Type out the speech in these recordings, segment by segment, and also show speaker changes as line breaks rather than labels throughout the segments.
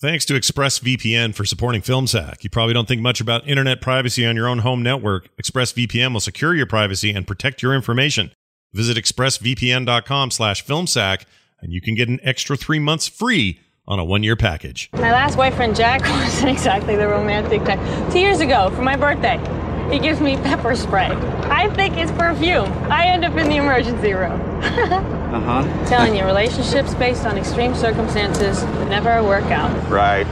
Thanks to ExpressVPN for supporting FilmSack. You probably don't think much about internet privacy on your own home network. ExpressVPN will secure your privacy and protect your information. Visit expressvpn.com slash filmsack and you can get an extra three months free on a one-year package.
My last boyfriend, Jack, wasn't exactly the romantic type. Two years ago, for my birthday, he gives me pepper spray. I think it's perfume. I end up in the emergency room.
Uh huh.
Telling you, relationships based on extreme circumstances never work out.
Right.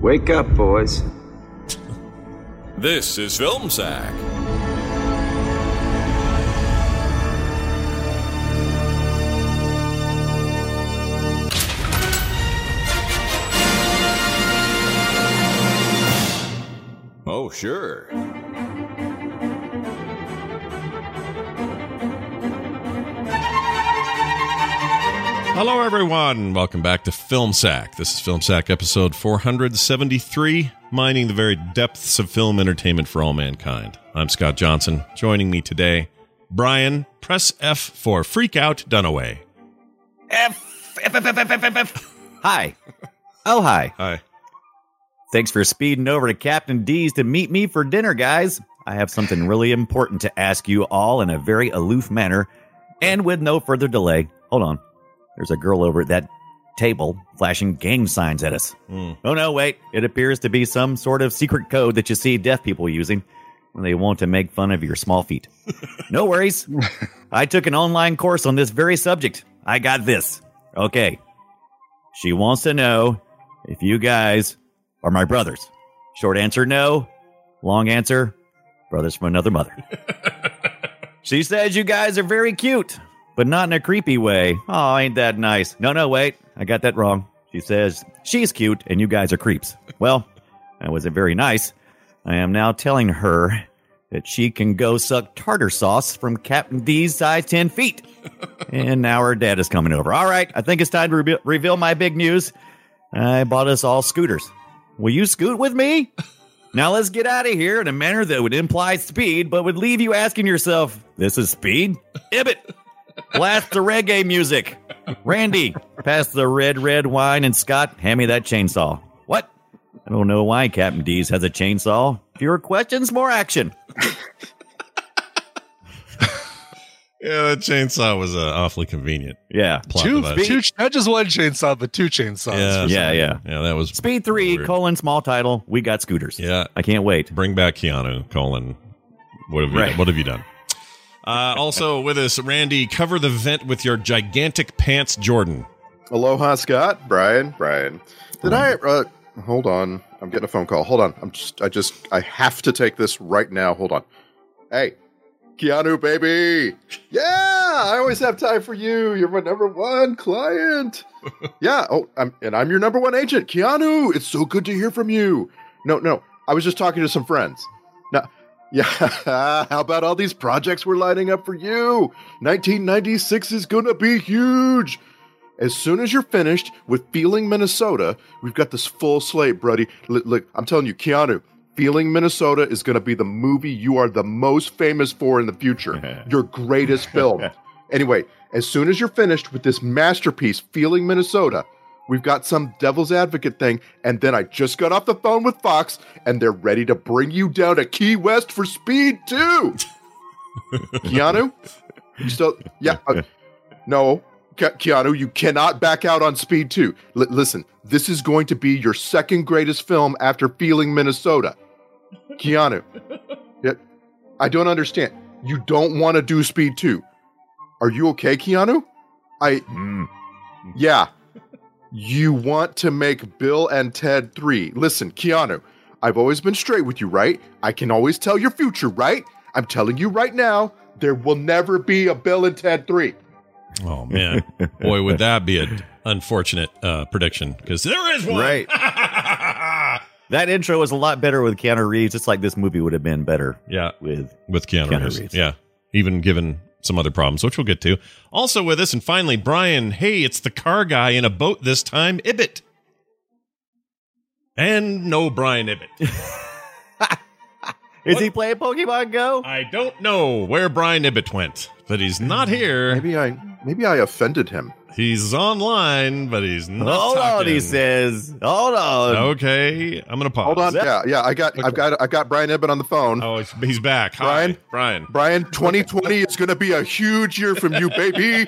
Wake up, boys.
This is Film Sack. Oh, sure.
Hello, everyone. Welcome back to Film Sack. This is Film Sack episode 473, mining the very depths of film entertainment for all mankind. I'm Scott Johnson. Joining me today, Brian, press F for Freak Out Dunaway.
F, F, F, F, F, F, F, F. Hi. Oh, hi.
Hi.
Thanks for speeding over to Captain D's to meet me for dinner, guys. I have something really important to ask you all in a very aloof manner and with no further delay. Hold on. There's a girl over at that table flashing gang signs at us.
Mm.
Oh, no, wait. It appears to be some sort of secret code that you see deaf people using when they want to make fun of your small feet. no worries. I took an online course on this very subject. I got this. Okay. She wants to know if you guys are my brothers. Short answer, no. Long answer, brothers from another mother. she says you guys are very cute, but not in a creepy way. Oh, ain't that nice? No, no, wait. I got that wrong. She says she's cute and you guys are creeps. Well, that wasn't very nice. I am now telling her that she can go suck tartar sauce from Captain D's size 10 feet. and now her dad is coming over. All right, I think it's time to re- reveal my big news. I bought us all scooters. Will you scoot with me? Now let's get out of here in a manner that would imply speed, but would leave you asking yourself, this is speed? Ibbit! Blast the reggae music. Randy, pass the red, red wine, and Scott, hand me that chainsaw. What? I don't know why Captain D's has a chainsaw. Fewer questions, more action.
Yeah, that chainsaw was uh, awfully convenient.
Yeah.
Plot
two,
device.
two, not just one chainsaw, but two chainsaws.
Yeah,
Yeah, yeah.
Yeah, that was
Speed three,
Weird.
colon, small title. We got scooters.
Yeah,
I can't wait.
Bring back Keanu, Colin. What have you,
Right.
done? what have you done? Uh, also with us, Randy, cover the vent with your gigantic pants, Jordan.
Aloha, Scott. Brian. Brian. Did I? Uh, hold on. I'm getting a phone call. Hold on. I'm just. I just. I have to take this right now. Hold on. Hey, Keanu, baby. Yeah, I always have time for you. You're my number one client. yeah. Oh, I'm and I'm your number one agent, Keanu. It's so good to hear from you. No, no. I was just talking to some friends. No. Yeah, how about all these projects we're lining up for you? 1996 is gonna be huge. As soon as you're finished with Feeling Minnesota, we've got this full slate, buddy. Look, look, I'm telling you, Keanu, Feeling Minnesota is going to be the movie you are the most famous for in the future. your greatest film. Anyway, as soon as you're finished with this masterpiece, Feeling Minnesota, we've got some devil's advocate thing. And then I just got off the phone with Fox, and they're ready to bring you down to Key West for Speed 2. Keanu, you still, yeah, uh, no, Ke- Keanu, you cannot back out on Speed 2. L- listen, this is going to be your second greatest film after Feeling Minnesota. Keanu, yeah, I don't understand. You don't want to do Speed 2. Are you okay, Keanu? I, yeah. You want to make Bill and Ted 3. Listen, Keanu, I've always been straight with you, right? I can always tell your future, right? I'm telling you right now, there will never be a Bill and Ted 3.
Oh man, boy, would that be an unfortunate uh, prediction because there is one.
Right.
That intro was a lot better with Keanu Reeves. It's like this movie would have been better
yeah,
with.
with Keanu,
Keanu
Reeves.
Reeves.
Yeah, even given some other problems, which we'll get to. Also with us, and finally, Brian. Hey, it's the car guy in a boat this time, Ibbit. And no Brian Ibbett.
Is
What?
he playing Pokemon Go?
I don't know where Brian Ibbett went, but he's not here.
Maybe I maybe I offended him.
He's online, but he's not.
Hold on, he
talking.
says. Hold on.
Okay, I'm gonna pause.
Hold on, yeah, yeah. I got, I've got, I've got Brian Ibbett on the phone.
Oh, he's- he's back. Hi,
Brian?
Brian.
Brian, 2020 is going to be a huge year from you, baby.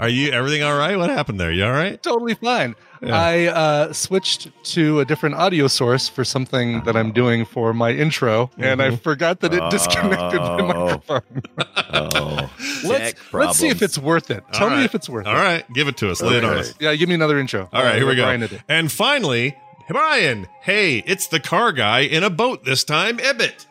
Are you everything all right? What happened there? You all right?
Totally fine.
Yeah.
I uh, switched to a different audio source for something that I'm doing for my intro, and
Mm-hmm.
I forgot that it disconnected
Oh.
the microphone.
Oh,
let's
tech
let's see if
problems.
it's worth it. Tell
right.
me if it's worth
All
it.
right, give it to us. Lay it on
Okay.
us.
Yeah, give me another intro.
All right, here we go.
Uh, Brian did it.
And finally, Brian. Hey, it's the car guy in a boat this time. Ibbett.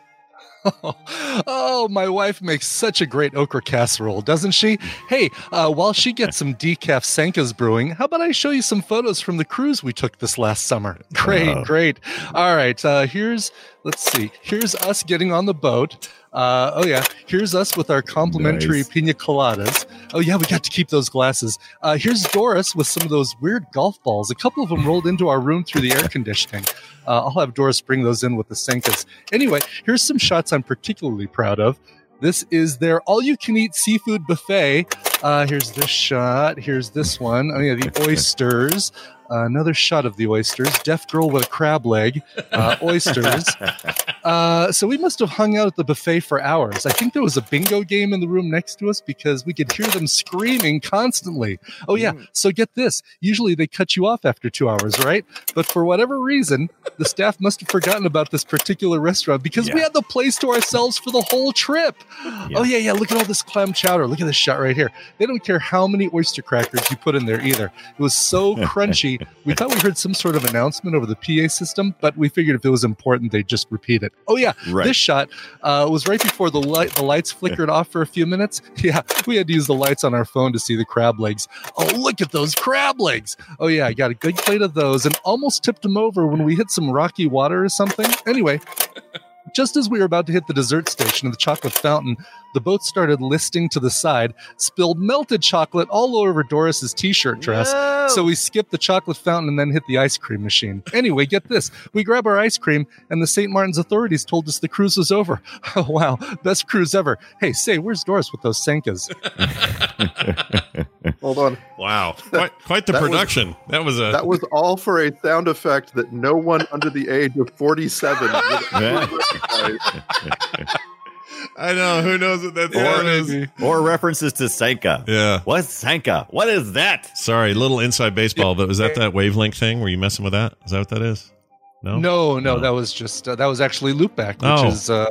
Oh, my wife makes such a great okra casserole, doesn't she? Hey, uh, while she gets some decaf Senka's brewing, how about I show you some photos from the cruise we took this last summer? Great, great. All right, uh, here's, let's see, here's us getting on the boat. Uh, oh, yeah, here's us with our complimentary
Nice.
pina coladas. Oh, yeah, we got to keep those glasses. Uh, here's Doris with some of those weird golf balls. A couple of them rolled into our room through the air conditioning. Uh, I'll have Doris bring those in with the Senkas. Anyway, here's some shots I'm particularly proud of. This is their all you can eat seafood buffet. Uh, here's this shot. Here's this one. Oh, yeah, the oysters. Uh, another shot of the oysters. Deaf girl with a crab leg. Uh, oysters. Uh, so we must have hung out at the buffet for hours. I think there was a bingo game in the room next to us because we could hear them screaming constantly. Oh, yeah. So get this. Usually they cut you off after two hours, right? But for whatever reason, the staff must have forgotten about this particular restaurant because we
Yeah.
had the place to ourselves for the whole trip. Oh, yeah, yeah. Look at all this clam chowder. Look at this shot right here. They don't care how many oyster crackers you put in there either. It was so crunchy. we thought we heard some sort of announcement over the PA system, but we figured if it was important, they'd just repeat it. Oh, yeah.
Right.
This shot uh, was right before the light. The lights flickered off for a few minutes. Yeah, we had to use the lights on our phone to see the crab legs. Oh, look at those crab legs! Oh yeah, I got a good plate of those, and almost tipped them over when we hit some rocky water or something. Anyway. Just as we were about to hit the dessert station of the chocolate fountain, the boat started listing to the side, spilled melted chocolate all over Doris's t-shirt dress.
Oh.
So we skipped the chocolate fountain and then hit the ice cream machine. Anyway, get this. We grab our ice cream and the St. Martin's authorities told us the cruise was over. Oh wow, best cruise ever. Hey, say, where's Doris with those Senkas?
Hold on.
Wow, quite quite the
That was-
production. that was a
That was all for a sound effect that no one under the age of 47 would recognize.
I know. Who knows what that sound is?
or references to Sanka.
Yeah.
What's Sanka? What is that?
Sorry, little inside baseball, but was that that wavelength thing? Were you messing with that? Is that what that is? No.
No, no,
Oh. No.
that was just uh, that was actually loopback,
Oh.
which is uh,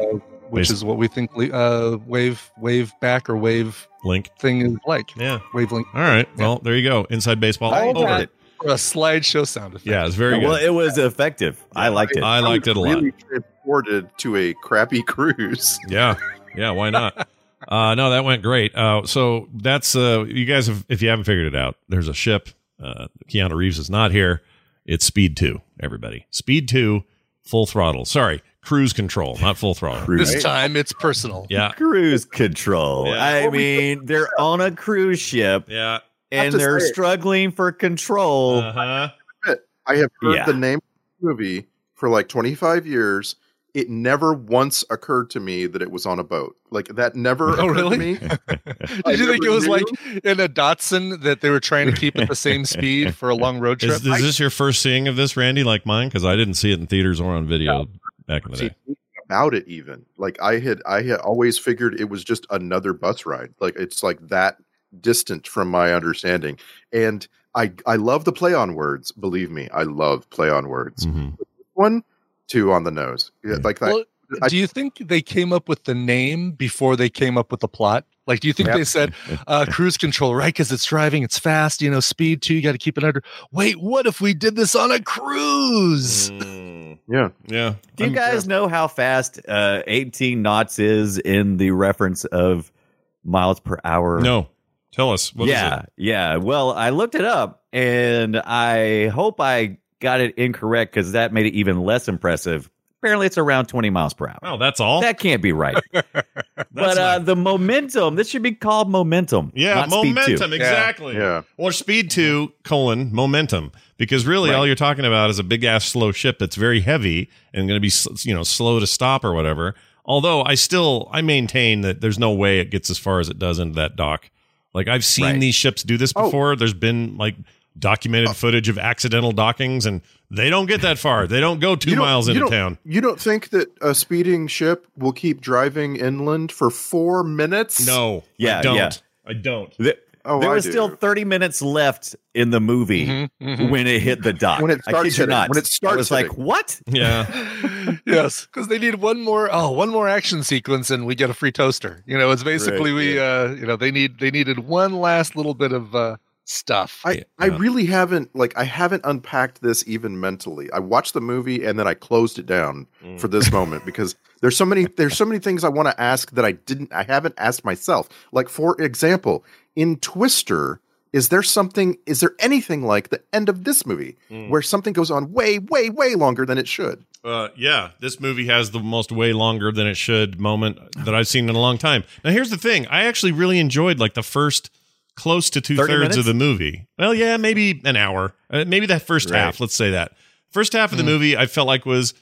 which
Basi-
is what we think le- uh, wave wave back or wave
Link.
thing is like
Yeah.
wavelength
All right. Well, there you go. Inside baseball.
I
over.
enjoyed it.
or a slideshow sound effect.
Yeah, it's very
well,
good.
it was effective. I liked it.
I liked it a lot.
Really transported to a crappy cruise.
Yeah. Yeah. Why not? Uh, no, that went great. Uh, so that's, uh, you guys have, if you haven't figured it out, there's a ship. Uh, Keanu Reeves is not here. It's Speed 2, everybody. Speed 2, full throttle. Sorry, cruise control, not full throttle.
Cruise,
This time it's personal.
Yeah.
cruise control.
Yeah.
I mean, they're on a cruise ship
Yeah.
and
to
they're
say it.
struggling for control.
Uh huh.
I have heard
Yeah.
the name of the movie for like 25 years. It never once occurred to me that it was on a boat. Like that never
Oh,
occurred
really?
to me. I
Did you think it
never
was
knew.
like in a Datsun that they were trying to keep at the same speed for a long road trip?
Is, is this your first seeing of this, Randy, like mine? Because I didn't see it in theaters or on video back in the day.
about it even like i had i had always figured it was just another bus ride like it's like that distant from my understanding and i i love the play on words believe me i love play on words
Mhm.
one two on the nose Yeah,
Yeah.
like that
Well,
I-
do you think they came up with the name before they came up with the plot? Like, do you think
Yep.
they said uh, cruise control, right? Because it's driving, it's fast, you know, speed too, you got to keep it under. Wait, what if we did this on a cruise?
yeah
Yeah.
Do you guys know how fast uh, 18 knots is in the reference of miles per hour?
No. Tell us. What is
yeah, yeah. Well, I looked it up, and I hope I got it incorrect because that made it even less impressive. Apparently, it's around 20 miles per hour.
Oh, that's all.
That can't be right. but uh, the momentum, this should be called momentum.
yeah,
not speed two.
momentum. Exactly.
Yeah.
Or speed two colon momentum because really all you're talking about is a big ass slow ship that's very heavy and going to be s- you know slow to stop or whatever. Although I still I maintain that there's no way it gets as far as it does into that dock. Like I've seen
Right.
these ships do this
Oh.
before. There's been like documented footage of accidental dockings and they don't get that far. They don't go 2
don't-
miles into
don't-
town.
You don't think that a speeding ship will keep driving inland for four minutes?
No.
Yeah,
I don't.
yeah.
I don't.
Th-
Oh,
there
I
was
do.
still 30 minutes left in the movie
Mm-hmm,
when it hit the dock.
When it
I kid
starts
you
hitting.
not.
When it
I
starts
was like,
hitting.
what?
Yeah.
Mm.
yes, because they need one more oh one more action sequence and we get a free toaster. You know, it's basically
Right,
we uh you know they need they needed one last little bit of uh stuff.
I, I
Yeah.
really haven't like I haven't unpacked this even mentally. I watched the movie and then I closed it down
Mm.
for this moment because there's so many there's so many things I want to ask that I didn't I haven't asked myself. Like for example, in Twister, is there something is there anything like the end of this movie
Mm.
where something goes on way way way longer than it should?
Uh, yeah, this movie has the most way longer than it should moment that I've seen in a long time. Now, here's the thing: I actually really enjoyed like the first close to two
30
thirds of
minutes?
the movie. Well, yeah, maybe an hour, uh, maybe that first
Right. Hmm.
half. Let's say that first half of the movie I felt like was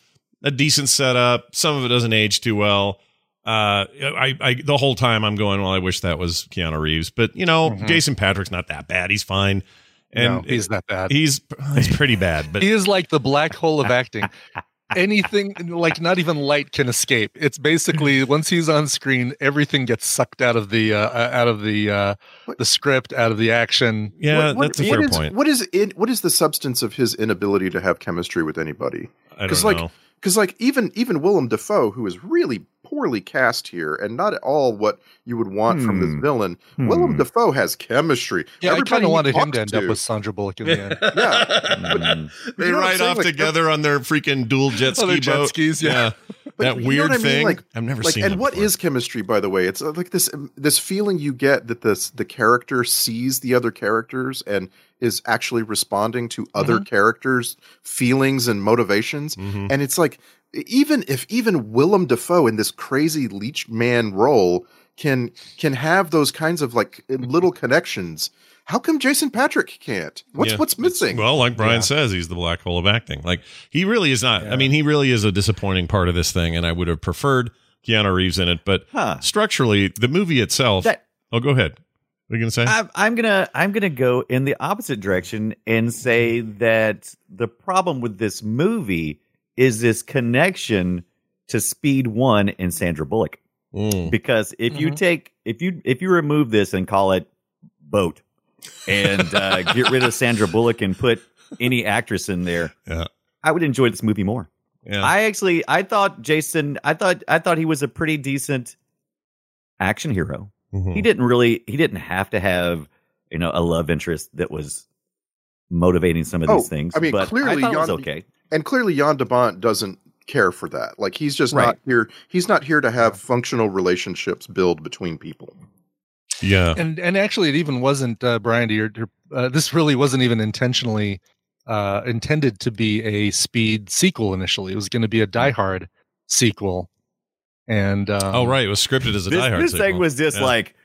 a decent setup. Some of it doesn't age too well. Uh, I, I the whole time I'm going, well, I wish that was Keanu Reeves, but you know,
Mm-hmm.
Jason Patrick's not that bad. He's fine, and
no, he's not bad.
he's he's pretty bad, but
he is like the black hole of acting. Anything like not even light can escape. It's basically once he's on screen, everything gets sucked out of the uh, uh, out of the uh, the script, out of the action.
yeah,
What- what-
that's a
what
fair
is-
point.
What is it what is the substance of his inability to have chemistry with anybody?
I don't
Because like,
know.
because like, even even Willem Dafoe, who is really poorly cast here and not at all what you would want from this
Hmm.
villain, Willem
Hmm.
Dafoe has chemistry.
Yeah, I
Everybody
kind
he
of wanted him
talks
to end up with Sandra Bullock in the end.
Yeah,
Mm.
they
You know what I'm
ride
saying?
off
Like,
together on their freaking dual jet
On
ski
their
boat.
jet skis, yeah.
that
you know
weird
what I mean?
thing.
Like-
I've never
like,
seen.
and
that
what
before.
is chemistry, by the way? It's uh, like this this feeling you get that this the character sees the other characters and is actually responding to other characters' feelings and motivations.
Mhm.
And it's like e, even if even Willem Dafoe in this crazy leech man role can can have those kinds of like little connections, how come Jason Patrick can't? What's
Yeah.
what's missing?
Well, like Brian says, he's the black hole of acting. Like he really is not. I mean, he really is a disappointing part of this thing, and I would have preferred Keanu Reeves in it. But
Huh.
structurally, the movie itself.
That-
oh, go ahead. What are you gonna say?
I'm, I'm gonna I'm gonna go in the opposite direction and say that the problem with this movie is this connection to Speed One and Sandra Bullock.
Mm.
Because if you take if you if you remove this and call it Boat and uh, get rid of Sandra Bullock and put any actress in there,
Yeah.
I would enjoy this movie more.
Yeah.
I actually I thought Jason I thought I thought he was a pretty decent action hero
Mhm.
Hmm.
he didn't really he didn't have to have you know a love interest that was motivating some of
Oh,
these things
I mean,
but
clearly
I thought it was
Yon-
okay
and clearly Jan de Bont doesn't care for that. Like he's just
Right.
not here. He's not here to have functional relationships build between people.
yeah.
and and actually it even wasn't uh, brian to your, your- uh, this really wasn't even intentionally uh, intended to be a speed sequel initially it was going to be a die hard sequel and um,
Oh right, it was scripted as a
this,
Die Hard.
this thing
sequel.
was just
Yeah.
like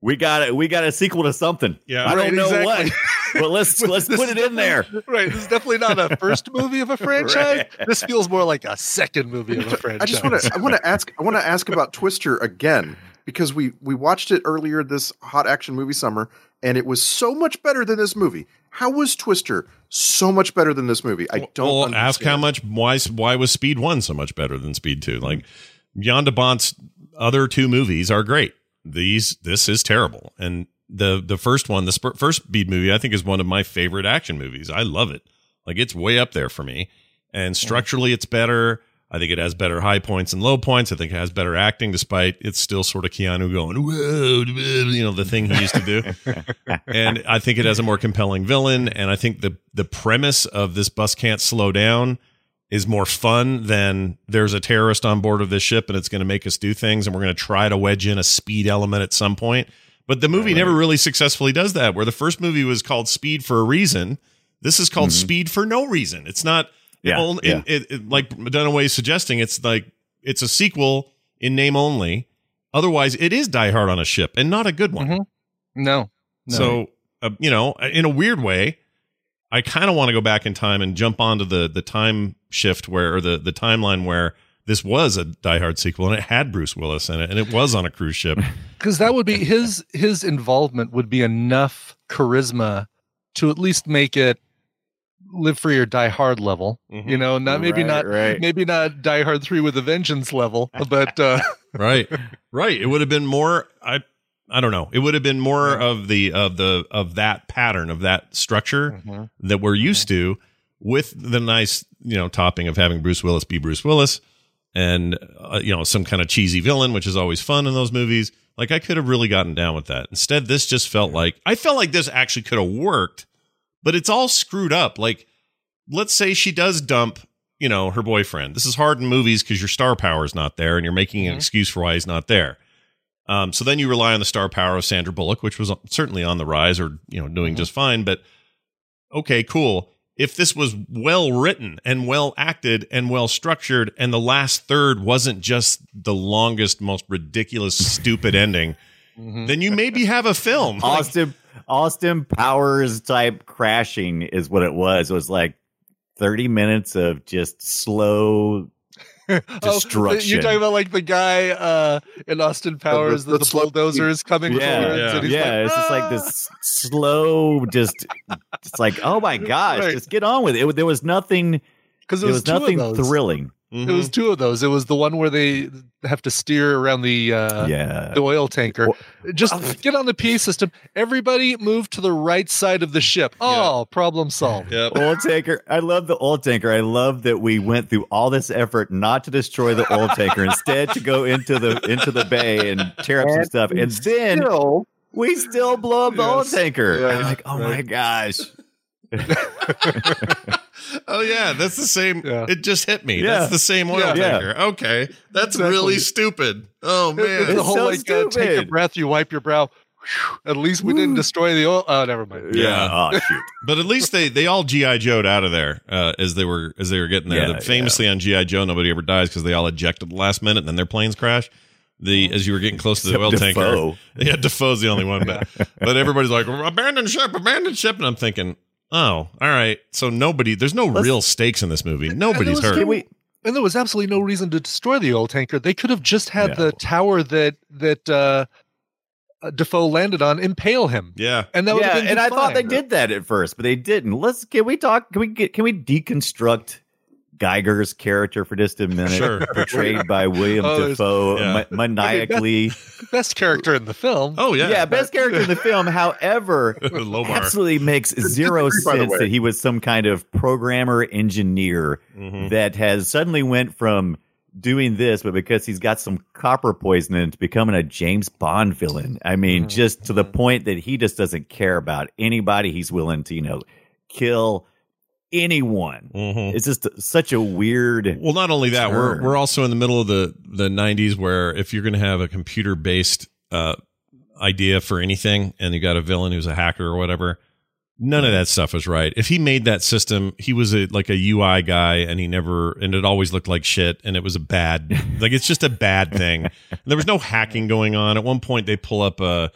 we got it we got a sequel to something
Yeah.
i
Right,
don't know
exactly.
what but let's let's
This
put
is
it in there
right this is definitely not a first movie of a franchise this feels more like a second movie of a franchise
I just want to. I want to ask. I want to ask about Twister again because we we watched it earlier this hot action movie summer, and it was so much better than this movie. How was Twister so much better than this movie? I don't
well, ask how
understand.
much why why was Speed One so much better than Speed Two? Like Jan de Bont's other two movies are great. These this is terrible, and the the first one, the sp- first Speed movie, I think is one of my favorite action movies. I love it. Like it's way up there for me, and structurally it's better. I think it has better high points and low points. I think it has better acting, despite it's still sort of Keanu going, whoa, you know, the thing he used to do and I think it has a more compelling villain. And I think the the premise of this bus can't slow down is more fun than there's a terrorist on board of this ship and it's going to make us do things and we're going to try to wedge in a speed element at some point. But the movie never really successfully does that. Where the first movie was called Speed for a reason, this is called Speed for no reason. It's not
Yeah,
Only-
yeah.
It, it, like Dunaway is suggesting, it's like it's a sequel in name only. Otherwise, it is Die Hard on a ship and not a good one.
Mhm. No. no.
So, uh, you know, in a weird way, I kind of want to go back in time and jump onto the the time shift where or the the timeline where this was a Die Hard sequel and it had Bruce Willis in it and it was on a cruise ship.
because that would be his his involvement would be enough charisma to at least make it live free or die hard level
Mm-hmm.
you know not maybe
Right,
not
right.
maybe not die hard 3 with a vengeance level but uh
right right it would have been more i i don't know it would have been more of the of the of that pattern of that structure that we're used to with the nice you know topping of having bruce willis be bruce willis and uh, you know some kind of cheesy villain which is always fun in those movies like i could have really gotten down with that instead this just felt like i felt like this actually could have worked but it's all screwed up like let's say she does dump you know her boyfriend this is hard in movies because your star power is not there and you're making an excuse for why he's not there um, so then you rely on the star power of sandra bullock which was uh, certainly on the rise or you know doing just fine but okay cool if this was well written and well acted and well structured and the last third wasn't just the longest most ridiculous stupid ending
Mm-hmm.
then you maybe have a film Like-
Austin Austin Powers type crashing is what it was. It was like thirty minutes of just slow.
Oh, you're
Destruction.
talking about like the guy uh in austin powers
the
that the,
slow-
bulldozer is coming
Yeah,
towards
yeah.
and he's
yeah,
like,
it's just like
"Ah!"
this s- slow, just it's like oh my gosh,
Right.
just get on with it. There was nothing.
because it
There
was,
was nothing
two of those.
thrilling.
Mhm.
it was two of those it was the one where they have to steer around the uh
yeah,
the oil tanker.
Well-
Oh.
Just get on the PA system. Everybody move to the right side of the ship. Oh, problem solved.
Yep.
oil tanker. I love the oil tanker. I love that we went through all this effort not to destroy the oil tanker, instead to go into the into the bay and tear up some
And
stuff, and then
Still,
we still blow up the oil
Yes.
tanker.
Yeah.
I'm like, oh my gosh,
Oh yeah, that's the same.
Yeah.
It just hit me.
Yeah.
That's the same oil
Yeah.
tanker. Okay, that's
Exactly.
really stupid. Oh
It's
man,
the
It's
whole
so
like uh, take a
stupid.
breath, you wipe your brow. Whew, At least we didn't destroy the oil. Oh, never mind.
Yeah.
Oh shoot.
but at least they they all GI Joe'd out of there uh, as they were as they were getting there.
Yeah,
The- famously on GI Joe, nobody ever dies because they all eject at the last minute and then their planes crash. The as you were getting close to the oil tanker,
Defoe.
Yeah, Defoe's the only one. But, but everybody's like, abandon ship, abandon ship. And I'm thinking, oh, all right. So nobody, there's no
Let's- uh,
real stakes in this movie. Nobody's
was
hurt.
Can we?
And there was absolutely no reason to destroy the oil tanker. They could have just had
No.
the tower that that uh, uh, Defoe landed on impale him,
yeah.
and that would
yeah,
have been
and I
fine.
thought they did that at first, but they didn't. Let's can we talk? Can we get? Can we deconstruct Geiger's character for just a minute?
Sure.
Portrayed by William
Oh, there's-
Defoe
Yeah.
ma- maniacally.
Best character in the film.
Oh, yeah.
yeah, best character in the film. However,
Lobar.
absolutely makes zero
by the
sense
way.
that he was some kind of programmer engineer
Mhm.
that has suddenly went from doing this, but because he's got some copper poisoning, to becoming a James Bond villain. I mean,
Mm-hmm.
just to the point that he just doesn't care about anybody. He's willing to, you know, kill anyone.
Mhm.
It's just such a weird.
Well, not only that, we're
Sure.
we're also in the middle of the the '90s, where if you're going to have a computer based uh, idea for anything, and you got a villain who's a hacker or whatever, none of that stuff was right. If he made that system, he was a like a UI guy, and he never and it always looked like shit, and it was a bad like it's just a bad thing. And there was no hacking going on. At one point, they pull up a.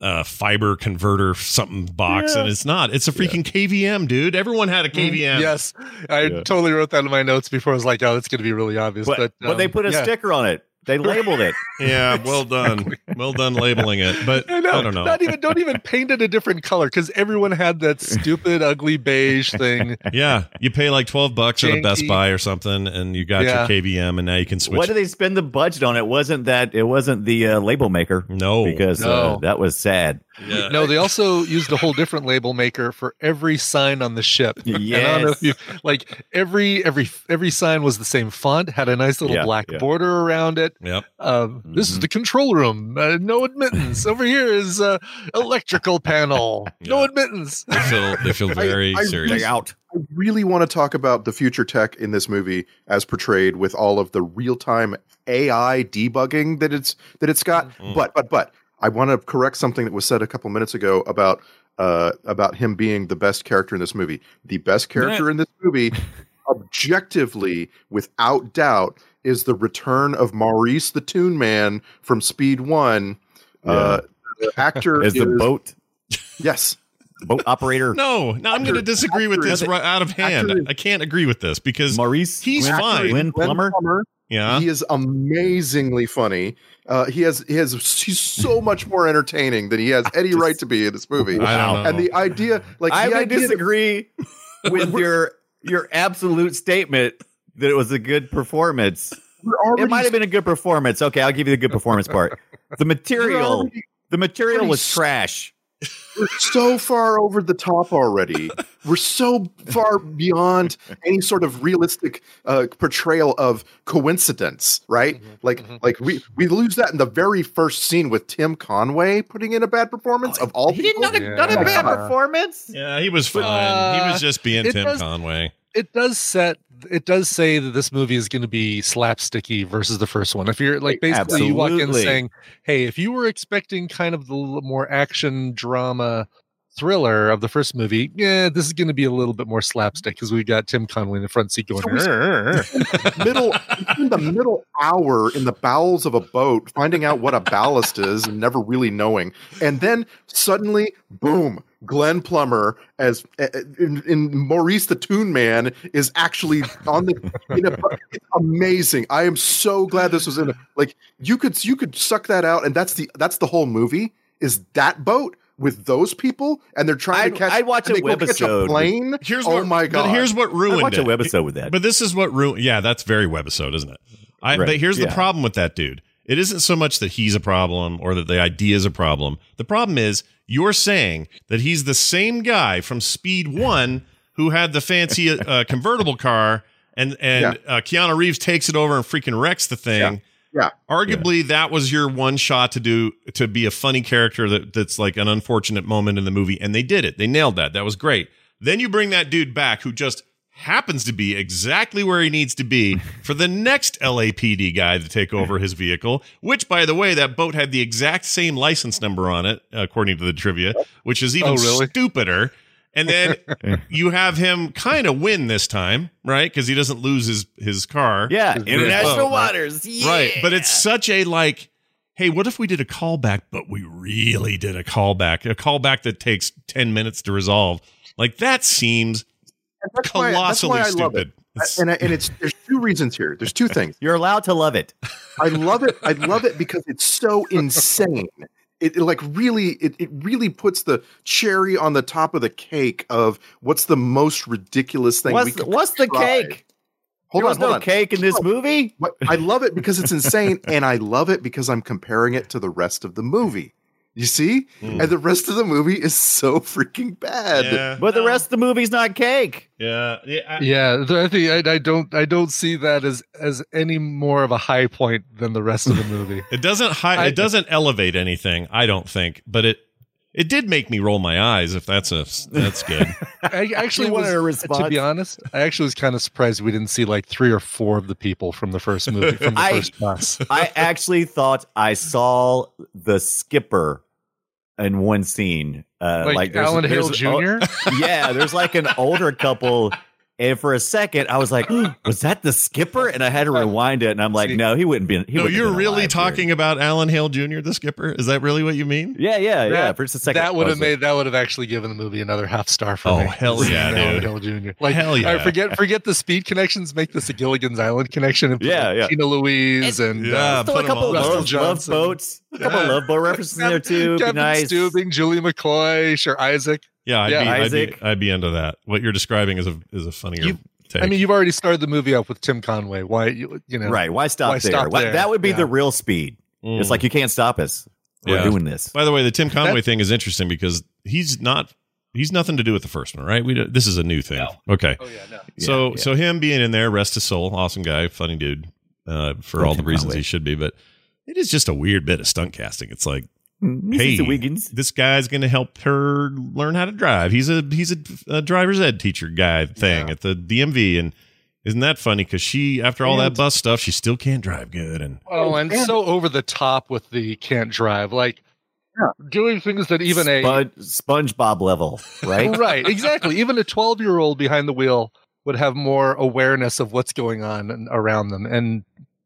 A fiber converter something box, and it's not. It's a freaking KVM, dude. Everyone had a
Mm-hmm.
KVM.
Yes, I totally wrote that in my notes before. I was like, "Oh, that's going to be really obvious."
But,
But,
but, they
um,
put a
yeah.
sticker on it. They labeled it.
Yeah, well done. Well done labeling it. But
I know.
I don't know.
Not even don't even paint it a different color because everyone had that stupid, ugly beige thing.
Yeah, you pay like 12 bucks at a Best
Janky.
Buy or something and you got
Yeah.
your KVM and now you can switch.
What did they spend the budget on? It wasn't that. It wasn't the uh, label maker.
no.
because uh,
No.
that was sad.
Yeah.
No, they also used a whole different label maker for every sign on the ship. And I don't know
Yes.
if you like every every every sign was the same font, had a nice little
Yeah,
black
yeah. Mm-hmm.
border around it.
Yep.
Um, This is the control room. Uh, no admittance. Over here is uh, electrical panel. No
Yeah.
admittance.
They feel they feel very
I
serious.
really-
out.
I really want to talk about the future tech in this movie as portrayed with all of the real-time AI debugging that it's that it's got.
Mm-hmm.
But but but I want to correct something that was said a couple minutes ago about uh, about him being the best character in this movie. The best character in this movie objectively, without doubt, is the return of Maurice the Toon Man from Speed One. Uh, the actor
As the
is-
boat
Yes,
boat operator
No, no, I'm going to disagree with this
actor-
right out of hand.
actor is-
I can't agree with this because
Maurice
He's
Glenn,
fine.
Glenn
Glenn
Plummer.
Plummer.
yeah,
He is amazingly funny. Uh, he has he has he's so much more entertaining than he has any right to be in this movie.
I don't know.
And the idea, like
I
the
would
idea that-
disagree with your your absolute statement that it was a good performance.
we're already
It might have been a good performance. Okay, I'll give you the good performance part. The material,
already-
the material
already
was
s-
trash.
we're so far over the top already. We're so far beyond any sort of realistic uh, portrayal of coincidence, right?
Mm-hmm,
Like, like we we lose that in the very first scene with Tim Conway putting in a bad performance of all
Oh, He
people.
didn't not a, not a bad
Yeah.
performance.
yeah, he was fine. he was just being
it
Tim
does-
Conway.
it does set it does say that this movie is going to be slapsticky versus the first one if you're like basically you walk in
Absolutely.
saying hey if you were expecting kind of the l- more action drama thriller of the first movie yeah this is going to be a little bit more slapstick because we got tim conway in the front seat going
So we-
"Arr."
middle in the middle hour in the bowels of a boat, finding out what a ballast is and never really knowing, and then suddenly, boom! Glenn Plummer as uh, in, in Maurice the Toon Man is actually on the. In a, it's amazing! I am so glad this was in. A, like you could you could suck that out, and that's the that's the whole movie is that boat with those people, and they're trying
I'd-
to catch.
I'd watch
and
a
they go catch
webisode.
a plane.
Here's
oh
what,
my god!
But here's what
I
ruined
watch a
it.
webisode with that.
But this is what ruined. Yeah, that's very webisode, isn't it? I,
Right,
But here's the
yeah.
problem with that dude. It isn't so much that he's a problem or that the idea is a problem. The problem is you're saying that he's the same guy from Speed One who had the fancy uh, convertible car, and and uh, Keanu Reeves takes it over and freaking wrecks the thing.
Yeah.
Arguably, that was your one shot to do to be a funny character that that's like an unfortunate moment in the movie, and they did it. They nailed that. That was great. Then you bring that dude back who just happens to be exactly where he needs to be for the next LAPD guy to take over his vehicle, which, by the way, that boat had the exact same license number on it, according to the trivia, which is even
Oh, really?
stupider. And then you have him kind of win this time, right? Because he doesn't lose his his car.
yeah,
It's
international
boat, right?
waters.
Right.
yeah.
But it's such a like, hey, what if we did a callback, but we really did a callback, a callback that takes 10 minutes to resolve? Like that seems
And that's why- that's
colossally
why I love it.
stupid. It's-
and I, and it's there's two reasons here. There's two things.
you're allowed to love it.
I love it. I love it because it's so insane. It, it, like really it, it really puts the cherry on the top of the cake of what's the most ridiculous thing
What's
could
what's the
try.
cake?
Hold
there
on,
was
hold
no
on.
cake in this
Hold
movie.
What- I love it because it's insane and I love it because I'm comparing it to the rest of the movie. You see?
Hmm.
Mm.
And the rest of the movie is so freaking bad.
yeah,
But the
no,
rest of the movie's not cake.
Yeah. yeah, I-
yeah the- I, think, I, I don't i don't see that as as any more of a high point than the rest of the movie
It doesn't high,
I-
it doesn't elevate anything, I don't think, but it it did make me roll my eyes if that's a that's good.
I actually
You wanted
was,
a
to
response?
be honest, I actually was kind of surprised we didn't see like three or four of the people from the first movie from the
I-
first class.
I actually thought I saw the skipper in one scene. Uh,
Like,
there's-
Alan Hale
there's- oh,
Jr.
yeah, there's like an older couple. And for a second, I was like, "Was that the skipper?" And I had to rewind it, and I'm like,
See-
"No, he wouldn't be." He
no,
wouldn't have
you're
been
really
alive
talking
here.
about Alan Hale Jr., the skipper? Is that really what you mean?
Yeah, yeah, yeah.
That-
For just a second,
that
I
would have
was like,
made that would have actually given the movie another half star for
Oh,
me.
hell yeah,
Alan
dude.
Hill Jr. Like
Hell
all right,
yeah.
forget forget the speed connections, make this a Gilligan's Island connection and put,
Yeah,
like,
yeah.
Tina Louise and,
Yeah,
uh,
Throw
put
a
'em
couple
all up.
of
Russell
love, love
Johnson.
boats, a couple of love boat references in there too. Be
Captain
nice.
Steubing, Julie McCloy, sure Isaac.
Yeah, I'd,
Yeah,
be, I'd
Isaac.
be I'd be into that. What you're describing is a is a funnier
You-
take.
I mean, you've already started the movie up with Tim Conway. Why you you know
Right? Why stop
Why
there?
stop
Why-
there?
That would be
Yeah.
the real speed.
Mm.
It's like you can't stop us. We're
Yeah.
doing this.
By the way, the Tim Conway
That-
thing is interesting because he's not he's nothing to do with the first one, right? We do, this is a new thing. Okay.
Oh yeah, no.
so
Yeah, yeah.
so him being in there, rest his soul, awesome guy, funny dude, uh, for
Love
all the
Tim
reasons
Conway.
he should be. But it is just a weird bit of stunt casting. It's like, hey,
Mrs. Wiggins.
this guy's going to help her learn how to drive. He's a he's a, a driver's ed teacher guy thing
Yeah.
at the DMV, and isn't that funny? Because she, after all that
And-
bus stuff, she still can't drive good. And
Oh, and
Yeah.
so over the top with the can't drive, like doing things that even a
Spon- SpongeBob level, right?
right, exactly, even a twelve year old behind the wheel would have more awareness of what's going on and around them. And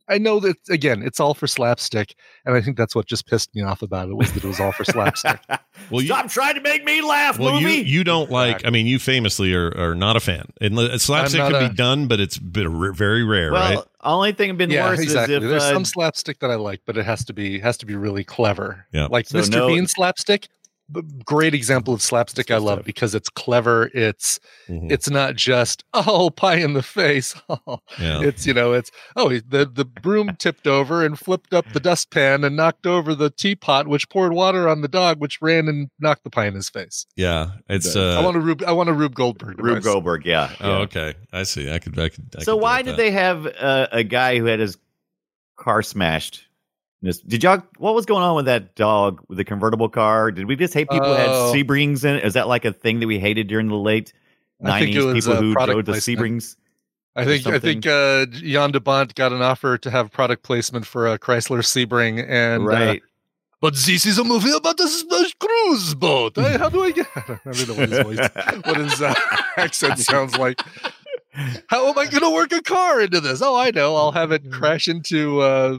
I know that again, it's all for slapstick, and I think that's what just pissed me off about it was that it was all for slapstick.
Well, you-
Stop trying to make me laugh,
Well, you
movie.
you don't like. I mean, you famously are, are not a fan. And li- slapstick
I'm
could
not
be
a-
done, but it's been r- very rare,
well,
right?
only thing been
yeah,
worse
exactly.
is if
There's
uh,
some slapstick that I like, but it has to be has to be really clever.
Yeah.
like
So
Mr.
no-
Bean slapstick. b- Great example of slapstick I love because it's clever. It's
Mhm.
it's not just oh pie in the face. Oh,
yeah.
It's you know it's oh he- the the broom tipped over and flipped up the dustpan and knocked over the teapot which poured water on the dog which ran and knocked the pie in his face.
yeah. It's.
I
Uh,
want to Rube I want a Rube Goldberg.
Rube
device.
Goldberg. Yeah.
oh, okay. I see. I could. I could. I could
so
deal
why
with
did
that.
they have uh, a guy who had his car smashed? This- Did y'all? What was going on with that dog with the convertible car? Did we just hate people who had
Oh.
Sebrings in? it? Is that like a thing that we hated during the late
I think it
nineties?
was,
People
uh,
who
product
drove the
placement.
Sebrings.
I
or
think I
something.
think uh, Jan de Bont got an offer to have product placement for a Chrysler Sebring, and uh,
right.
but this is a movie about a s- a cruise boat. I- how do I get? I don't know what his, voice, what his uh, accent sounds like. How am I going to work a car into this? Oh, I know. I'll have it crash into uh,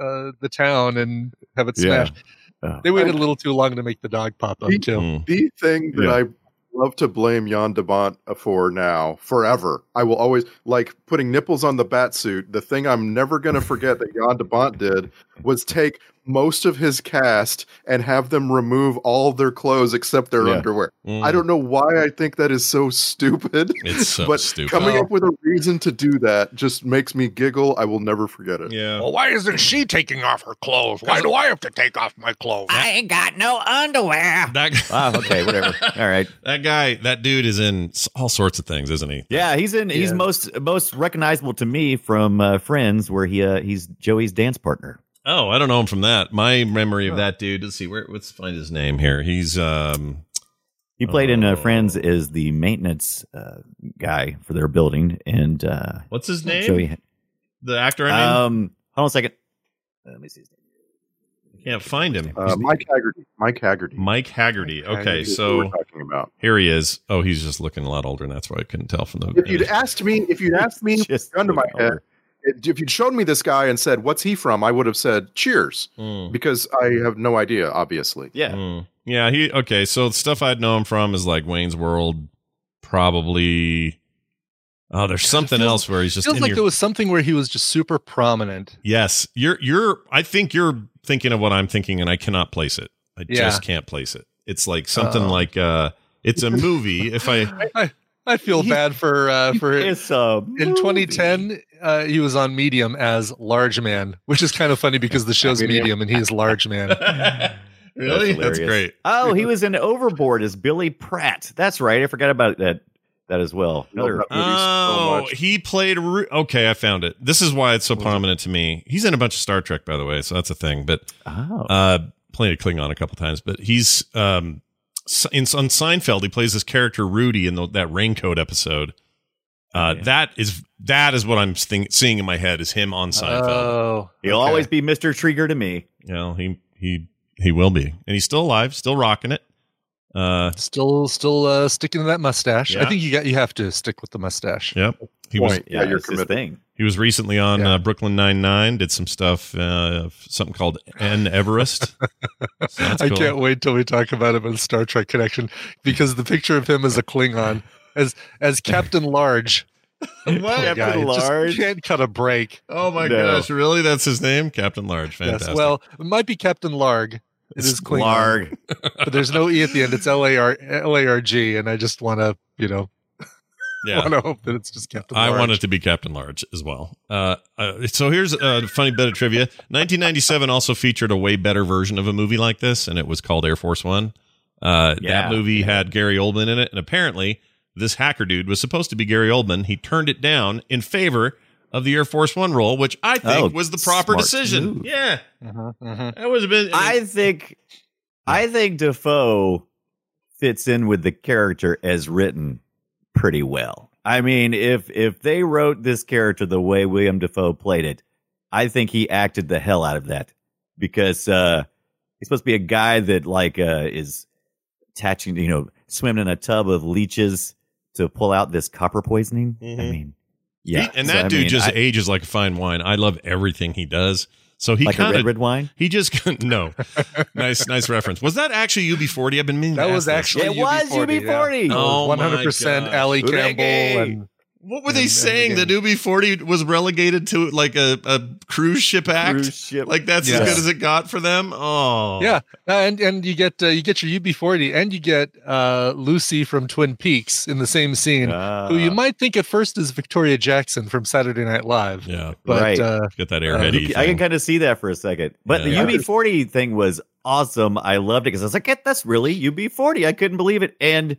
uh, the town and have it
Yeah.
smashed.
Oh.
They waited a little too long to make the dog pop up
He-
too.
Mm.
The thing that
Yeah.
I love to blame Jan de Bont for now, forever. I will always like putting nipples on the bat suit. The thing I'm never going to forget that Jan de Bont did was take most of his cast and have them remove all their clothes except their
Yeah.
underwear.
Mm.
I don't know why I think that is so stupid.
It's so
but
stupid.
coming
Oh.
up with a reason to do that just makes me giggle. I will never forget
Mm.
it.
yeah.
Well, why isn't she taking off her clothes? Why do I have to take off my clothes?
ain't got no underwear.
That,
Wow. Ah, Okay. Whatever. All right.
that guy, that dude is in s- all sorts of things, isn't he?
Yeah, he's in. He's
Yeah.
most most recognizable to me from uh, Friends, where he uh, he's Joey's dance partner.
Oh, I don't know him from that. My memory of that dude. Let's see. Where, let's find his name here. He's um.
He played in
Oh.
uh, Friends is the maintenance uh, guy for their building, and uh,
What's his name?
Joey.
The actor. I mean,
Um, hold on a second. Let me see. His name.
can't find him.
Uh, Mike Haggerty. Mike Haggerty.
Mike Haggerty. Okay,
is who we're
so
talking about.
here he is. Oh, he's just looking a lot older, and that's why I couldn't tell from the.
If you'd asked me, if you'd asked me
Just
gun to my
look
head.
over.
It- if you'd shown me this guy and said, "What's he from?" I would have said, "Cheers,"
Mm,
because I have no idea. Obviously,
Yeah.
mm. Yeah, he okay. So the stuff I'd know him from is like Wayne's World, probably. Oh, there's something
feels-
else where he's just
Feels
in
like
your-
there was something where he was just super prominent.
Yes, you're you're. I think you're thinking of what I'm thinking, and I cannot place it. I
Yeah.
just can't place it. It's like something
Oh.
like uh, it's a movie. if I
I feel
He-
bad for uh, for
It's a
in
movie.
2010 uh, he was on medium as large man which is kind of funny because the show's
Medium.
medium and he's large man
really, that's,
hilarious.
great.
Oh, he was in Overboard as Billy Pratt. That's right. I forgot about that. That as well. Another-
Love that movie so
Oh,
much.
he played. Ru- okay, I found it. This is why it's so prominent to me. He's in a bunch of Star Trek, by the way, so that's a thing. But
oh,
uh, played Klingon a couple times. But he's um, S- in on Seinfeld. He plays this character Rudy in the, that raincoat episode.
Oh,
Uh,
Okay.
That is that is what I'm think, seeing in my head is him on
Uh,
Seinfeld.
oh
he'll
okay.
always be Mr. Trigger to me.
you know, he he he will be, and he's still alive, still rocking it. Uh,
still still uh, sticking to that mustache
Yeah.
i think you got you have to stick with the mustache
yep. He was
Point. Yeah, you're
it's his
committed.
thing.
He was recently on
Yeah.
uh, Brooklyn Nine Nine. Did some stuff, uh, something called N Everest. So that's
I
cool.
can't wait till we talk about him in Star Trek Connection because the picture of him as a Klingon, as as Captain Large,
What?
Poor guy,
Captain
just
Large?
can't cut a break.
Oh my
No.
gosh! Really? That's his name, Captain Large. Fantastic.
Yes, well, it might be Captain Larg. It is Klingon,
Larg.
but there's no e at the end. It's L A R L A R G, and I just want to, you know,
yeah.
want to hope that it's just Captain.
I
Large.
want it to be Captain Large as well. Uh, uh, so here's a funny bit of trivia. 1997 also featured a way better version of a movie like this, and it was called Air Force One. Uh,
Yeah.
that movie had Gary Oldman in it, and apparently this hacker dude was supposed to be Gary Oldman. He turned it down in favor of the Air Force One role, which I think
Oh,
was the proper
smart
decision.
move.
Yeah,
Mhm, mhm.
that would have been.
I think I think Defoe fits in with the character as written pretty well. I mean, if if they wrote this character the way William Defoe played it, I think he acted the hell out of that because uh he's supposed to be a guy that like uh is attaching, you know, swimming in a tub of leeches to pull out this copper poisoning. I
Mm-hmm.
Mhm.
mean, yeah.
He- and
So,
that
I
dude
mean,
just
I-
ages like a fine wine. I love everything he does. So he
like a red
kind
red
of
wine.
he just no nice nice reference. Was that actually UB40? I've been meaning.
That
to
was
ask this.
actually
It was
UB40, yeah.
UB40.
Oh my
100%
gosh.
Allie
Reggae.
Campbell and
What were they
And- and
saying?
again-
That UB40 was relegated to like a, a cruise ship act.
Cruise ship.
Like that's
Yeah.
as good as it got for them. Oh
yeah, and and you get uh, you get your UB40 and you get uh, Lucy from Twin Peaks in the same scene,
Ah.
who
Uh.
you might think at first is Victoria Jackson from Saturday Night Live,
yeah.
but
Right.
uh,
Get that
Uh,
airheady.
I can
thing.
kind of see that for a second. But
Yeah.
the UB40 thing was awesome. I loved it because I was like, "Yeah, that's really UB40. I couldn't believe it. And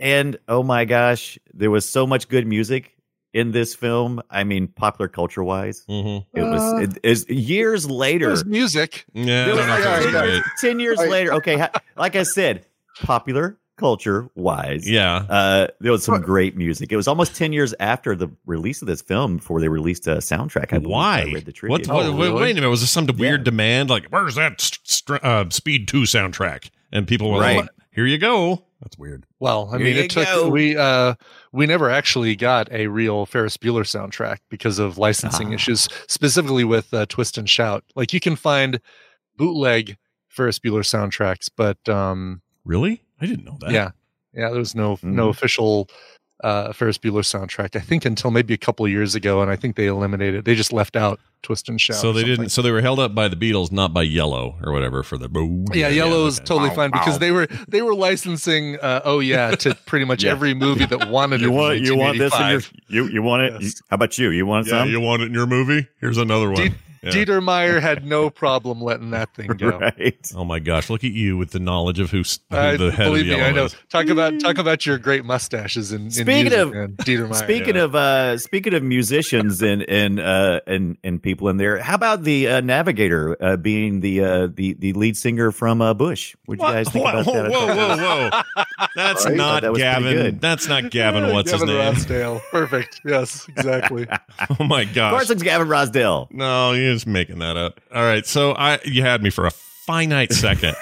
and oh my gosh, there was so much good music in this film. I mean, popular culture wise,
Mhm.
it was it is years later.
there's music.
Yeah, I don't know if that was
Yeah, yeah,
great.
Ten years
I-
later, okay. ha- like I said, popular culture wise,
Yeah.
uh, there was some great music. It was almost ten years after the release of this film before they released a soundtrack. I believe.
Why?
I read the trivia.
what, what,
Oh,
wait-
really?
Wait a minute. Was there some weird
Yeah.
demand? Like, where's that st- str- uh, Speed 2 soundtrack? And people were like,
Right.
here you go. That's weird.
Well, I
Here
mean,
you
it took
go.
we uh we never actually got a real Ferris Bueller soundtrack because of licensing
Ah.
issues, specifically with uh, Twist and Shout. Like you can find bootleg Ferris Bueller soundtracks, but um
Really? I didn't know that.
yeah, yeah, there was no no
Mm.
official uh Ferris Bueller soundtrack. I think until maybe a couple of years ago, and I think they eliminated. They just left out Twist and Shout.
So
or
they
something.
didn't. So they were held up by the Beatles, not by Yellow or whatever for the boo.
Yeah, yellow is
okay.
totally
Wow,
fine because
wow.
they were they were licensing. Uh, oh yeah, to pretty much
Yeah.
every movie that wanted. it
You
in
want you want this in your
1985.
you you want it.
Yes.
How about you? You want
Yeah,
some?
you want it in your movie? Here's another one.
Did-
Yeah.
Dieter Meyer had no problem letting that thing go.
right.
oh my gosh! Look at you with the knowledge of who's who
I-
the head of
believe me,
Yellow
I know.
is.
Talk about talk about your great mustaches in, in
Speaking
music,
of-
man. Dieter Meyer.
Speaking of uh, speaking of musicians and and uh, and and people in there, how about the uh, Navigator uh, being the uh, the the lead singer from uh, Bush? Would you
What?
guys think
Whoa,
about that?
whoa, whoa, whoa! That's
Right?
not
That was pretty
Gavin.
good.
That's not Gavin. What's
Gavin
his name?
Rossdale. Perfect. Yes, exactly.
Oh my
Of
gosh!
course, it's Gavin Rosdell.
No, you're just making that up. All right. So I you had me for a finite second.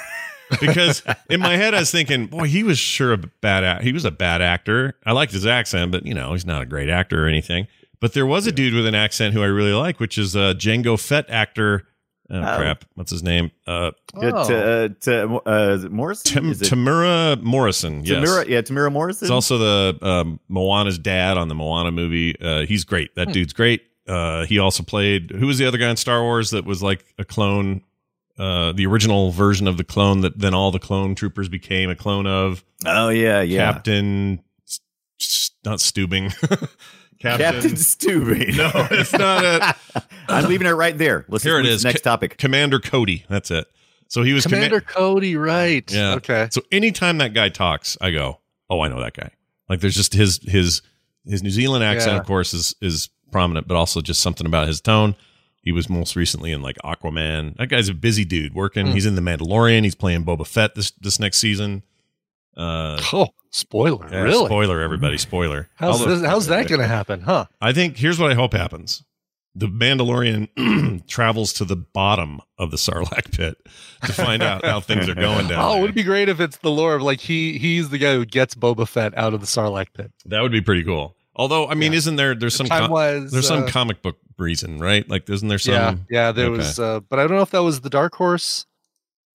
because in my head I was thinking, boy, he was sure a bad act. he was a bad actor. I liked his accent, but you know, he's not a great actor or anything. But there was a dude with an accent who I really like, which is uh Django Fett actor. Oh,
Oh.
crap. What's his name? Uh
To, to, to, uh, is it Morrison?
Tim-
Is it
Tamura Morrison. Yes.
Tamura, yeah, Tamura Morrison.
It's also the um, Moana's dad on the Moana movie. Uh, he's great.
Hmm.
That dude's great. Uh, he also played who was the other guy in Star Wars that was like a clone, uh, the original version of the clone that then all the clone troopers became a clone of
oh yeah, yeah.
Captain, S- S- not Stubing, Captain.
Captain Stewie.
No, it's not it.
I'm leaving it right there. Let's
Here it
move to
is.
the Next topic.
Commander Cody. That's it. So he was comma-
Commander Cody, right?
Yeah.
Okay.
So anytime that guy talks, I go, "Oh, I know that guy." Like there's just his his his New Zealand accent,
Yeah.
of course, is is prominent, but also just something about his tone. He was most recently in like Aquaman. That guy's a busy dude working.
Mm.
He's in the Mandalorian. He's playing Boba Fett this this next season. Uh,
Oh, spoiler!
yeah,
really?
Spoiler, everybody. Spoiler.
How's
Although-
this, how's that going to happen? Huh?
I think here's what I hope happens. The Mandalorian travels to the bottom of the Sarlacc pit to find out how things are going down.
Oh, it
there.
would be great if it's the lore of like he he's the guy who gets Boba Fett out of the Sarlacc pit.
That would be pretty cool. Although, I mean,
Yeah.
isn't there there's some
Time
com-
was
there's some
uh,
comic book reason, right? Like, isn't there some?
yeah, yeah, there
okay.
was, uh, but I don't know if that was the Dark Horse,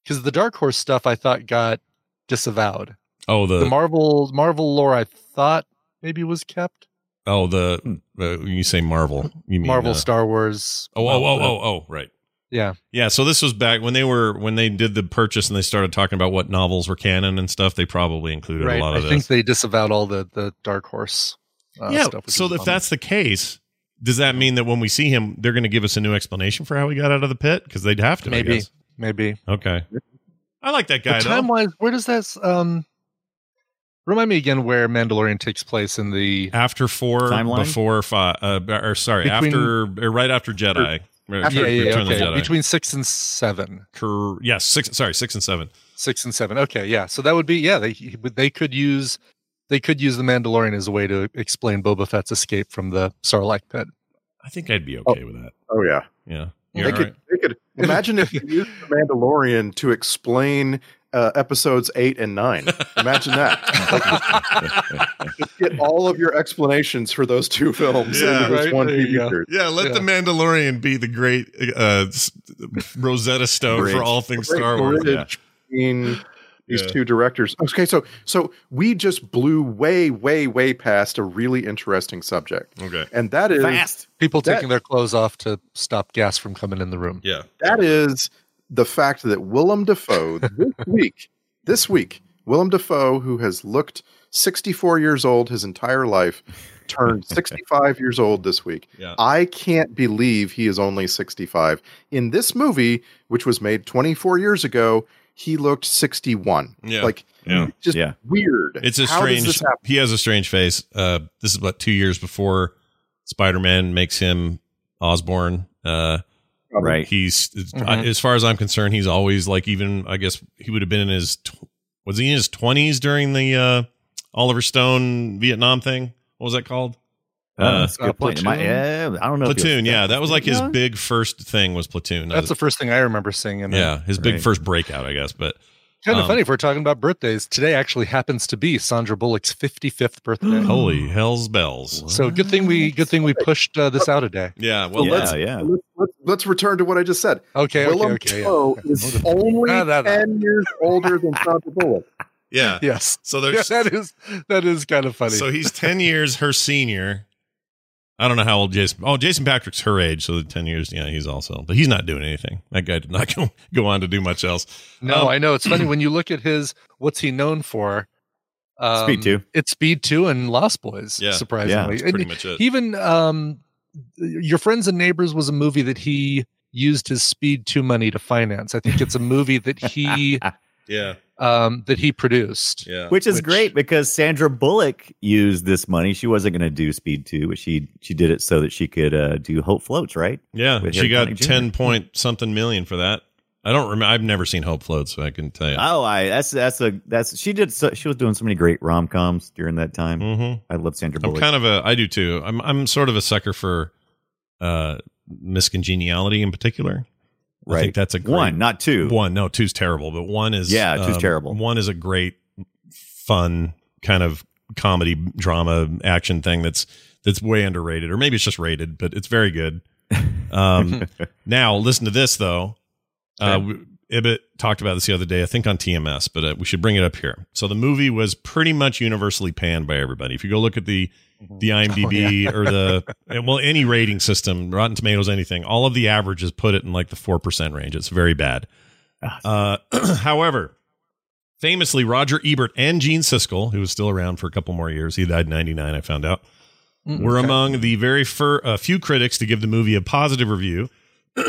because the Dark Horse stuff I thought got disavowed.
Oh, the,
the Marvel Marvel lore I thought maybe was kept.
oh the uh, you say Marvel, you mean
Marvel
uh,
Star Wars.
Oh, oh, oh,
uh,
oh, oh, right.
yeah.
Yeah, so this was back when they were when they did the purchase and they started talking about what novels were canon and stuff. They probably included
Right.
a lot
I
of
think
this.
they disavowed all the the Dark Horse. Uh,
yeah.
Stuff, which
So
was a
if
bummer.
that's the case, does that mean that when we see him, they're going to give us a new explanation for how he got out of the pit? Because they'd have to, I
Maybe.
guess.
maybe
Okay. I like that guy. though.
time wise, where does that um remind me again where Mandalorian takes place in the
after four,
Timeline?
before five, uh, or sorry,
Between-
after or right after Jedi, Right,
After
yeah, yeah, yeah,
Return of the
E okay.
Jedi.
between six and seven.
Cor- yes, six. Sorry, six and seven.
six and seven okay yeah so that would be yeah they he- they could use they could use the mandalorian as a way to explain boba fett's escape from the sarlacc pit
I think I'd be okay with that.
Oh yeah.
Yeah,
They
You're
They could,
right.
they could imagine if you used the Mandalorian to explain uh, episodes eight and nine. Imagine that. Like, just get all of your explanations for those two films
Yeah,
into this
right,
one
there you
TV
go.
series.
Yeah, let the Mandalorian be the great uh, s- Rosetta Stone
Bridge.
for all things
Great
Star Wars.
bridge between these two directors. Okay, so so we just blew way, way, way past a really interesting subject,
Okay.
and that is
Fast.
People
That-
taking their clothes off to stop gas from coming in the room.
Yeah.
that is the fact that Willem Dafoe this week, this week, Willem Dafoe, who has looked 64 years old his entire life, turned 65 years old this week.
Yeah.
I can't believe he is only 65. In this movie, which was made 24 years ago, he looked 61.
Yeah.
Like,
Yeah.
just
Yeah.
weird.
It's a
How does
strange.
this happen?
He has a strange face. Uh, this is about two years before Spider Man makes him Osborn. Uh,
Right.
he's
Mm-hmm.
I- as far as I'm concerned, he's always like even I guess he would have been in his tw- was he in his 20s during the uh, Oliver Stone Vietnam thing? What was that called?
Oh, that's a
uh,
good point. Am I, uh, I don't know. if he was-
Platoon. Yeah, that was like his
Yeah.
big first thing was Platoon.
That's the first thing I remember seeing. And
yeah, his big
Right.
first breakout, I guess. But
kind of
Um,
funny if we're talking about birthdays. Today actually happens to be Sandra Bullock's 55th birthday.
holy hell's bells!
So good thing we good thing we pushed uh, this out a day.
Yeah, well,
yeah,
let's
yeah.
Let's, let's, let's return to what I just said.
Okay,
Willem
okay, okay. yeah.
Dafoe is only
No, no, no.
10 years older than Sandra Bullock.
yeah.
Yes.
So
Yeah,
there's
that is that is kind of funny.
so he's ten years her senior. I don't know how old Jason. Oh, Jason Patrick's her age, so the ten years. Yeah, he's also, but he's not doing anything. That guy did not go, go on to do much else.
no,
um,
I know it's funny when you look at his what's he known for. Um,
Speed two.
It's Speed Two and Lost Boys.
Yeah. Yeah,
surprisingly,
That's
And
pretty much it.
even um, your friends and neighbors was a movie that he used his Speed Two money to finance. I think it's a movie that he
yeah,
um, that he produced.
yeah,
Which is
Which-
great because Sandra Bullock used this money. She wasn't going to do Speed 2, but she she did it so that she could uh, do Hope Floats, right?
yeah.
With
She
Harry
got
Connick Jr.
ten point something million for that. I don't remember. I've never seen Hope Float, so I couldn't tell you.
Oh, I that's that's a that's she did so, she was doing so many great rom coms during that time.
mm-hmm.
I love Sandra
I'm
Bullock.
kind of a I do too. I'm I'm sort of a sucker for uh miscongeniality in particular. I think
Right.
that's a great,
one, not two.
One, no, two's terrible, but one is um,
Yeah, two's terrible.
One is a great fun kind of comedy drama action thing that's that's way underrated or maybe it's just rated, but it's very good. Um now listen to this though. Uh, w- Ibbot talked about this the other day, I think on TMS, but uh, we should bring it up here. So the movie was pretty much universally panned by everybody. If you go look at the the IMDb or the and, well any rating system, Rotten Tomatoes, anything, all of the averages put it in like the four percent range. It's very bad. Uh, however, famously, Roger Ebert and Gene Siskel, who was still around for a couple more years, he died in '99, I found out, were among the very fir- uh, few critics to give the movie a positive review.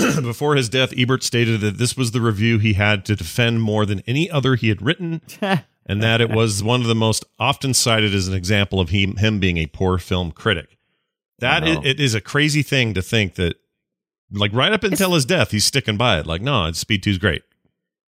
Before his death, Ebert stated that this was the review he had to defend more than any other he had written, and that it was one of the most often cited as an example of him, him being a poor film critic. That i-
Wow.
it is a crazy thing to think that, like right up until his death, he's sticking by it. Like, no, it's Speed Two's great.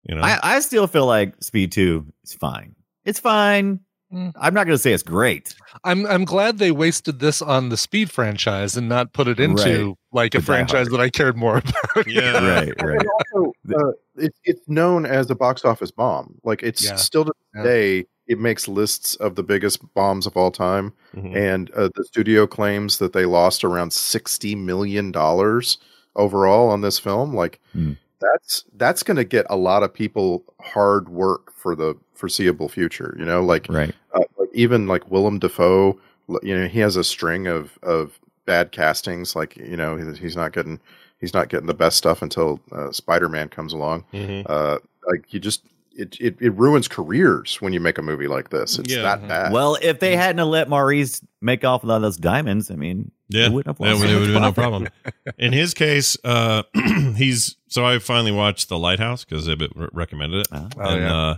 You know,
I, I still feel like Speed 2 is fine. It's fine.
Mm.
I'm not going to say it's great.
I'm I'm glad they wasted this on the Speed franchise and not put it into
Right.
like a
The Die Hard.
franchise that I cared more about.
yeah,
Right, right.
also, uh, it, it's known as a box office bomb. Like it's
Yeah.
still to
Yeah.
this day, it makes lists of the biggest bombs of all time,
Mhm.
and uh, the studio claims that they lost around sixty million dollars overall on this film. Like
Hmm.
that's that's going to get a lot of people hard work for the foreseeable future. You know, like
Right.
uh, like even like Willem Dafoe, l- you know, he has a string of of bad castings. Like you know, he- he's not getting he's not getting the best stuff until uh, Spider Man comes along.
Mhm.
Uh, like you just it, it it ruins careers when you make a movie like this. It's
Yeah.
that bad.
Well, if they hadn't have let Maurice make off with all those diamonds, I mean,
Yeah,
it wouldn't have
that
lost
would,
so
it would
much
have been no
profit.
problem. In his case, uh, he's so I finally watched The Lighthouse because Ibbot re- recommended it,
Ah.
Oh,
and
yeah.
uh,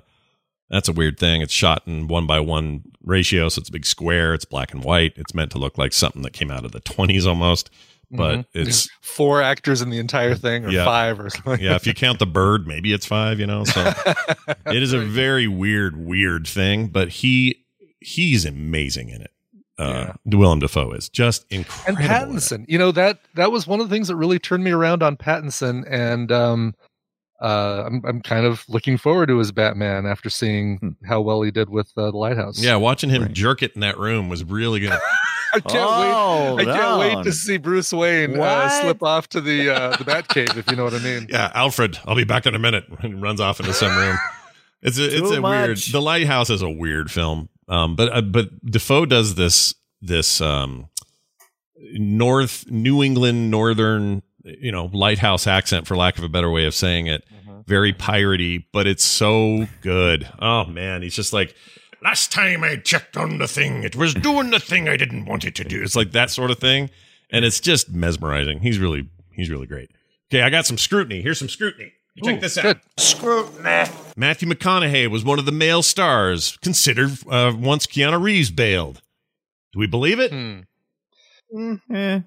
that's a weird thing. It's shot in one by one ratio, so it's a big square. It's black and white. It's meant to look like something that came out of the twenties almost, but
Mhm.
it's
four actors in the entire thing, or
Yeah.
five, or something.
yeah. If you count the bird, maybe it's five. You know, so it is a very weird, weird thing. But he he's amazing in it. Uh, Willem Dafoe is just
and
incredible. in it.
Pattinson. You know that that was one of the things that really turned me around on Pattinson and um, uh, I'm, I'm kind of looking forward to his Batman after seeing
Hmm.
how well he did with uh, the Lighthouse.
Yeah, watching him
Right.
jerk it in that room was really good.
I can't
Oh,
Hold
wait. I can't wait
on.
to see Bruce Wayne uh,
What?
slip off to the uh, the Batcave, if you know what I mean.
yeah, Alfred, I'll be back in a minute. And runs off into some room. It's a it's
Too
a weird.
much.
The Lighthouse is a weird film. Um, but uh, but Defoe does this this um North New England northern you know lighthouse accent for lack of a better way of saying it.
Mm-hmm.
Very piratey, but it's so good. Oh man, he's just like
Last time I checked on the thing, it was doing the thing I didn't want it to do.
it's like that sort of thing, and it's just mesmerizing. He's really he's really great. Okay, I got some scrutiny. Here's some scrutiny. You check
Ooh,
this out.
good.
Matthew McConaughey was one of the male stars considered uh, once Keanu Reeves bailed. Do we believe it?
Hmm.
Eh.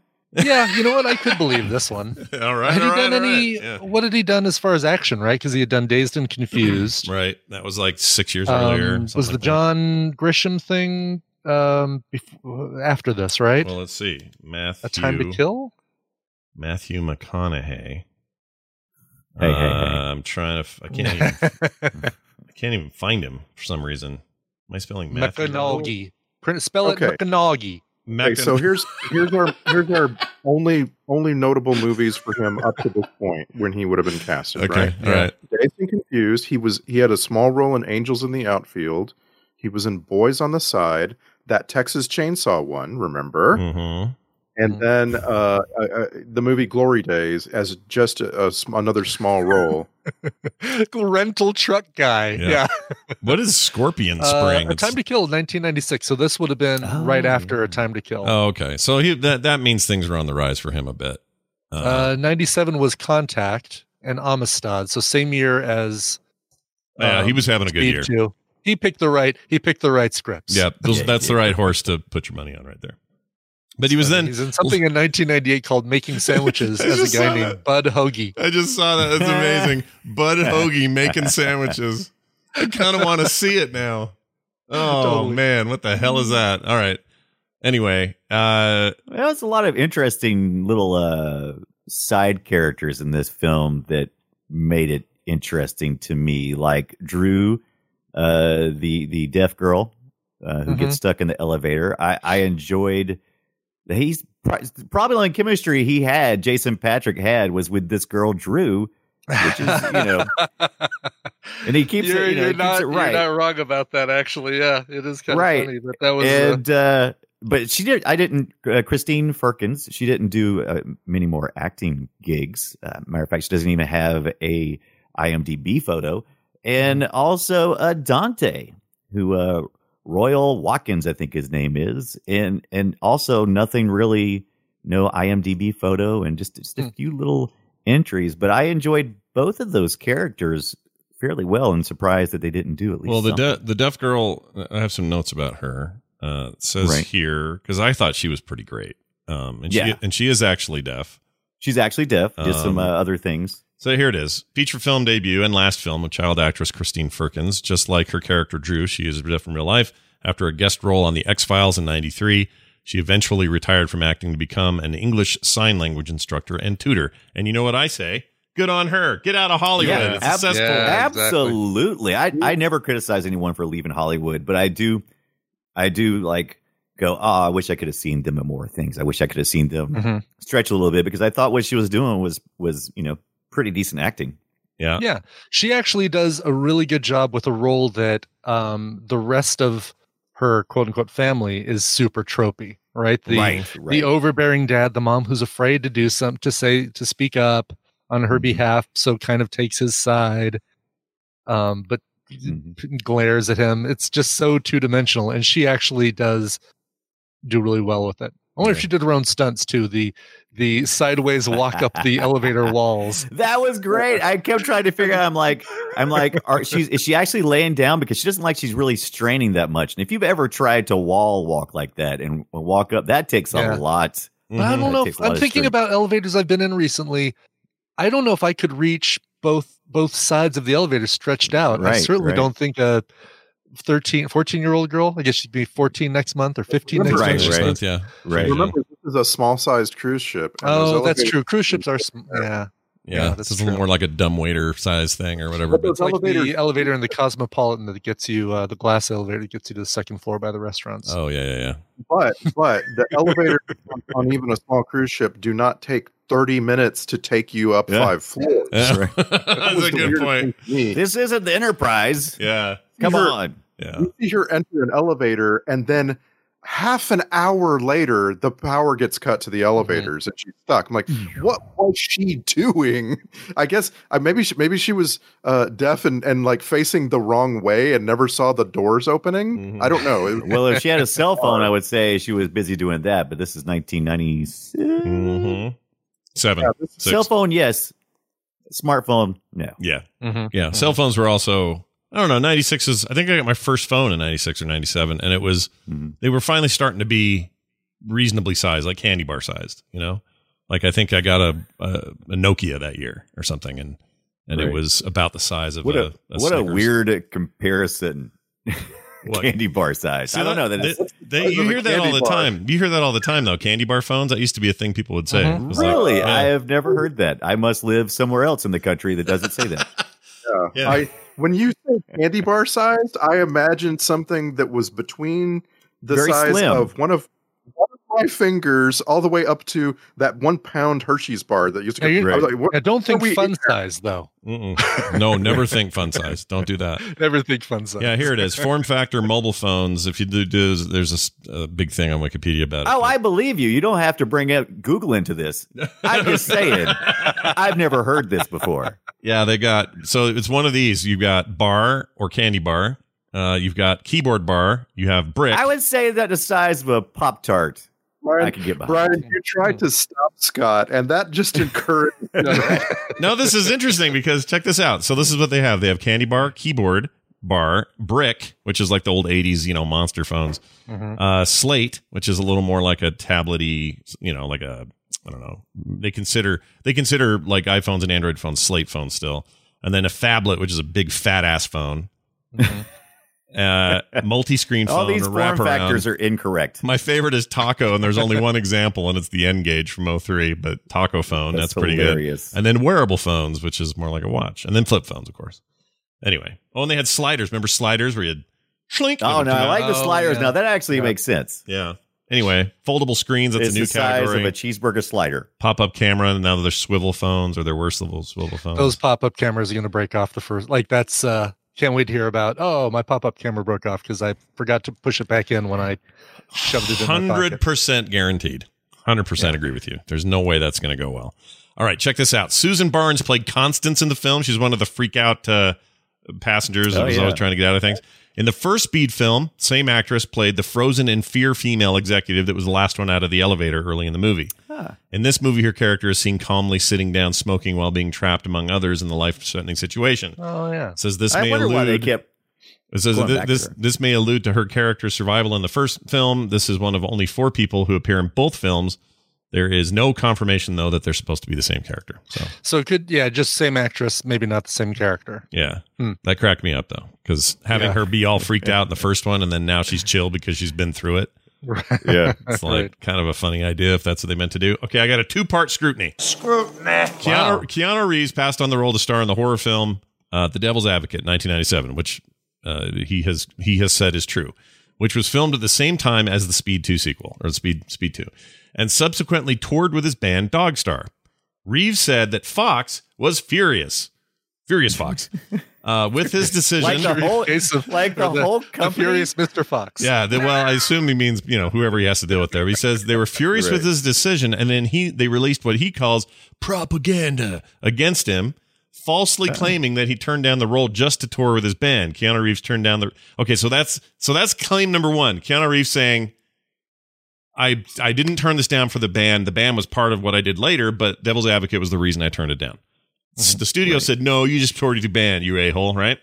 Yeah, you know what? I could believe this one.
All right.
had
all
he
right,
done
all right.
any?
Yeah.
What had he done as far as action? Right, because he had done Dazed and Confused.
Right. That was like six years
Um,
earlier.
was
something like
the
that.
John Grisham thing um, before, after this? Right,
Well, let's see. Matthew.
A Time to Kill.
Matthew McConaughey.
Hey, hey, hey.
Uh, I'm trying to. F- I can't. even, I can't even find him for some reason. Am I spelling Matthew?
McConaughey. Print, spell it
Okay.
McConaughey.
Okay,
Mac-
so here's here's our here's our only only notable movies for him up to this point when he would have been casted.
Okay.
Right?
All right.
Dazed and Confused. He was he had a small role in Angels in the Outfield. He was in Boys on the Side, that Texas Chainsaw one, remember?
Mhm.
And then uh, uh, uh, the movie Glory Days as just a, a sm- another small role.
Rental truck guy.
Yeah.
Yeah.
What is Scorpion
Uh,
Spring?
a
It's-
Time to Kill, 1996. So this would have been
Oh,
right after
yeah.
A Time to Kill.
oh, okay. So he, that that means things were on the rise for him a bit.
Uh, 97 was Contact and Amistad. So same year as
yeah, he
um,
was having a good
Speed
year.
2. He picked the right. He picked the right scripts.
Yeah, those,
Yeah,
that's the
yeah.
right horse to put your money on right there. But he was then.
He's in something in 1998 called Making Sandwiches
I
as
just
a guy
saw
named
that.
Bud Hoagie.
I just saw that. That's amazing. Bud Hoagie making sandwiches. I kind of want to see it now. Oh
Totally.
man, what the hell is that? All right. Anyway, uh,
Well, there's a lot of interesting little uh, side characters in this film that made it interesting to me, like Drew, uh, the the deaf girl uh, who
Mhm.
gets stuck in the elevator. I, I enjoyed. He's pri- probably the only chemistry he had. Jason Patrick had was with this girl Drew, which is you know, and he keeps
you're,
it, you know,
you're
he keeps
not,
it right.
you're not wrong about that, actually. Yeah, it is kind
Right.
of funny that that was. uh,
and uh, but she did. I didn't. Uh, Christine Firkins. She didn't do uh, many more acting gigs. Uh, matter of fact, she doesn't even have a IMDb photo. And
Mm-hmm.
also uh, Dante, who uh, Royal Watkins, I think his name is, and and also nothing really, no IMDb photo, and just just
Hmm.
a few little entries. But I enjoyed both of those characters fairly well, and surprised that they didn't do at least.
well, the
something.
de- the deaf girl. I have some notes about her. Uh, it says
Right.
here because I thought she was pretty great. Um, and she
Yeah.
and she is actually deaf.
she's actually deaf. Did some
Um,
uh, other things.
So here it is. Feature film debut and last film of child actress Christine Firkins. Just like her character Drew, she is deaf in real life. After a guest role on The X Files in 93, she eventually retired from acting to become an English sign language instructor and tutor. And you know what I say? Good on her. Get out of Hollywood.
Yeah,
it's
ab-
successful.
yeah. exactly. Mm.
Absolutely. I, I never criticize anyone for leaving Hollywood, but I do I do like go, oh, I wish I could have seen them in more things. I wish I could have seen them
Mhm.
stretch a little bit because I thought what she was doing was was, you know, pretty decent acting.
Yeah.
Yeah, she actually does a really good job with a role that um, the rest of her quote unquote family is super tropey, right? The
right, right.
the overbearing dad, the mom who's afraid to do something to say to speak up on her
Mhm.
behalf, so kind of takes his side, um, but
Mhm.
glares at him. It's just so two dimensional, and she actually does do really well with it. I wonder if
Yeah.
she did her own stunts too. The the sideways walk up the elevator walls.
That was great. I kept trying to figure out. I'm like, I'm like, are she's is she actually laying down because she doesn't like she's really straining that much. And if you've ever tried to wall walk like that and walk up, that takes a
Yeah.
lot.
But I
Mhm.
don't
Mm-hmm. That
know.
takes
If,
a lot
I'm
of
thinking
strength.
about elevators I've been in recently. I don't know if I could reach both both sides of the elevator stretched out. I
Right,
certainly
right.
don't think a 13, 14 year old girl. I guess she'd be 14 next month or 15 next
Right,
month.
right.
Right. Yeah.
Right.
Yeah.
Remember, this is a small sized cruise ship. and those
Oh, that's
elevators-
true. Cruise ships are. sm- Yeah.
Yeah,
Yeah,
this
that's
is a little
true.
more like a dumb waiter size thing or whatever.
But
But
it's like
elevator-
the elevator in the Cosmopolitan that gets you uh, the glass elevator that gets you to the second floor by the restaurants.
oh yeah, yeah, yeah.
But but the elevator on, on even a small cruise ship do not take thirty minutes to take you up
Yeah.
five floors.
That's,
right.
a good point.
You
This isn't the Enterprise.
Yeah,
Come
Sure.
on.
yeah.
see her enter an elevator, and then half an hour later, the power gets cut
Mm-hmm.
to the elevators, and she's stuck. I'm like,
Mm.
what was she doing? I guess I maybe she, maybe she was uh, deaf and and like facing the wrong way and never saw the doors opening.
Mhm.
I don't know. It-
Well, if she had a cell phone, I would say she was busy doing that, but this is 1996.
Mm-hmm. Seven,
Yeah, this-
six.
Cell phone, yes. Smartphone, no.
yeah,
Mm-hmm.
Mhm.
Hmm.
yeah. Cell phones were also. I don't know. Ninety six is. I think I got my first phone in ninety six or ninety seven, and it was.
Mhm.
They were finally starting to be reasonably sized, like candy bar sized. You know, like I think I got a a, a Nokia that year or something, and and it
Right.
was about the size of
What
a,
a, what a
Snickers.
weird comparison.
What?
Candy bar size.
See,
I don't know that. It's,
they- they-
size
you
of a
hear that all
candy
the
bar.
time. You hear that all the time, though. Candy bar phones. That used to be a thing people would say.
Mhm.
It was like, "Oh, uh,
really,
yeah.
I have never heard that. I must live somewhere else in the country that doesn't say that.
Yeah.
I when you say candy bar sized, I imagined something that was between the
Very
size
slim.
of one of one of my fingers all the way up to that one pound Hershey's bar that used to.
Now,
Go,
you-
I was like, what?
I don't think
we-
fun size though.
Mm-mm. mm, No, never think fun size. Don't do that.
Never think fun size.
Yeah, here it is. Form factor mobile phones. If you do, do there's a s- a, big thing on Wikipedia about it.
Oh, I believe you. You don't have to bring up Google into this. I'm just saying. I've never heard this before.
yeah, they got so it's one of these. You've got bar or candy bar. Uh, you've got keyboard bar. You have brick.
I would say that the size of a Pop Tart, I
Brian,
could get behind.
Brian, you tried to stop Scott, and that just encouraged.
no, this is interesting because check this out. So this is what they have. They have candy bar, keyboard bar, brick, which is like the old '80s, you know, monster phones.
Mm-hmm,
Uh, slate, which is a little more like a tablety, you know, like a I don't know. They consider they consider like iPhones and Android phones slate phones still, and then a phablet, which is a big fat ass phone.
mm-hmm.
Uh, multi-screen phone.
All these
or
form
wraparound.
factors are incorrect.
My favorite is Taco, and there's only one example, and it's the N Gauge from 03, but Taco phone. That's, pretty
hilarious.
good. And then wearable phones, which is more like a watch, and then flip phones, of course. Anyway, oh, and they had sliders. Remember sliders where you had schlink?
Oh no, I like the
Oh,
sliders
yeah.
now. That actually
Yeah.
makes sense.
yeah. Anyway, foldable screens. That's
it's
a new
the size
category.
of a cheeseburger slider.
Pop-up camera, and now they're swivel phones, or they're worse little swivel phones.
Those pop up cameras are going to break off the first. Like that's uh can't wait to hear about. Oh, my pop up camera broke off because I forgot to push it back in when I shoved it in my
Hundred
pocket.
percent guaranteed. Hundred percent agree with you. There's no way that's going to go well. All right, check this out. Susan Barnes played Constance in the film. She's one of the freak out uh, passengers that
Oh,
was
yeah.
always trying to get out of things. In the first Speed film, same actress played the frozen in fear female executive that was the last one out of the elevator early in the movie. In this movie, her character is seen calmly sitting down smoking while being trapped among others in the life-threatening situation.
Oh yeah.
It says this
I
may
wonder
allude
why they kept.
it says
Going
thi-
back to
this
her.
this may allude to her character's survival in the first film. This is one of only four people who appear in both films. There is no confirmation though that they're supposed to be the same character. So
So it could yeah, just same actress, maybe not the same character.
yeah,
Hmm.
that cracked me up though because having
Yeah.
her be all freaked out in the first one and then now she's chill because she's been through it.
Yeah.
It's like kind of a funny idea if that's what they meant to do. Okay, I got a two part scrutiny.
Scrutiny.
Keanu, Keanu Reeves passed on the role to star in the horror film uh, The Devil's Advocate, 1997, which uh, he has he has said is true, which was filmed at the same time as the Speed 2 sequel or the Speed Speed 2, and subsequently toured with his band Dogstar. Reeves said that Fox was furious, furious Fox, uh, with his decision.
Like the whole,
Case of-
like the,
or the-
whole
The
company.
furious Mr. Fox.
Yeah, the, well, I assume he means you know whoever he has to deal with there. But he says they were furious with
Right.
his decision, and then he they released what he calls propaganda against him, falsely claiming that he turned down the role just to tour with his band. Keanu Reeves turned down the okay, so that's so that's claim number one. Keanu Reeves saying. I, I didn't turn this down for the band. The band was part of what I did later, but Devil's Advocate was the reason I turned it down. S- The studio said, no, you just toured with your band, you a hole, right?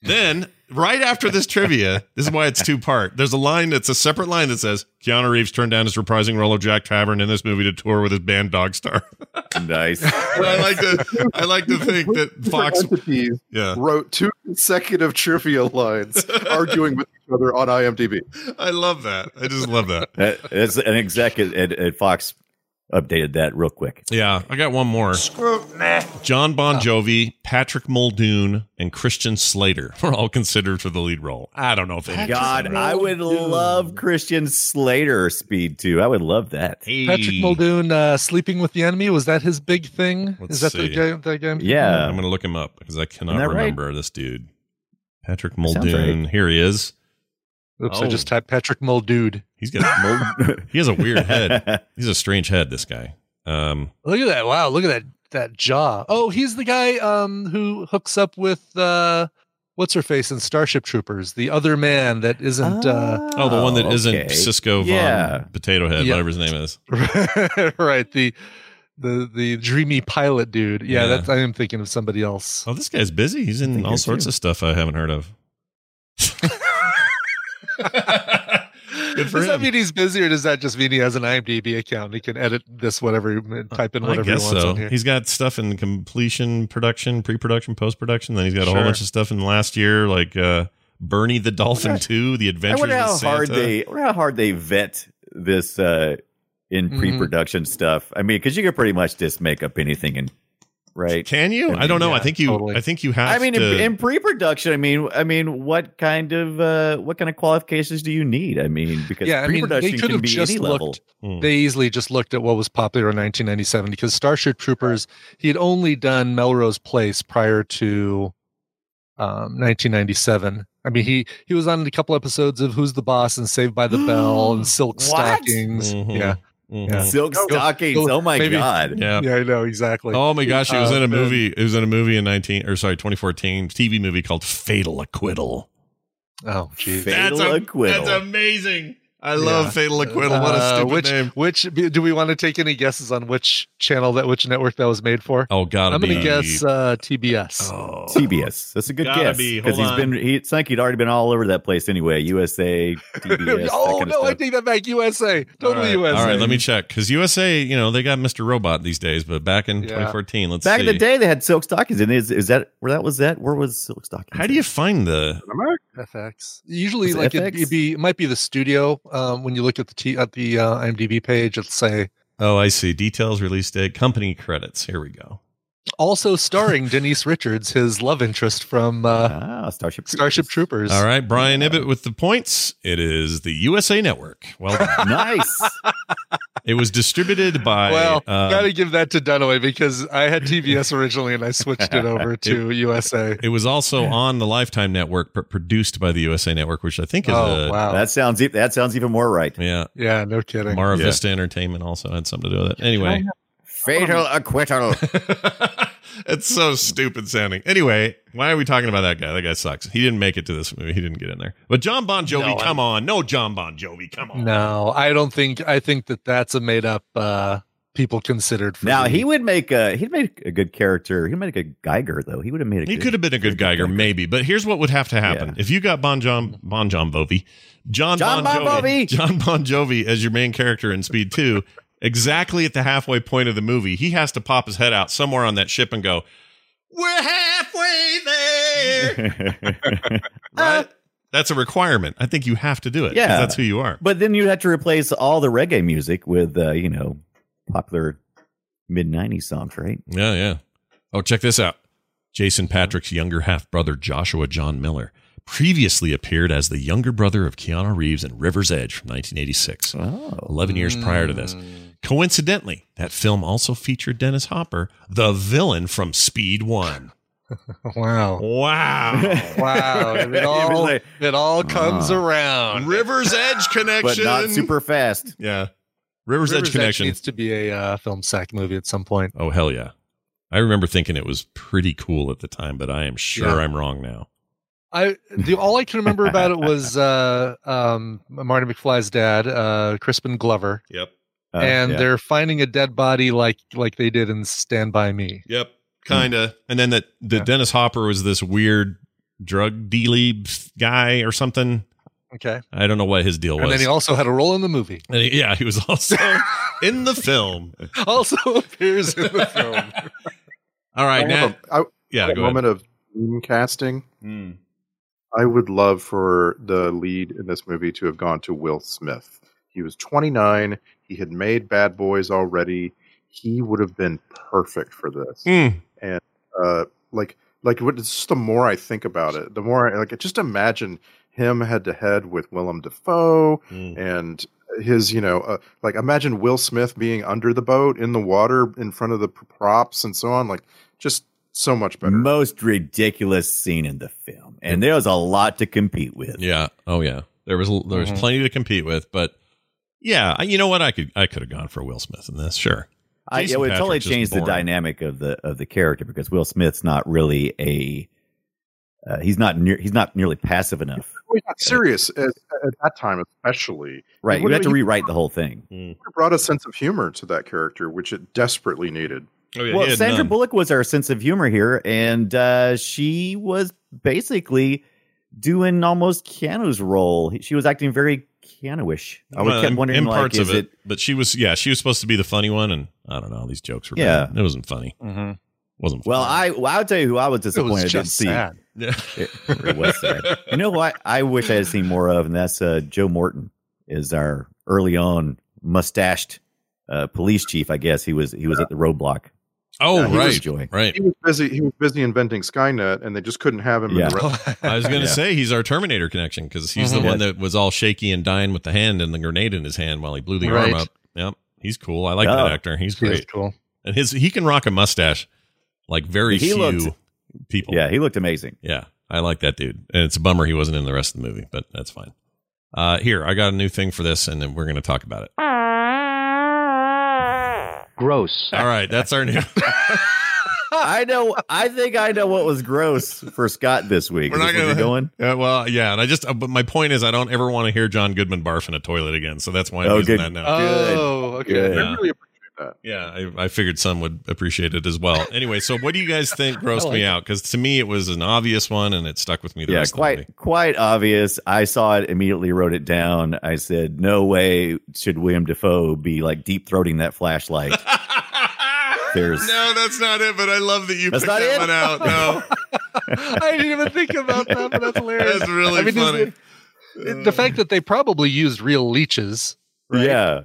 Then, right after this trivia, this is why it's two part. There's a line that's a separate line that says Keanu Reeves turned down his reprising role of Jack Tavern in this movie to tour with his band Dogstar.
Nice.
And I like to I like to think that Fox
entities
Yeah.
wrote two consecutive trivia lines arguing with each other on IMDb.
I love that. I just love that.
That- That's an exec at, at, at Fox updated that real quick.
Yeah, I got one more.
Scrutiny.
John Bon Jovi, Patrick Muldoon, and Christian Slater were all considered for the lead role. I don't know if any.
God, I would love Christian Slater speed too. I would love that.
Patrick Muldoon uh, sleeping with the enemy was that his big thing?
Let's
Is that
see.
the game? The game?
I'm
Yeah.
going to look him up because I cannot
Isn't that right?
remember this dude. Patrick
sounds
Muldoon. Here he is.
Oops,
Oh.
I just typed Patrick Muldude.
He's got. he has a weird head. He's a strange head. This guy. Um,
Look at that! Wow, look at that that jaw. Oh, he's the guy um, who hooks up with uh, what's her face in Starship Troopers, the other man that isn't. Uh,
oh, the one that not
okay.
Cisco Von
Yeah.
Potato Head,
Yeah.
whatever his name is.
right, the the the dreamy pilot dude. Yeah,
Yeah.
that's I am thinking of somebody else.
Oh, this guy's busy. He's in
think
all
you're
sorts
too.
of stuff I haven't heard of. Good for
does that
him.
mean he's busy, or does that just mean he has an IMDb account? and He can edit this whatever, and type in
Uh, I
whatever he
guess
wants
so.
on here.
He's got stuff in completion, production, pre-production, post-production. Then he's got a whole
Sure.
bunch of stuff in the last year, like uh, Bernie the Dolphin
wonder-
Two, The
I
Adventures
wonder how
of Santa.
hard they I wonder how hard they vet this uh, in
Mhm.
pre-production stuff. I mean, because you could pretty much just make up anything and right.
Can you? I,
I mean,
don't know. I
yeah,
think you.
totally.
I think you have.
I mean, in,
to,
in pre-production, I mean, I mean, what kind of uh, what kind of qualifications do you need? I mean, because
Yeah, I mean,
pre-production
they
can
could have
be
just
any level.
looked
Mm. Hmm.
they easily just looked at what was popular in 1997 because Starship Troopers, he had only done Melrose Place prior to um, 1997. I mean, he he was on a couple episodes of Who's the Boss and Saved by the Bell and Silk
What?
Stockings.
Mhm.
Yeah,
Mhm.
yeah.
Silk stockings.
go-
Oh my
maybe-
god.
yeah.
yeah, I know exactly.
Oh my gosh, he was
Uh,
in a
then-
movie. It was in a movie in nineteen or sorry, twenty fourteen TV movie called Fatal Acquittal.
Oh, geez.
Fatal
a-
acquittal.
That's amazing. I love
Yeah.
Fatal Acquittal. What a
Uh,
stupid
which,
name.
Which do we want to take any guesses on which channel that which network that was made for?
Oh, gotta
I'm
be.
going to guess uh, TBS.
Oh.
TBS. That's a good
Gotta
guess
be.
because
Hold
he's
on.
been. He, it's like he'd already been all over that place anyway. USA, TBS.
oh
that kind
no,
of
I
stuff.
take that back. USA,
All
totally
right,
USA.
all right, let me check because USA, you know, they got Mr. Robot these days, but back in
Yeah.
2014, let's
Back
see.
in the day, they had silk stockings. And is is that where that was at? Where was silk stockings?
How do you find the?
FX. Usually,
Was it
like It,
FX?
would be it might be the studio. Um, when you look at the t- at the uh, IMDb page, it'll say
Oh, I see. Details, release date, company credits. Here we go.
also starring Denise Richards, his love interest from uh,
ah, Starship.
Starship
Troopers.
Troopers.
All right, Brian Ibbett with the points. It is the USA Network. Well, done.
nice.
it was distributed by.
Well,
um,
gotta give that to Dunaway because I had TBS originally and I switched it over to USA.
It was also on the Lifetime Network, but produced by the USA Network, which I think is
Oh
a
wow!
That sounds e- that sounds even more right.
yeah.
yeah, no kidding.
Mara
Yeah.
Vista Entertainment also had something to do with it. Anyway,
Fatal acquittal.
it's so stupid sounding. Anyway, why are we talking about that guy? That guy sucks. He didn't make it to this movie. He didn't get in there. But John Bon Jovi, come on, no John Bon Jovi, come on.
no, I don't think. I think that that's a made up. Uh, people considered. For
now
the-
he would make a he'd make a good character. He'd make a Geiger though. He would have made a.
He
good-
could have been a good Geiger, maybe. But here's what would have to happen:
Yeah.
if you got Bon John Bon John Jovi, John,
John Bon
Jovi,
Jovi!
John Bon Jovi as your main character in Speed Two, exactly at the halfway point of the movie, he has to pop his head out somewhere on that ship and go, "We're halfway there." right? That's a requirement. I think you have to do it. 'cause
Uh, Yeah.
that's who you are.
but then you'd have to replace all the reggae music with uh, you know popular mid '90s songs, right?
Yeah, yeah. Oh, check this out. Jason Patrick's younger half brother, Joshua John Miller, previously appeared as the younger brother of Keanu Reeves in River's Edge from 1986,
Oh,
11 years prior to this.
Mm.
Coincidentally, that film also featured Dennis Hopper, the villain from Speed One. Oh.
wow.
Wow.
Wow. It
He was
all,
like,
it all comes
Ah.
around.
River's Edge
but
connection.
not super fast.
yeah. River's, Edge
River's
connection.
needs to be a uh, film sack movie at some point.
oh, hell yeah. I remember thinking it was pretty cool at the time, but I am sure
Yeah.
I'm wrong now.
I the all I can remember about it was uh, um, Marty McFly's dad, uh, Crispin Glover,
Yep.
Uh,
and
yeah.
they're finding a dead body like like they did in Stand by Me.
Yep, kinda. And then that the
Yeah.
Dennis Hopper was this weird drug dealy guy or something.
Okay,
I don't know what his deal was.
and then he also had a role in the movie.
And he- yeah, he was also in the film.
Also appears in the film.
All right,
I have
now
a- I-
yeah, go
a
ahead. Hmm.
moment of dream casting. I would love for the lead in this movie to have gone to Will Smith. He was 29. He had made Bad Boys already. He would have been perfect for this.
Mm.
Uh, like, like what, just the more I think about it, the more I like. Just imagine him head to head with Willem Dafoe
Mm.
and his, you know, uh, like imagine Will Smith being under the boat in the water in front of the p- props and so on. Like, just so much better.
Most ridiculous scene in the film, and there was a lot to compete with.
Yeah. Oh yeah. There was there was
Mhm.
plenty to compete with, but yeah, I- you know what? I could I could have gone for Will Smith in this. Sure.
I, it
Jason
would totally
Patrick's just
change the
boring.
dynamic of the of the character because Will Smith's not really a uh, he's not near he's not nearly passive enough.
Well, yeah, serious at, at that time, especially.
Right, you
What
have
do
to
you-
rewrite the whole thing.
brought a sense of humor to that character, which it desperately needed.
Oh yeah.
well,
he had
Sandra
none.
Bullock was our sense of humor here, and uh, she was basically doing almost Keanu's role. She was acting very Keanu-ish. I would
Well,
kept
in-
wondering,
in
like,
parts
is
of
it,
it, but she was yeah she was supposed to be the funny one, and I don't know these jokes were
Yeah.
bad. it wasn't funny.
Mhm.
wasn't
Well,
funny.
I well, I'll tell you who I was
It was
disappointed I didn't
just
see.
sad.
yeah.
It, it was sad. You know what? I wish I had seen more of, and that's uh, Joe Morton is our early on mustached uh, police chief. I guess he was he was at the roadblock.
oh
Yeah, he was
right,
joy.
right.
He was busy. He was busy inventing Skynet, and they just couldn't have him.
Yeah.
In the
Oh,
room.
I was going to
Yeah. Mm-hmm.
say he's our Terminator connection because he's
Mhm.
the one that was all shaky and dying with the hand and the grenade in his hand while he blew the
Right.
arm up. Yep, he's cool. I like
Yeah.
that actor. He's
Yeah,
great,
it's cool.
and his he can rock a mustache like very
He
few
looked-
people.
Yeah, he looked amazing.
yeah, I like that dude, and it's a bummer he wasn't in the rest of the movie, but that's fine. Uh, here, I got a new thing for this, and then we're going to talk about it.
Gross.
All right, that's our new.
I know. I think I know what was gross for Scott this week.
We're
Is
not
this where
gonna-
you're
Uh,
going.
well, yeah, and I just, uh, but my point is, I don't ever want to hear John Goodman barf in a toilet again, so that's why I'm
Oh,
using
good.
that now.
Good.
Oh, okay.
Good.
Yeah.
I really appreciate
Yeah, I, I figured some would appreciate it as well. Anyway, so what do you guys think grossed
I like
me
it.
out? Because to me, it was an obvious one, and it stuck with me. The
yeah,
rest Of the movie.
quite quite obvious. I saw it immediately, wrote it down. I said, "No way should William Defoe be like deep throating that flashlight." There's-
no, that's not it. But I love that you
That's
picked
not
that
it?
one out. No,
I didn't even think about that, but that's hilarious.
that's really
I mean, is
funny.
it- the fact that they probably used real leeches. Right?
Yeah,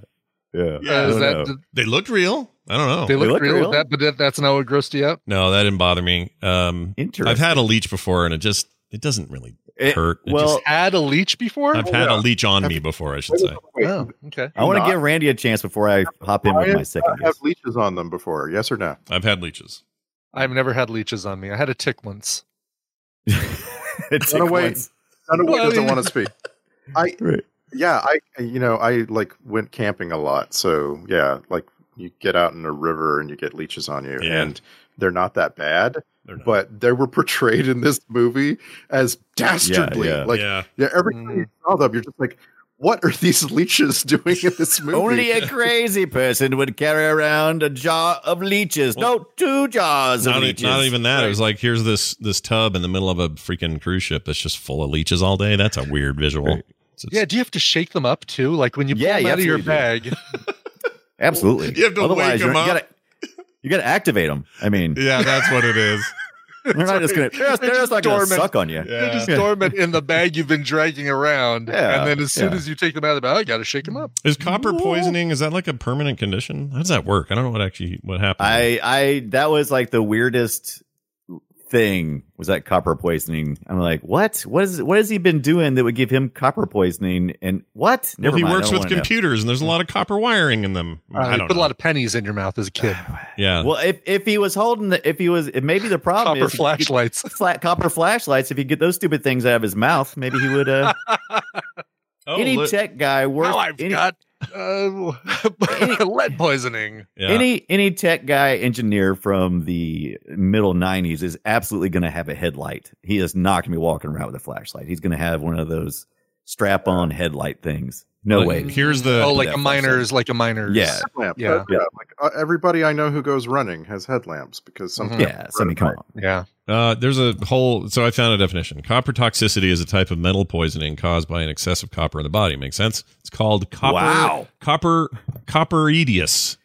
yeah.
Yeah,
I
Uh, is
don't know.
that,
they looked real. I don't know.
they look,
look
real,
real.
with that, but that, that's not what grossed you out.
no, that didn't bother me. Um,
interesting?
I've had a leech before, and it just it doesn't really
It-
hurt. It
well,
just-
Had a leech before?
I've had a
yeah.
leech on me before. I should
that.
say.
Wait,
oh, okay.
I want
not-
to give Randy a chance before I hop in with
Brian,
my second.
have
guess.
leeches on them before? Yes or no?
I've had leeches.
I've never had leeches on me. I had a tick once.
It took
away.
once.
None of
Well, I
doesn't
mean-
want to speak. I
Right.
yeah, I you know I like went camping a lot, so yeah, like you get out in a river and you get leeches on you,
Yeah.
and they're not that bad,
They're not.
but they were portrayed in this movie as dastardly.
yeah.
Like
yeah,
Yeah, every time
Mm.
you saw them, you're just like, what are these leeches doing in this movie?
Only a crazy person would carry around a jar of leeches. no, two jars of
not, e-
leeches.
not even that. It was like here's this this tub in the middle of a freaking cruise ship that's just full of leeches all day. That's a weird visual. It's- it's-
Yeah, do you have to shake them up too? Like when you pull
Yeah,
them
you
out of your
absolutely
bag.
Absolutely.
You have to wake
you're-
'em up.
You gotta, you gotta activate them. I mean,
yeah, that's what it is.
they're not just gonna. They're, just- they're just not gonna
dormant.
suck on you.
They're just dormant in the bag you've been dragging around.
Yeah,
and then as soon
yeah.
as you take them out of the bag, oh, you got to shake them up.
Is copper poisoning? Is that like a permanent condition? How does that work? I don't know what actually what happened.
I, I, that was like the weirdest thing was that copper poisoning. I'm like, what? What is? What has he been doing that would give him copper poisoning? And what?
well,
Never
he
mind, I
works
don't
with
wanna know.
computers, and there's a lot of copper wiring in them. I
you
don't
Uh, put
know.
a lot of pennies in your mouth as a kid.
yeah.
Well, if if he was holding the, if he was, if maybe the problem
Copper
is
flashlights.
flat copper flashlights. If you get those stupid things out of his mouth, maybe he would. Uh,
Oh,
any
look.
tech guy worth
Now I've
any,
got uh, lead poisoning.
Yeah.
any any tech guy engineer from the middle '90s is absolutely going to have a headlight. He is not going to be walking around with a flashlight. He's going to have one of those strap-on headlight things. No
Look,
way.
Here's the.
Oh, like
that
a
first
miner's, like a miner's.
Yeah.
Headlamp.
Yeah.
Uh, yeah. Like uh, everybody I know who goes running has headlamps because
Mm-hmm.
sometimes
Yeah, so I mean, come on.
Yeah.
Uh, there's a whole. So I found a definition. Copper toxicity is a type of metal poisoning caused by an excess of copper in the body. Makes sense. It's called copper.
Wow.
Copper copperidius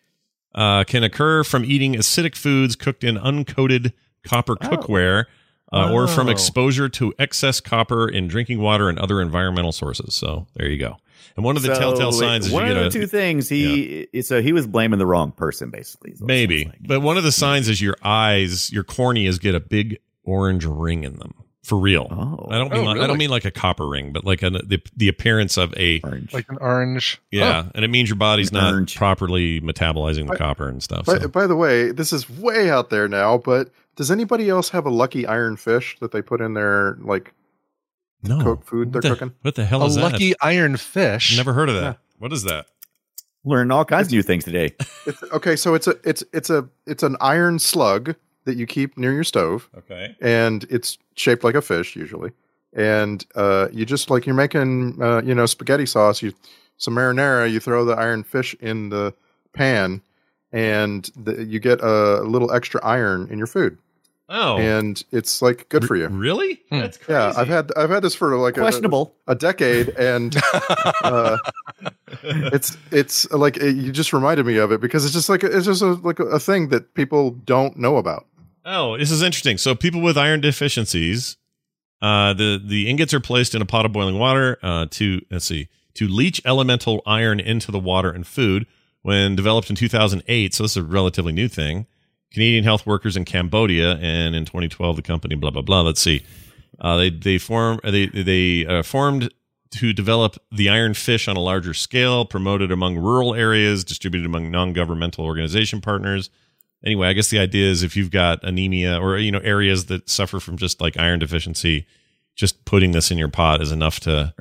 uh, can occur from eating acidic foods cooked in uncoated copper
Oh.
cookware, uh, or from
Oh.
exposure to excess copper in drinking water and other environmental sources. So there you go. And one of the
So,
telltale
it-
signs is you
one
get
of
a
the two things he so he was blaming the wrong person basically. is what it
maybe,
sounds like.
but one of the signs is your eyes, your corneas get a big orange ring in them for real.
Oh.
I don't mean
Oh,
like, I don't
really?
mean like a copper ring, but like an, the the appearance of a
Orange.
like an orange.
yeah, and it means your body's
An
not
orange.
properly metabolizing the copper and stuff.
By,
so-
by the way, this is way out there now, but does anybody else have a lucky iron fish that they put in their like
no
cooked food
Oh, What
they're
the-
cooking?
What the hell
a
is
lucky iron
that?
fish.
Never heard of that. What is that?
learning all kinds of new things today.
It's, okay, so it's a it's it's a it's an iron slug that you keep near your stove,
Okay.
and it's shaped like a fish usually. And uh, you just like you're making uh, you know spaghetti sauce, you some marinara, you throw the iron fish in the pan, and the, you get a little extra iron in your food,
Oh, Hmm.
and it's like good for you.
really? That's crazy.
Yeah, I've had I've had this for like a,
Questionable.
a decade, and uh, it's it's like it, you just reminded me of it because it's just like it's just a, like a, a thing that people don't know about.
Oh, this is interesting. So people with iron deficiencies, uh, the the ingots are placed in a pot of boiling water uh, to let's see to leach elemental iron into the water and food. When developed in 2008, so this is a relatively new thing. Canadian health workers in Cambodia, and in 2012, the company blah blah blah. Let's see, uh, they they form they they uh, formed to develop the iron fish on a larger scale, promoted among rural areas, distributed among non-governmental organization partners anyway, I guess the idea is if you've got anemia or you know areas that suffer from just like iron deficiency, just putting this in your pot is enough to.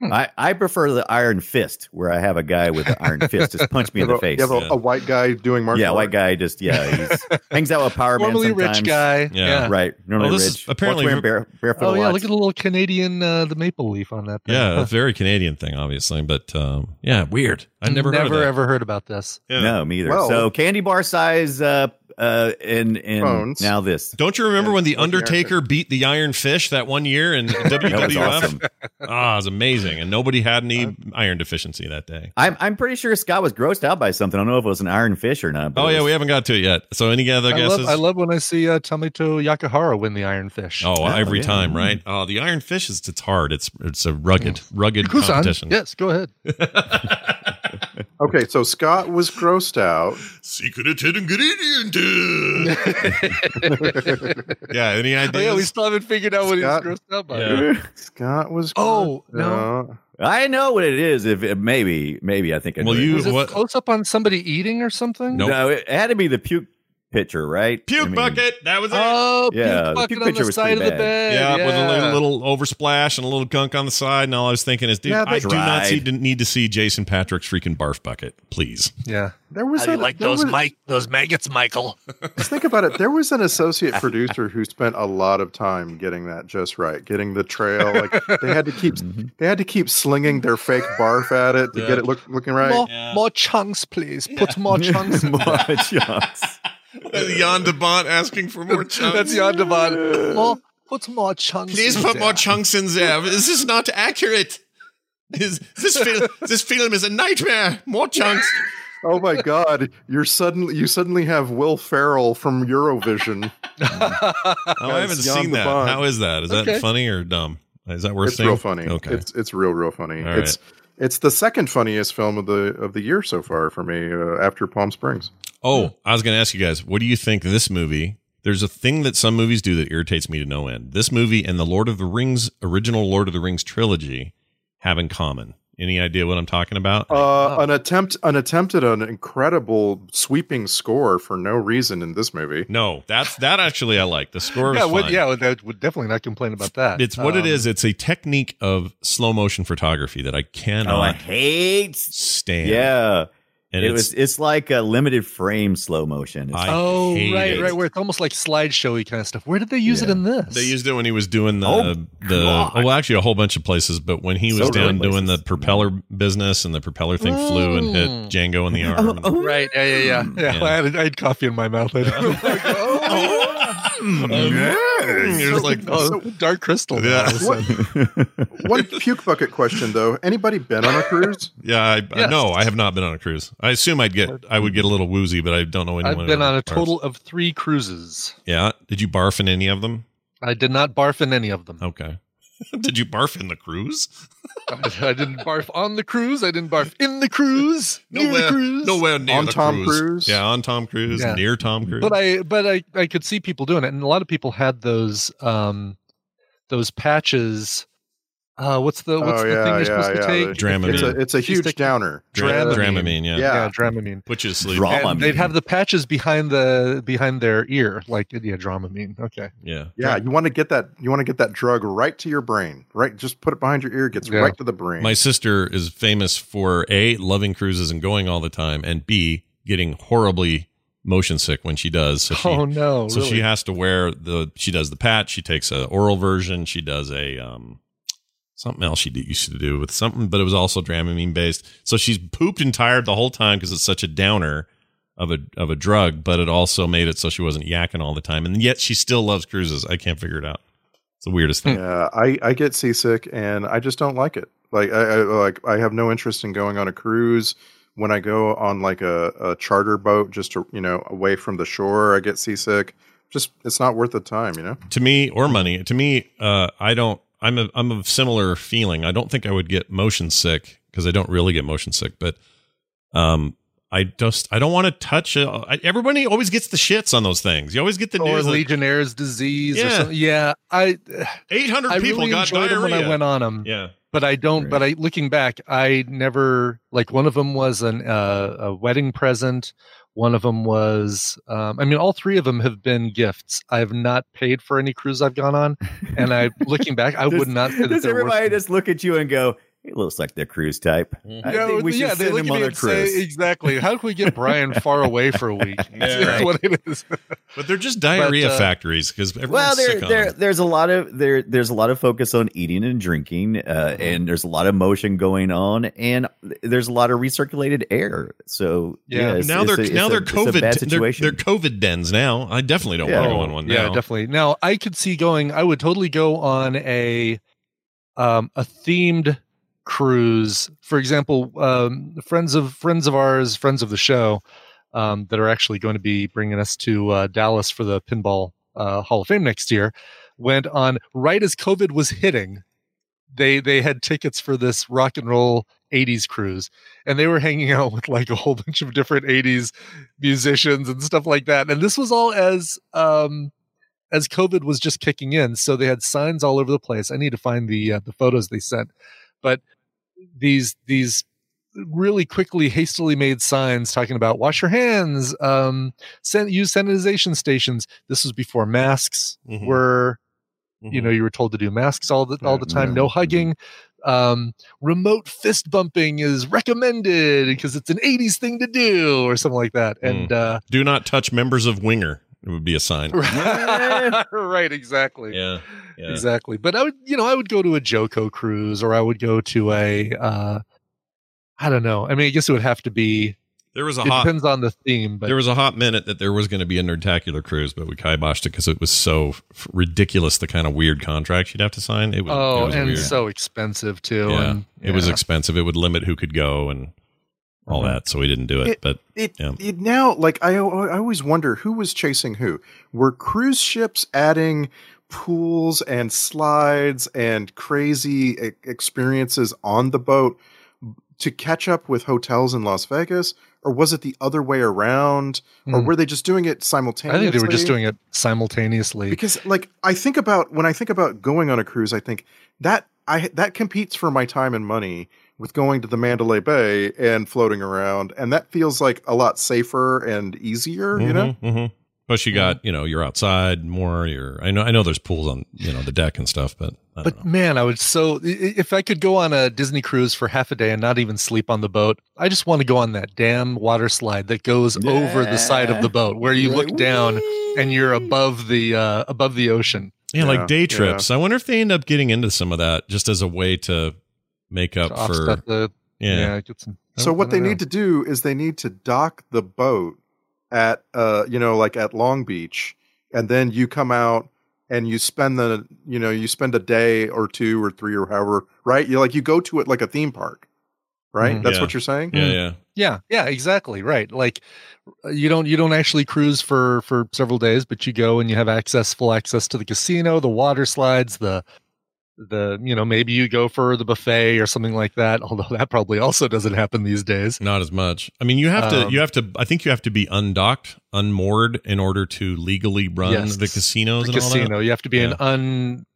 I, I prefer the iron fist where I have a guy with an iron fist just punch me in
you
the
have, a,
face.
you have a,
yeah.
a white guy doing martial
yeah, white
arts.
guy just yeah he's, hangs out with power man
Formerly
sometimes.
rich guy.
Yeah.
Right. Normally
Oh, this is
rich.
apparently-
Walks wearing bare, barefoot
Oh
a
yeah,
lot.
look at the little Canadian uh, the maple leaf on that. Thing.
Yeah, a
Huh.
very Canadian thing, obviously, but um, yeah, weird. I never, heard
never
of that.
ever heard about this.
Yeah.
No, me either.
Well-
so candy bar size uh uh and and
Phones.
now this.
Don't you remember
Yeah,
when the
North American.
Undertaker beat the Iron Fish that one year in
That was
WWF?
awesome.
Ah, it was amazing, and nobody had
Uh,
any iron deficiency that day.
I'm I'm pretty sure Scott was grossed out by something. I don't know if it was an iron fish or not. but
Oh
it
yeah,
was-
we haven't got to it yet. So any other
I
guesses?
love, I love when I see uh, Tomito Yakahara win the iron fish.
oh, every
yeah.
time, right? Oh, the Iron Fish is it's hard. It's it's a rugged, rugged competition.
Kusan. Yes, go ahead.
Okay, so Scott was grossed out.
Secret ingredient. uh.
Yeah. Any
Oh,
ideas?
yeah, we still haven't figured out what
Scott?
he's grossed out by.
Yeah.
Scott was.
Oh,
grossed
no.
out.
I know what it is. If if- maybe maybe I think I
Well,
know it.
you-
Was it
What-
close up on somebody eating or something?
Nope.
no, it had to be the puke pitcher, right?
Puke
I mean,
bucket. That was it.
Oh,
Yeah, the
puke bucket
puke
on
picture
the
was
side of
pretty
the
bad.
bed.
yeah, with a
yeah.
little, little oversplash and a little gunk on the side. And all I was thinking is, dude,
Yeah,
I
but-
do not see,
Dried.
didn't need to see Jason Patrick's freaking barf bucket, please.
Yeah.
There was a, there was-
Mike? Those maggots, Michael.
Just think about it. There was an associate producer who spent a lot of time getting that just right, getting the trail. Like they had to keep
Mm-hmm.
they had to keep slinging their fake barf at it to
Yeah.
get it look, looking right.
More, more chunks, please. Put more chunks. in.
More chunks.
Jan DeBont asking for more chunks.
That's the Andavon. More, put more chunks. in there.
chunks in there. This is not accurate. Is, this, film, this film is a nightmare. More chunks.
Oh my god, you're suddenly you suddenly have Will Ferrell from Eurovision.
Oh, I haven't
Guys, Jan
seen that.
DeBont.
How is that? Is that
Okay.
funny or dumb? Is that worth
It's
saying?
real funny.
Okay.
It's it's real real funny.
All
it's it's the second funniest film of the of the year so far for me uh, after Palm Springs.
Oh, I was going to ask you guys, what do you think of this movie? There's a thing that some movies do that irritates me to no end. This movie and the Lord of the Rings original Lord of the Rings trilogy have in common. Any idea what I'm talking about?
Uh, an attempt an attempt at an incredible sweeping score for no reason in this movie.
no, that's that actually I like. The score is
Yeah, would,
fine.
yeah, would, I would definitely not complain about that.
It's what it
Um,
is. It's a technique of slow motion photography that I cannot
oh, I hate.
stand.
Yeah,
and
it
it's,
was. It's like a limited frame slow motion. It's-
I
Oh,
hate
right,
it.
right. Where it's almost like slideshowy kind of stuff. Where did they use it
Yeah.
in this?
They used it when he was doing the
Oh,
the
God.
oh, well, actually a whole bunch of places, but when he was
Several
down doing the
places. Mm.
propeller business and the propeller thing flew and hit
Mm.
Django in the
Oh,
arm.
Right. Yeah, yeah, yeah. yeah,
Mm, Yeah.
well, I, had, I had coffee in my mouth. I don't know. Um,
It was like
oh, dark crystal.
Yeah.
All of a sudden.
One puke bucket question though. Anybody been on a cruise?
yeah, I, I
Yes.
no, I have not been on a cruise. I assume I'd get I would get a little woozy, but I don't know anyone.
I've
who
been on a
barfs.
total of three cruises.
Yeah, did you barf in any of them?
I did not barf in any of them.
Okay. Did you barf in the cruise?
I didn't barf on the cruise. I didn't barf in the cruise. Near the
Nowhere,
cruise.
nowhere near
On
the
Tom
cruise.
Cruise?
Yeah, on Tom Cruise,
Yeah.
near Tom Cruise.
But I but I I could see people doing it, and a lot of people had those um those patches. Uh, what's the what's
Oh,
the
yeah,
thing you're supposed
yeah,
to
yeah.
take?
Dramamine.
It's a it's a
You
huge
stick-
downer.
Dram-
Dramamine.
Dramamine, yeah.
Yeah.
yeah, Dramamine.
Put you to sleep.
Dra-
And they'd
Dramamine.
have the patches behind the behind their ear, like yeah, Dramamine. Okay,
yeah.
Yeah, you want to get that you want to get that drug right to your brain. Right, just put it behind your ear. It gets
Yeah.
right to the brain.
My sister is famous for A, loving cruises and going all the time, and B, getting horribly motion sick when she does. So she,
oh no,
so
really?
she has to wear the she does the patch, she takes a oral version, she does a um something else she d- used to do with something, but it was also Dramamine based. So she's pooped and tired the whole time because it's such a downer of a of a drug, but it also made it so she wasn't yakking all the time, and yet she still loves cruises. I can't figure it out. It's the weirdest thing.
yeah, I I get seasick and I just don't like it. Like I, I like I have no interest in going on a cruise. When I go on like a, a charter boat, just to you know away from the shore, I get seasick. Just it's not worth the time, you know.
to me or money to me uh i don't i'm a i'm a similar feeling i don't think i would get motion sick because i don't really get motion sick but um i just i don't want to touch uh, I, everybody always gets the shits on those things you always get the
or
news like,
Legionnaire's disease.
Yeah.
or something. yeah. I
800
I
people
really
got
enjoyed
diarrhea
them when I went on them.
yeah
but I don't. But I looking back, I never like one of them was an uh, a wedding present. One of them was, um, I mean, all three of them have been gifts. I've not paid for any cruise I've gone on, and I looking back, I
Does-
would not. Say that
Does
they're worth
everybody
it.
just look at you and go, "It looks like the cruise type"? I
Yeah,
think we should
yeah, they
send
look
him
at
on
me
a
and say,
cruise.
exactly. How can we get Brian far away for a week? That's
right.
what it is.
but they're just diarrhea
uh,
factories because everyone's
Well, there,
sick on
there,
them.
there's a lot of there, there's a lot of focus on eating and drinking, uh,
Mm-hmm.
and there's a lot of motion going on, and there's a lot of recirculated air. So
Yeah.
it's-
now
it's
they're
a-
now
it's
they're
a- it's a
COVID den-
bad
they're,
situation.
they're COVID dens now. I definitely don't want
Yeah.
to go on one now.
Yeah, definitely. Now I could see going. I would totally go on a um, a themed cruise. For example, um, friends of friends of ours, friends of the show, um, that are actually going to be bringing us to uh, Dallas for the Pinball uh, Hall of Fame next year, went on right as COVID was hitting. They they had tickets for this rock and roll 80s cruise and they were hanging out with like a whole bunch of different 80s musicians and stuff like that and this was all as um as covid was just kicking in so they had signs all over the place i need to find the uh, the photos they sent but these these really quickly hastily made signs talking about wash your hands um san- use sanitization stations this was before masks
Mhm.
were you
Mhm.
know you were told to do masks all the all the time no
Yeah.
mm-hmm.
hugging um remote fist bumping is recommended because it's an 80s thing to do or something like that
Mm.
and uh
do not touch members of Winger. It would be a sign.
right exactly
Yeah, yeah.
exactly but i would you know i would go to a joco cruise or i would go to a uh i don't know i mean i guess it would have to be
There was a
it
hot
depends on the theme but
there was a hot minute that there was going to be a Nerdtacular cruise, but we kiboshed it because it was so f- ridiculous the kind of weird contracts you'd have to sign. It was, it
oh
was
and
weird.
so expensive too
yeah,
and,
it was
yeah.
expensive. It would limit who could go and all that, so we didn't do it.
It-
but
It,
Yeah.
it now like I I always wonder who was chasing who. Were cruise ships adding pools and slides and crazy e- experiences on the boat to catch up with hotels in Las Vegas, or was it the other way around, or
Mm.
were they just doing it
i
Mm.
simultaneously?
think they were just doing it simultaneously
because like I think about when I think about going on a cruise, I think that I that competes for my time and money with going to the Mandalay Bay and floating around, and that feels like a lot safer and easier,
Mm-hmm.
you know.
Mhm, mhm. plus you got you know you're outside more. You're I know I know there's pools on you know the deck and stuff, but I don't
But
know.
man, I would so i- i- if I could go on a Disney cruise for half a day and not even sleep on the boat, I just want to go on that damn water slide that goes over the side of the boat where you look down and you're above the uh, above the ocean.
Yeah,
Yeah,
like day
yeah.
trips. I wonder if they end up getting into some of that just as a way to make
to
up for
offset the,
yeah.
get some,
Oh,
So what they need to do is they need to dock the boat at uh you know like at Long Beach and then you come out and you spend the you know you spend a day or two or three or however right you like you go to it like a theme park right
Mhm.
that's
Mm-hmm. Yeah.
what you're saying
Hmm.
Yeah, yeah.
yeah, yeah, exactly, right. Like uh, you don't you don't actually cruise for for several days, but you go and you have access full access to the casino, the water slides, the the you know maybe you go for the buffet or something like that although that probably also doesn't happen these days
Not as much. I mean, you have to.
Um,
You have to. I think you have to be undocked, unmoored, in order to legally run
Yes.
the casinos
The
and all that.
casino you have to be
Yeah.
in un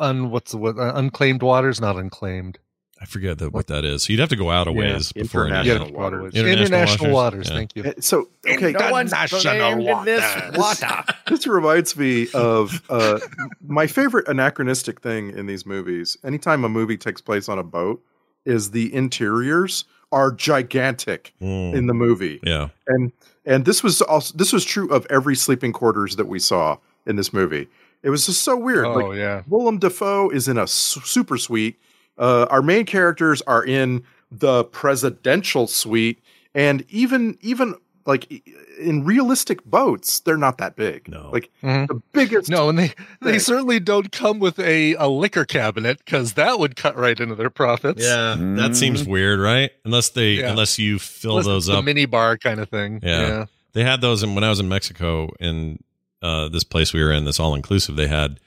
un what's the what uh, unclaimed waters not unclaimed
I forget that, what that is. So you'd have to go out a
Yeah.
ways before
International.
international.
Yeah,
waters.
International
international,
waters,
waters,
yeah.
thank you
Uh, So okay,
No one's ashamed
International
of this
water.
this reminds me of uh, my favorite anachronistic thing in these movies. Anytime a movie takes place on a boat, is the interiors are gigantic
Mm,
in the movie,
yeah.
and and this was also this was true of every sleeping quarters that we saw in this movie. It was just so weird.
oh
like
yeah
Willem Dafoe is in a su- super suite. Uh, our main characters are in the presidential suite, and even even like i- in realistic boats, they're not that big.
No.
like
Mhm.
the biggest.
no and they they
Right.
certainly don't come with a a liquor cabinet because that would cut right into their profits
Yeah, that
Mhm.
seems weird, right? Unless they,
Yeah.
unless you fill
Unless
those
it's a
up.
mini bar kind of thing
Yeah. they had those, and when I was in Mexico, in uh, this place we were in, this all inclusive, they had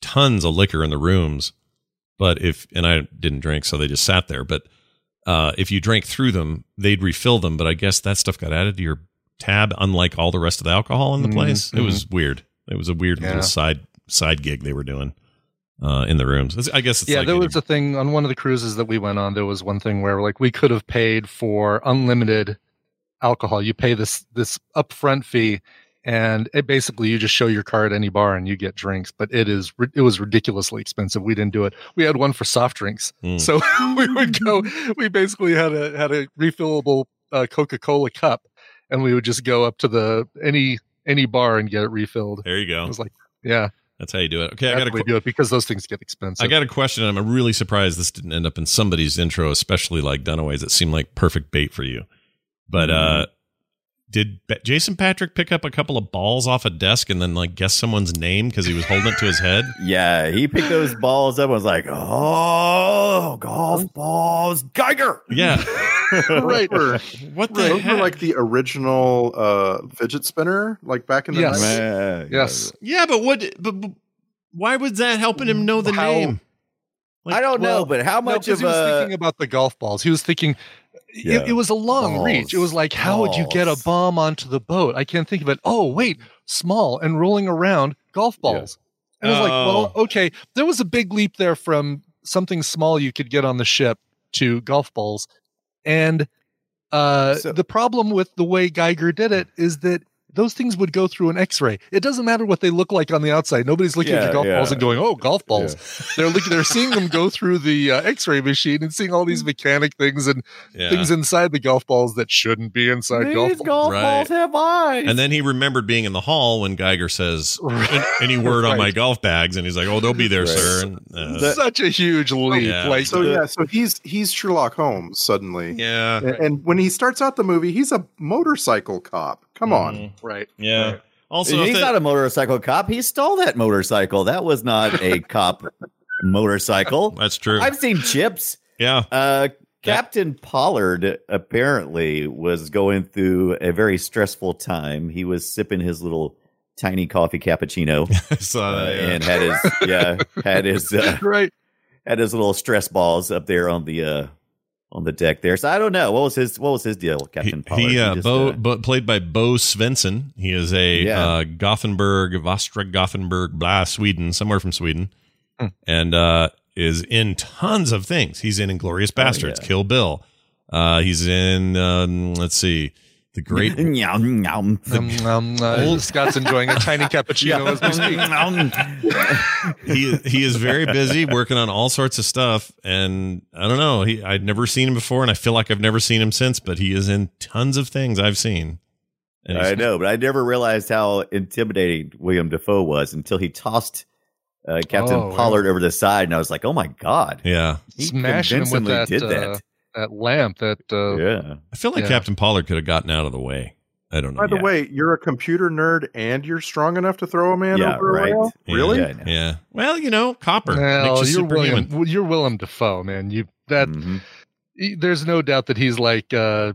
tons of liquor in the rooms. But if and I didn't drink, so they just sat there. But uh, if you drank through them, they'd refill them. But I guess that stuff got added to your tab, unlike all the rest of the alcohol in the
Mhm,
place. It
mhm.
was weird. It was a weird
Yeah.
little side side gig they were doing uh, in the rooms. It's- I guess it's
yeah,
like
there
any-
was a thing on one of the cruises that we went on. There was one thing where like we could have paid for unlimited alcohol. You pay this this upfront fee, and it basically you just show your card at any bar and you get drinks. But it is ri- it was ridiculously expensive. We didn't do it. We had one for soft drinks,
Mm.
so we would go. We basically had a had a refillable uh, Coca Cola cup, and we would just go up to the any any bar and get it refilled.
there you
It
go.
was like yeah,
That's how you do it. Okay, I
that's
got a
how we
qu-
do it because those things get expensive.
I got a question. and I'm really surprised this didn't end up in somebody's intro, especially like Dunaway's. It seemed like perfect bait for you. But uh did Ba- Jason Patrick pick up a couple of balls off a desk and then like guess someone's name because he was holding it to his head?
Yeah, he picked those balls up and was like, oh, golf balls, Geiger.
Yeah.
right.
Or,
What the
those were
heck?
like the original uh, fidget spinner, like back in the
Yes.
night.
Yes.
yeah, but what? But, but why was that helping him know the
How-
name?
I don't know,
Well,
but how
No,
much
'cause
of
he was
a
thinking about the golf balls. He was thinking
Yeah.
it, it was a long reach. It
Balls,
was like, how would you get a
balls.
bomb onto the boat? I can't think of it. Oh, wait, small and rolling around golf balls. And I was like, well,
Oh.
okay, there was a big leap there from something small you could get on the ship to golf balls. And uh,
So-
the problem with the way Geiger did it is that those things would go through an x-ray it doesn't matter what they look like on the outside nobody's looking at
Yeah,
the golf
yeah.
balls and going oh golf balls they're looking they're seeing them go through the uh, x-ray machine and seeing all these mechanic things and
Yeah.
things inside the golf balls that shouldn't be inside golf balls.
golf Right. balls
have eyes.
and then he remembered being in the hall when Geiger says
Right.
any word on
Right.
my golf bags, and he's like, "Oh, they'll be there,
Right.
sir." And, uh,
Such a huge leap.
Yeah.
Like
So
the-
yeah, so he's he's Sherlock Holmes suddenly.
yeah,
And- And when he starts out the movie, he's a motorcycle cop. Come on.
right.
Yeah.
Right.
Also, if
he's
they-
not a motorcycle cop. He stole that motorcycle. That was not a cop motorcycle.
that's true.
I've seen chips.
yeah.
Uh,
Yeah.
Captain Pollard apparently was going through a very stressful time. He was sipping his little tiny coffee cappuccino
I saw
uh,
that. Yeah.
and had his yeah had his uh,
Right.
had his little stress balls up there on the uh on the deck there. So I don't know what was his what was his deal,
He,
Captain Pollard.
he, uh,
just,
Bo,
uh,
Bo, played by Bo Svensson. He is a
Yeah.
uh, Gothenburg, Vostra Gothenburg, blah, Sweden, somewhere from Sweden,
Hmm.
and uh, is in tons of things. He's in Inglorious Bastards,
Oh, yeah.
Kill Bill. Uh, he's in, um, let's see, The Great.
Yum, yum.
Um, um, uh, Scott's enjoying a tiny cappuccino as we speak.
he he is very busy working on all sorts of stuff, and I don't know. He I'd never seen him before, and I feel like I've never seen him since. But he is in tons of things I've seen. And he's-
I know, but I never realized how intimidating William Defoe was until he tossed uh, Captain
Oh, yeah.
Pollard over the side, and I was like, "Oh my god!"
Yeah.
He
Smashing him with
convincingly
that,
did
uh, that lamp that uh,
that. Yeah,
I feel like
Yeah.
Captain Pollard could have gotten out of the way. I don't know.
By the
Yeah.
way, you're a computer nerd and you're strong enough to throw a man
Yeah,
over
right.
a rail.
Yeah.
Really?
Yeah, I know.
Yeah. Well, you know, copper
well,
makes you
you're
superhuman.
William you're Willem Dafoe, man. You that
Mhm.
he- there's no doubt that he's like uh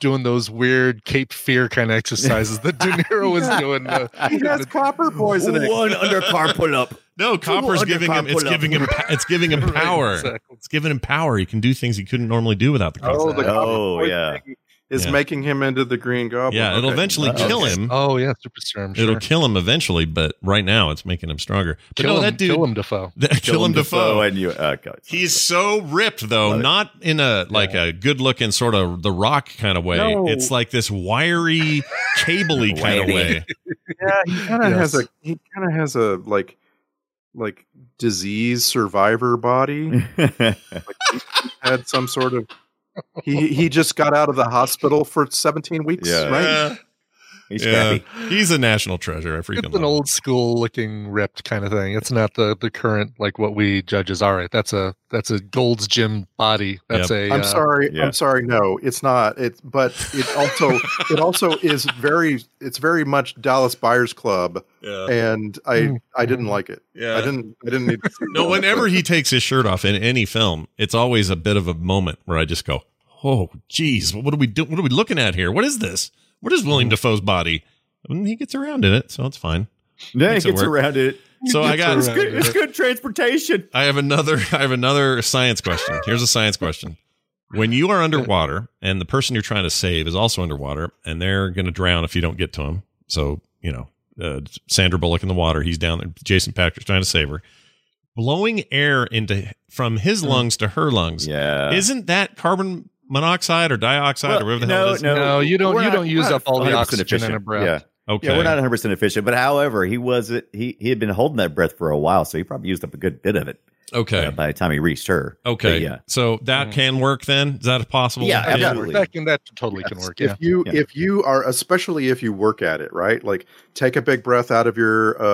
doing those weird Cape Fear kind of exercises that De Niro was doing. Uh,
He has copper poisoning.
One undercar pull up.
No, copper's
Two
giving him.
hundred
It's
pound
giving him. pa- It's giving him
Right,
power.
exactly.
It's giving him power. He can do things he couldn't normally do without the copper.
Oh, the copper
Oh,
poisoning
yeah.
Is
Yeah.
making him into the Green Goblin.
yeah, it'll
Okay.
eventually
Uh,
kill
okay.
him.
Oh yeah, super serum. Sure.
It'll kill him eventually, but right now it's making him stronger. But
Kill
no,
him,
that dude.
kill him, Defoe.
that- kill, him, Defoe.
I knew. Uh, God.
He's so ripped though,
Love it.
not in a like a good looking sort of the rock kind of way.
No.
It's like this wiry, cabley kind of
Wiry.
way.
Yeah, he kind of
Yes.
has a he kind of has a like like disease survivor body. Had some sort of he he just got out of the hospital for 17 weeks,
Yeah.
right?
Yeah.
He's
Yeah.
scrappy.
He's a national treasure. I freaking
It's
love
an
him.
old school looking ripped kind of thing. It's not the the current like what we judge as all right. That's a that's a Gold's Gym body. That's a.
I'm
uh,
sorry.
Yeah.
I'm sorry. No, it's not. It's but it also it also is very it's very much Dallas Buyers Club,
Yeah.
and I I didn't like it.
Yeah.
I didn't I didn't need. To see
No,
that.
whenever he takes his shirt off in any film, it's always a bit of a moment where I just go, "Oh, geez, what are we doing? What are we looking at here? What is this? What is William Defoe's body?" And he gets around in it, so it's fine.
Yeah, he
Makes it
gets
work. Uh,
around it.
So I got
It's good. It's good transportation.
I have another I have another science question. Here's a science question. When you are underwater and the person you're trying to save is also underwater and they're going to drown if you don't get to them. So, you know, uh, Sandra Bullock in the water, he's down there, Jason Patrick's trying to save her. Blowing air into from his lungs to her lungs.
Mm-hmm. Yeah.
Isn't that carbon monoxide or dioxide or
Well,
whatever the
no,
hell it is?
no,
no, you don't.
we're
You
not-
don't use
we're
up all the
100%
oxygen in a
efficient.
breath.
Yeah.
Okay.
Yeah, we're not 100 percent efficient, but however, he was he he had been holding that breath for a while, so he probably used up a good bit of it
okay.
uh, by the time he reached her.
okay.
But yeah, Mm-hmm.
So that can work then? Is that possible?
Yeah, absolutely.
That can that totally can work. Yeah.
If you
Yeah.
if you are especially if you work at it, right? Like take a big breath out of your uh,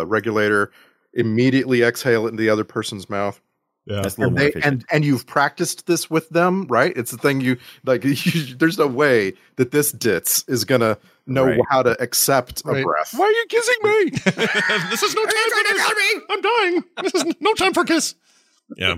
uh, regulator, immediately exhale it in the other person's mouth,
Yeah.
that's a little
and
more
they
efficient.
and and you've practiced this with them, right? It's the thing you like. You, there's no way that this ditz is gonna know
Right.
how to accept a
Right.
breath.
are you kissing me?
this is no time for this. I'm dying. This is no time for kiss. Yeah.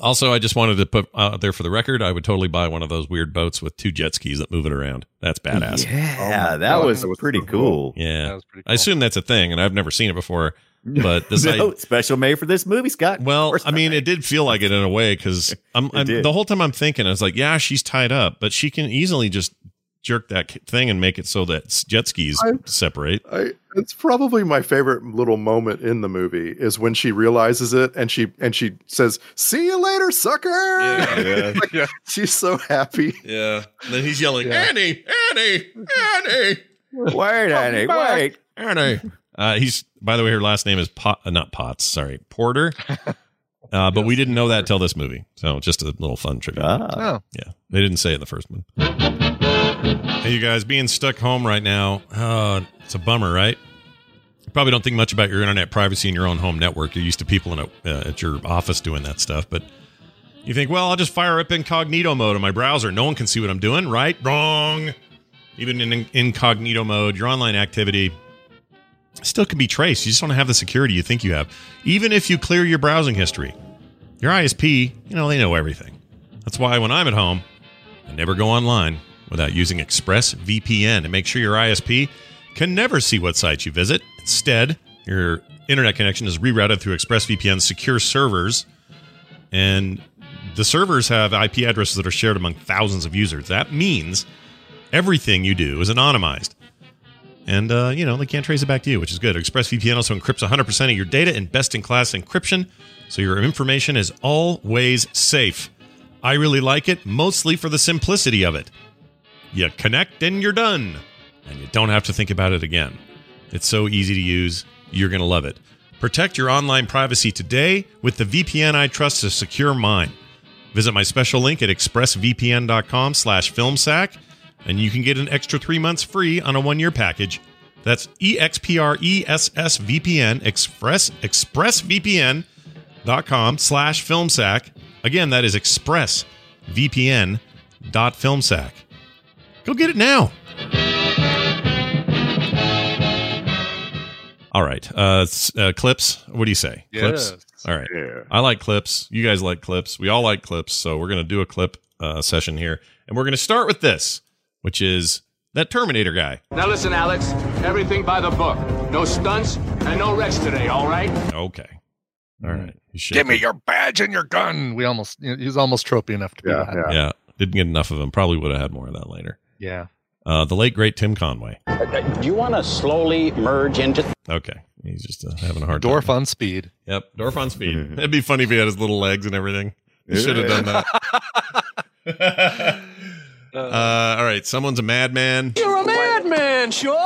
Also, I just wanted to put out there for the record, I would totally buy one of those weird boats with two jet skis that move it around. That's badass. Yeah.
yeah,
Oh my
that
God,
was
that was
pretty
so
cool.
cool.
That was pretty
I assume that's a thing, and I've never seen it before. But this,
no,
I,
special made for this movie, Scott. Of
well,
course
I mean,
not.
it did feel like it in a way because I'm, I'm
did.
the whole time I'm thinking, I was like, yeah, she's tied up, but she can easily just jerk that ki- thing and make it so that s- jet skis
I-
separate.
I, it's probably my favorite little moment in the movie is when she realizes it and she and she says, "See you later, sucker."
Yeah.
Like, she's so happy.
Yeah. And then he's yelling,
Yeah.
Annie, Annie, Annie.
wait, honey, wait.
Ernie. Uh, he's by the way, her last name is Pot, uh, not Potts. Sorry, Porter. Uh, but we didn't know that till this movie. So just a little fun trivia.
Ah,
Oh,
Yeah, they didn't say it in the first one. Hey, you guys, being stuck home right now, uh, it's a bummer, right? You probably don't think much about your internet privacy in your own home network. You're used to people in a, uh, at your office doing that stuff, but you think, well, I'll just fire up incognito mode on my browser. No one can see what I'm doing, right? Wrong. Even in in- incognito mode, your online activity still can be traced. You just don't have the security you think you have. Even if you clear your browsing history, your ISP, you know, they know everything. That's why when I'm at home, I never go online without using ExpressVPN to make sure your ISP can never see what sites you visit. Instead, your internet connection is rerouted through ExpressVPN's secure servers, and the servers have IP addresses that are shared among thousands of users. That means everything you do is anonymized. And, uh, you know, they can't trace it back to you, which is good. ExpressVPN also encrypts 100% of your data in best in class encryption, so your information is always safe. I really like it, mostly for the simplicity of it. You connect and you're done, and you don't have to think about it again. It's so easy to use, you're going to love it. Protect your online privacy today with the VPN I trust to secure mine. Visit my special link at expressvpn.com slash filmsack, and you can get an extra three months free on a one-year package. That's E E-X-P-R-E-S-S-V-P-N, express, expressvpn.com slash filmsack. Again, that is expressvpn.filmsack. Go get it now. All right. Uh, s- uh, clips. What do you say? Clips?
Yes.
All right.
Yeah.
I like clips. You guys like clips. We all like clips. So we're going to do a clip uh, session here. And we're going to start with this, which is that Terminator guy.
Now listen, Alex. Everything by the book. No stunts, And no rest today, all right?
Okay. All right. He's
Give me
shaking.
your badge and your gun.
We almost you know, he was almost tropey enough to be
Yeah,
that.
yeah.
Yeah. Didn't get enough of him. Probably would have had more of that later.
Yeah.
Uh, the late, great Tim Conway.
Do you want to slowly merge into
Okay. He's just uh, having a hard time.
Dorf on speed.
Yep, Dorf on speed. It'd be funny if he had his little legs and everything. He should have done that. uh, all right, someone's a madman.
You're a madman, Shaw.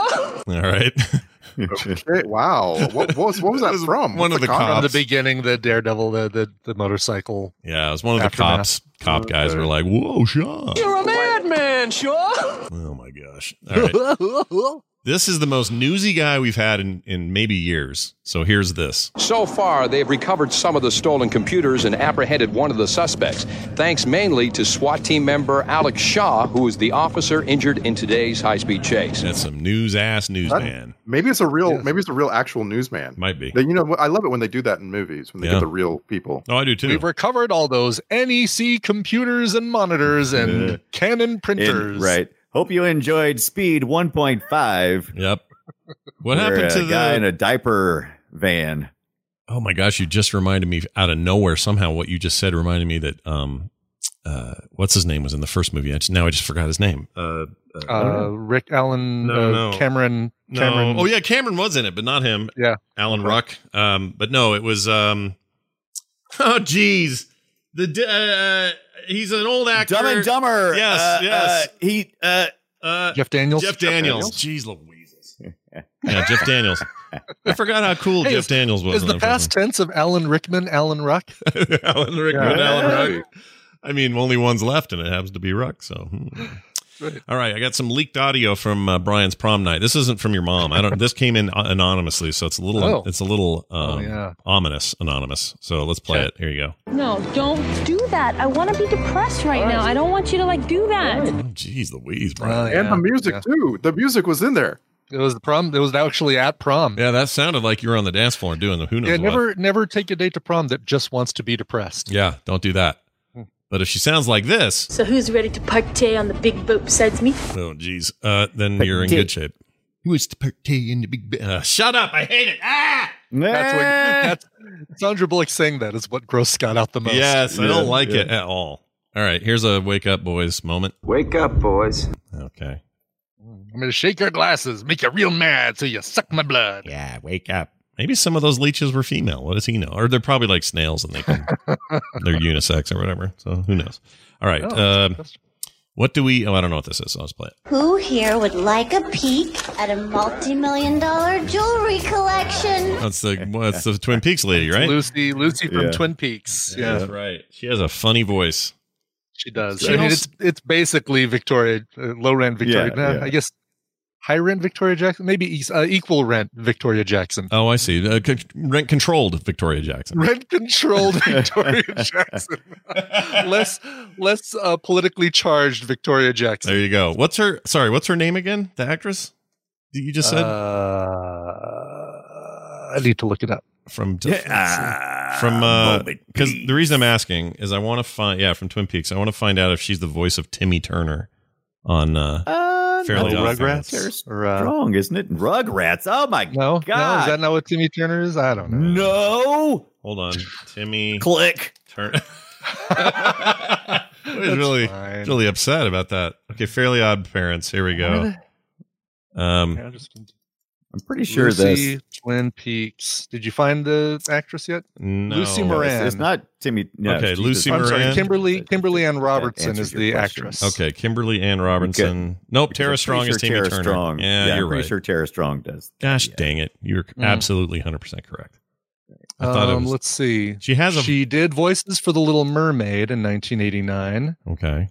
All right,
Okay, wow. What, what was what was that
was
from?
one
What's
of the
con-
cops.
From the beginning, the daredevil, the the, the motorcycle.
yeah, it was one of the
Aftermath.
cops. Cop guys were like, "Whoa, Sean!"
You're a madman, Shaw.
Oh my gosh! All right, this is the most newsy guy we've had in in maybe years. So here's this.
So far, they have recovered some of the stolen computers and apprehended one of the suspects, thanks mainly to SWAT team member Alex Shaw, who is the officer injured in today's high speed chase.
That's some news ass newsman.
Maybe it's a real. Maybe it's a real actual newsman.
Might be.
They- You know, I love it when they do that in movies when they
Yeah.
get the real people.
Oh, I do too.
We've recovered all those NEC computers and monitors and
Yeah.
Canon printers.
In- right. Hope you enjoyed Speed 1.5.
Yep. What
where
happened
a
to
guy
the?
in a diaper van?
Oh my gosh, you just reminded me out of nowhere somehow what you just said reminded me that um uh what's his name was in the first movie. I just now I just forgot his name. Uh,
Uh, Rick Allen,
No,
uh,
no.
Cameron, Cameron.
Oh yeah, Cameron was in it, but not him.
Yeah.
Alan Ruck. Um but no, it was um Oh geez. The d- uh, he's an old actor.
Dumb and Dumber.
Yes,
Uh,
yes.
uh, he. Uh,
Uh,
Jeff Daniels.
Jeff Daniels. Jeez Louise. yeah, Jeff Daniels. I forgot how cool
Hey,
Jeff
is-
Daniels was.
Is
in
the
first
past tense of Alan Rickman Alan Ruck?
Alan Rickman,
Yeah.
Alan Ruck. I mean, only one's left, and it happens to be Ruck. So, hmm. all right, I got some leaked audio from uh, Brian's prom night. This isn't from your mom. I don't. This came in uh, anonymously, so it's a little.
Oh.
It's a little um,
yeah.
ominous, anonymous. So let's play it. Here you go.
No, don't do that. I want to be depressed right now. I don't want you to like do that.
Oh, Jeez, Louise,
Oh,
Brian.
And the music too. The music was in there.
It was the prom. It was actually at prom.
Yeah, that sounded like you were on the dance floor doing the who knows
Yeah,
what.
never never take a date to prom that just wants to be depressed.
Yeah, don't do that.
Hmm.
But if she sounds like this,
So who's ready to partay on the big boat besides me?
Oh, geez. Uh, then you're in good shape. Who wants to partay in the big? Ba- uh, shut up! I hate it. Ah!
That's
Eh.
what that's Sandra Bullock saying that is what gross got out the most.
Yes, I don't
Yeah,
like
yeah.
it at all. All right, here's a wake up, boys moment.
Wake up, boys.
Okay.
I'm gonna shake your glasses, make you real mad, so you suck my blood.
Yeah, wake up. Maybe some of those leeches were female. What does he know? Or they're probably like snails and they can, they're unisex or whatever. So who knows? All right.
Oh,
um, what do we? Oh, I don't know what this is. So I'll just play it.
Who here would like a peek at a multi-million dollar jewelry collection?
That's the well, that's the Twin Peaks lady, right?
Lucy, Lucy from
Yeah.
Twin Peaks. Yeah,
That's right. She has a funny voice.
she does.
She
I mean,
also-
it's it's basically Victoria, uh, low rent Victoria.
Yeah,
nah,
yeah.
I guess high rent Victoria Jackson, maybe eas- uh, equal rent Victoria Jackson,
Oh, I see. Uh, c- rent controlled Victoria Jackson.
rent controlled Victoria Jackson, less less uh, politically charged Victoria Jackson.
There you go. What's her? Sorry, what's her name again? The actress that you just said
Uh, I need to look it up.
from
Yeah.
from uh
Ah, Moment,
because
please.
the reason I'm asking is I want to find yeah from Twin Peaks I want to find out if she's the voice of Timmy Turner on uh,
Uh,
Fairly
no,
Odd
Rugrats.
Parents.
They're
Or, uh,
strong, isn't it? Rugrats. Oh my
No, no, is
god.
that not what Timmy Turner is? I don't know.
no.
hold on Timmy
Click.
Turner. I was really
fine.
really upset about that. Okay, Fairly Odd Parents. Here we go. Um,
I'm pretty sure
Lucy
this.
Twin Peaks. Did you find the actress yet?
no.
Lucy
no,
Moran.
it's, it's not Timmy. No,
Okay, Lucy
I'm sorry,
Moran.
Kimberly Kimberly Ann
That
Robertson
answers
is
your
the
question.
actress.
Okay, Kimberly Ann Robinson. Nope,
I'm
Tara
pretty
Strong
sure
is Timmy
Tara
Turner.
Strong.
Yeah,
I'm
you're
pretty
right.
Sure, Tara Strong does.
Gosh
Yeah.
dang it, you're
Mm.
absolutely 100 percent correct. I thought it
Um,
was.
let's see.
she has a
She did voices for The Little Mermaid in 1989.
okay.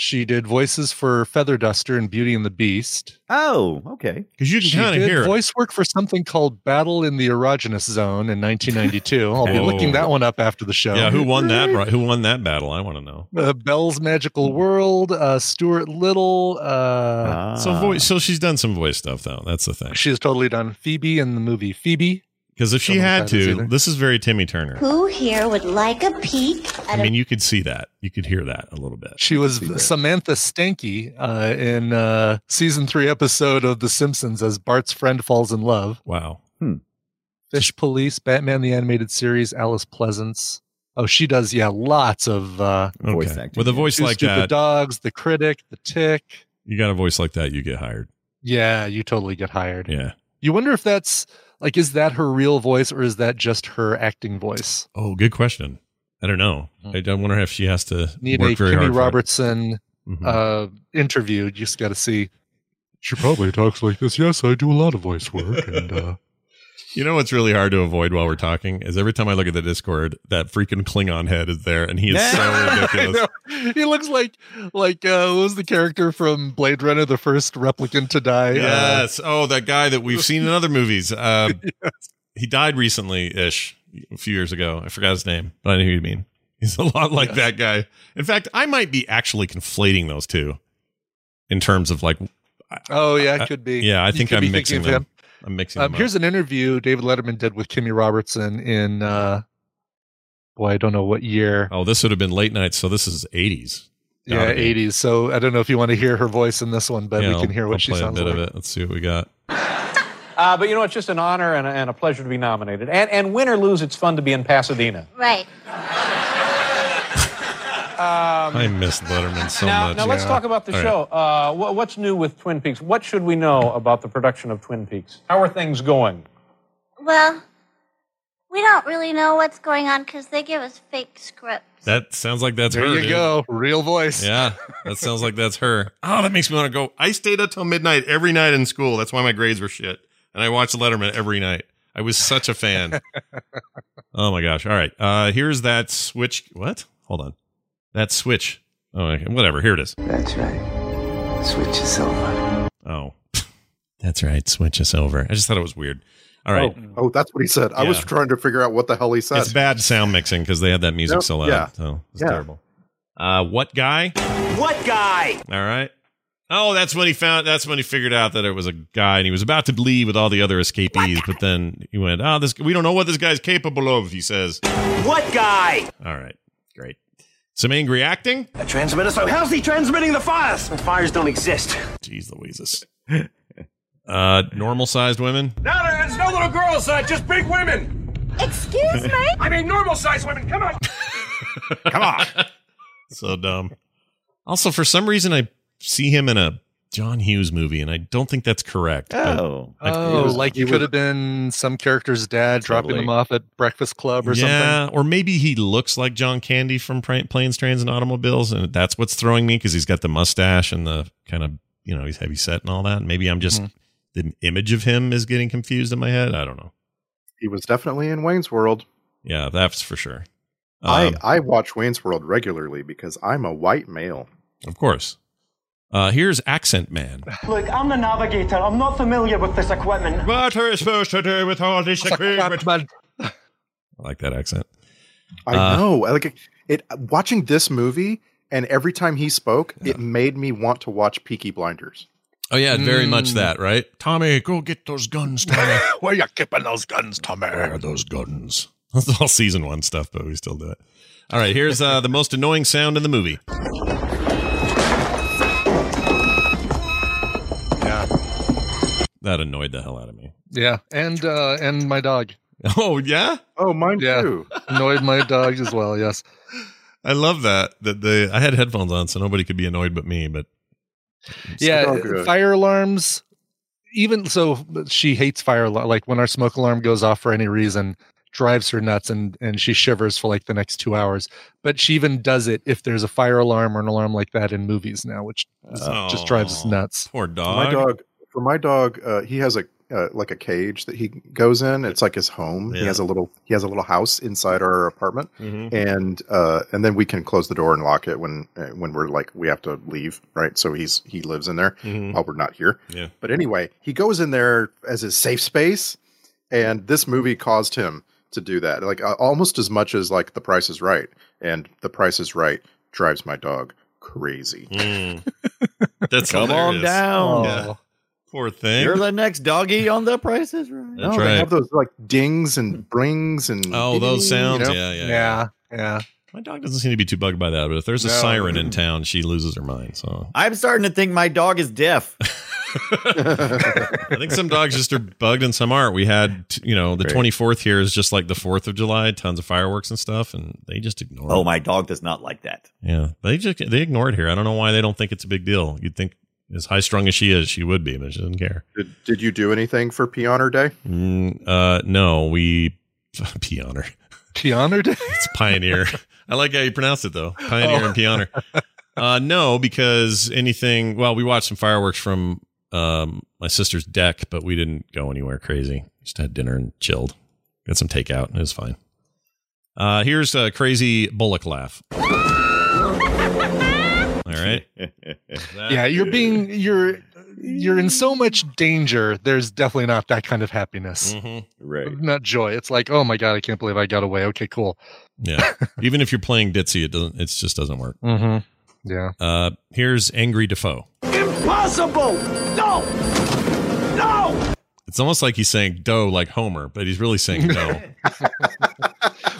She did voices for Feather Duster and Beauty and the Beast.
Oh, okay.
Because you can
She
kind of
did
hear. it.
voice work for something called Battle in the Erogenous Zone in 1992. I'll be
Oh.
looking that one up after the show.
Yeah, who won that? bri- Who won that battle? I want to know.
uh, Bell's Magical World, uh, Stuart Little. Uh,
Ah.
So voice. So she's done some voice stuff though. That's the thing.
She's totally done Phoebe in the movie Phoebe.
Because if she
Don't know
had
what that is
to,
either.
this is very Timmy Turner.
Who here would like a peek at
I mean, you could see that. You could hear that a little bit.
She was Samantha Stanky uh, in uh, season three episode of The Simpsons as Bart's friend falls in love.
Wow.
Hmm.
Fish Police, Batman the Animated Series, Alice Pleasance. Oh, she does, yeah, lots of uh,
Okay. Voice acting. With a voice
Two
like
Stupid
that-
Dogs, The Critic, The Tick.
You got a voice like that, you get hired.
Yeah, you totally get hired.
Yeah.
You wonder if that's like, is that her real voice or is that just her acting voice?
Oh, good question. I don't know. I, I wonder if she has to
Hmm. Need
work
a
very hard.
Kimmy
for it. Mm. Mm-hmm.
Robertson uh, interview. You just got to see. She probably talks like this. Yes, I do a lot of voice work. And uh,
You know what's really hard to avoid while we're talking is every time I look at the Discord, that freaking Klingon head is there, and he is so ridiculous.
I know. He looks like like uh, what was the character from Blade Runner, the first replicant to die? Uh,
Yes. Oh, that guy that we've seen in other movies. Uh, He died recently ish, a few years ago. I forgot his name, but I knew who you mean. He's a lot like that guy. In fact, I might be actually conflating those two in terms of like,
oh yeah,
I-
it could be.
yeah, I
You
think
could be
I'm
thinking
mixing
of
them.
him.
I'm mixing
Um,
them.
here's an interview David Letterman did with Kimmy Robertson in uh, boy, I don't know what year.
up. Oh, this would have been late night, so this is 80s.
yeah,
Gotta be.
80s. So I don't know if you want to hear her voice in this one, but
Yeah,
we can
I'll-
hear
I'll
what she
play
sounds
a bit
like.
of it. Let's see what we got.
Uh, but you know, it's just an honor and a, and a pleasure to be nominated. And, and win or lose, it's fun to be in Pasadena.
Right.
Um,
I miss Letterman so
now,
much.
now let's talk about the
All right.
show. Uh, wha- what's new with Twin Peaks? What should we know about the production of Twin Peaks? How are things going?
Well, we don't really know what's going on because they give us fake script.
That sounds like that's
There
her.
you
dude.
go, real voice.
Yeah, that sounds like that's her. Oh, that makes me want to go. I stayed up till midnight every night in school. That's why my grades were shit. And I watched Letterman every night. I was such a fan. oh my gosh. All right. Uh here's that switch. What? Hold on. That switch. Oh, okay. whatever. Here it is.
That's right. Switch is over.
Oh. That's right. Switch us over. I just thought it was weird. All right.
Oh, oh, that's what he said. I was
Yeah.
trying to figure out what the hell he said.
It's bad sound mixing because they had that music
No,
so loud.
yeah.
So it's
Yeah.
terrible. Uh, what guy?
What guy?
All right. Oh, that's when he found. That's when he figured out that it was a guy, and he was about to leave with all the other escapees. But then he went, "Oh, this. We don't know what this guy's capable of." He says,
What guy?
"All right, great. Some angry acting."
A transmitter. So how's he transmitting the fires? The fires don't exist.
Jeez, Louises. Uh, normal sized women.
No, no, it's no little girls. Uh, just big women. Excuse me? I mean, normal sized women. Come on.
Come on. so dumb. Also, for some reason, I see him in a John Hughes movie, and I don't think that's correct. but
Oh.
I-
Oh,
Yeah.
like he could have been some character's dad dropping
Totally.
him off at Breakfast Club or something.
or maybe he looks like John Candy from Pra- Planes, Trains, and Automobiles, and that's what's throwing me because he's got the mustache and the kind of you know he's heavy set and all that. Maybe I'm just
Mhm.
the image of him is getting confused in my head. I don't know.
He was definitely in Wayne's World.
Yeah, that's for sure. Um,
I, I watch Wayne's World regularly because I'm a white male.
of course. Uh, here's Accent Man.
Look, I'm the navigator. I'm not familiar with this equipment.
What are you supposed to do with all this equipment? I like that accent.
I
Uh,
know. I Like it watching this movie and every time he spoke, it made me want to watch Peaky Blinders.
Oh yeah, very much
Mm.
that, right? Tommy, go get those guns, Tommy.
Where you keeping those guns, Tommy?
Where are those guns? That's all season one stuff, but we still do it. All right, here's uh, the most annoying sound in the movie.
Yeah.
That annoyed the hell out of me.
Yeah, and uh, and my dog.
Oh yeah.
Oh, mine
yeah.
too.
Annoyed my dog as well. Yes.
I love that that the I had headphones on, so nobody could be annoyed but me. But
yeah. uh,
all good.
Fire alarms. Even so, she hates fire. alar- Like when our smoke alarm goes off for any reason, drives her nuts, and and she shivers for like the next two hours. But she even does it if there's a fire alarm or an alarm like that in movies now, which is-
Oh,
just drives us nuts.
poor dog.
my dog for my dog, uh, he has a uh, like a cage that he goes in. It's like his home. He
Yeah.
has a little he has a little house inside our apartment.
Mhm.
and uh, and then we can close the door and lock it when uh, when we're like we have to leave, right? So he's he lives in there
Mhm.
while we're not here.
Yeah.
But anyway, he goes in there as his safe space, and this movie caused him to do that, like uh, almost as much as like The Price is Right, and The Price is Right drives my dog crazy.
Mm. That's
Come on
hilarious.
down.
Yeah. Poor thing.
You're the next doggy on the prices, right?
That's right.
no, Oh,
Hmm.
they have those like dings and brings and
Oh, those sounds.
know?
Yeah, yeah, yeah.
Yeah. Yeah.
My dog doesn't seem to be too bugged by that, but if there's a
No.
siren in town, she loses her mind. So
I'm starting to think my dog is deaf.
I think some dogs just are bugged and some aren't. We had, t- you know, the
Right.
twenty fourth here is just like the Fourth of July, tons of fireworks and stuff, and they just ignore.
Oh,
it.
my dog does not like that.
Yeah, they just they ignore it here. I don't know why they don't think it's a big deal. You'd think as high strung as she is, she would be, but she doesn't care.
Did, did you do anything for Pee Honor Day?
Mm, uh, no, we Pioneer.
Pioneer Day?
It's Pioneer. I like how you pronounce it though. Pioneer and Pioneer. Uh, no, because anything. Well, we watched some fireworks from um, my sister's deck, but we didn't go anywhere crazy. Just had dinner and chilled. Got some takeout, and it was fine. Uh, here's a crazy bullock laugh. All right.
yeah, you're being you're you're in so much danger. There's definitely not that kind of happiness.
Mm-hmm.
Right.
Mm.
Not joy. It's like, oh my god, I can't believe I got away. Okay, cool.
Yeah. Even if you're playing ditzy, it doesn't. It just doesn't work.
Mm-hmm. Yeah.
Uh, here's angry Defoe.
Impossible! No! No!
It's almost like he's saying doe like Homer, but he's really saying no.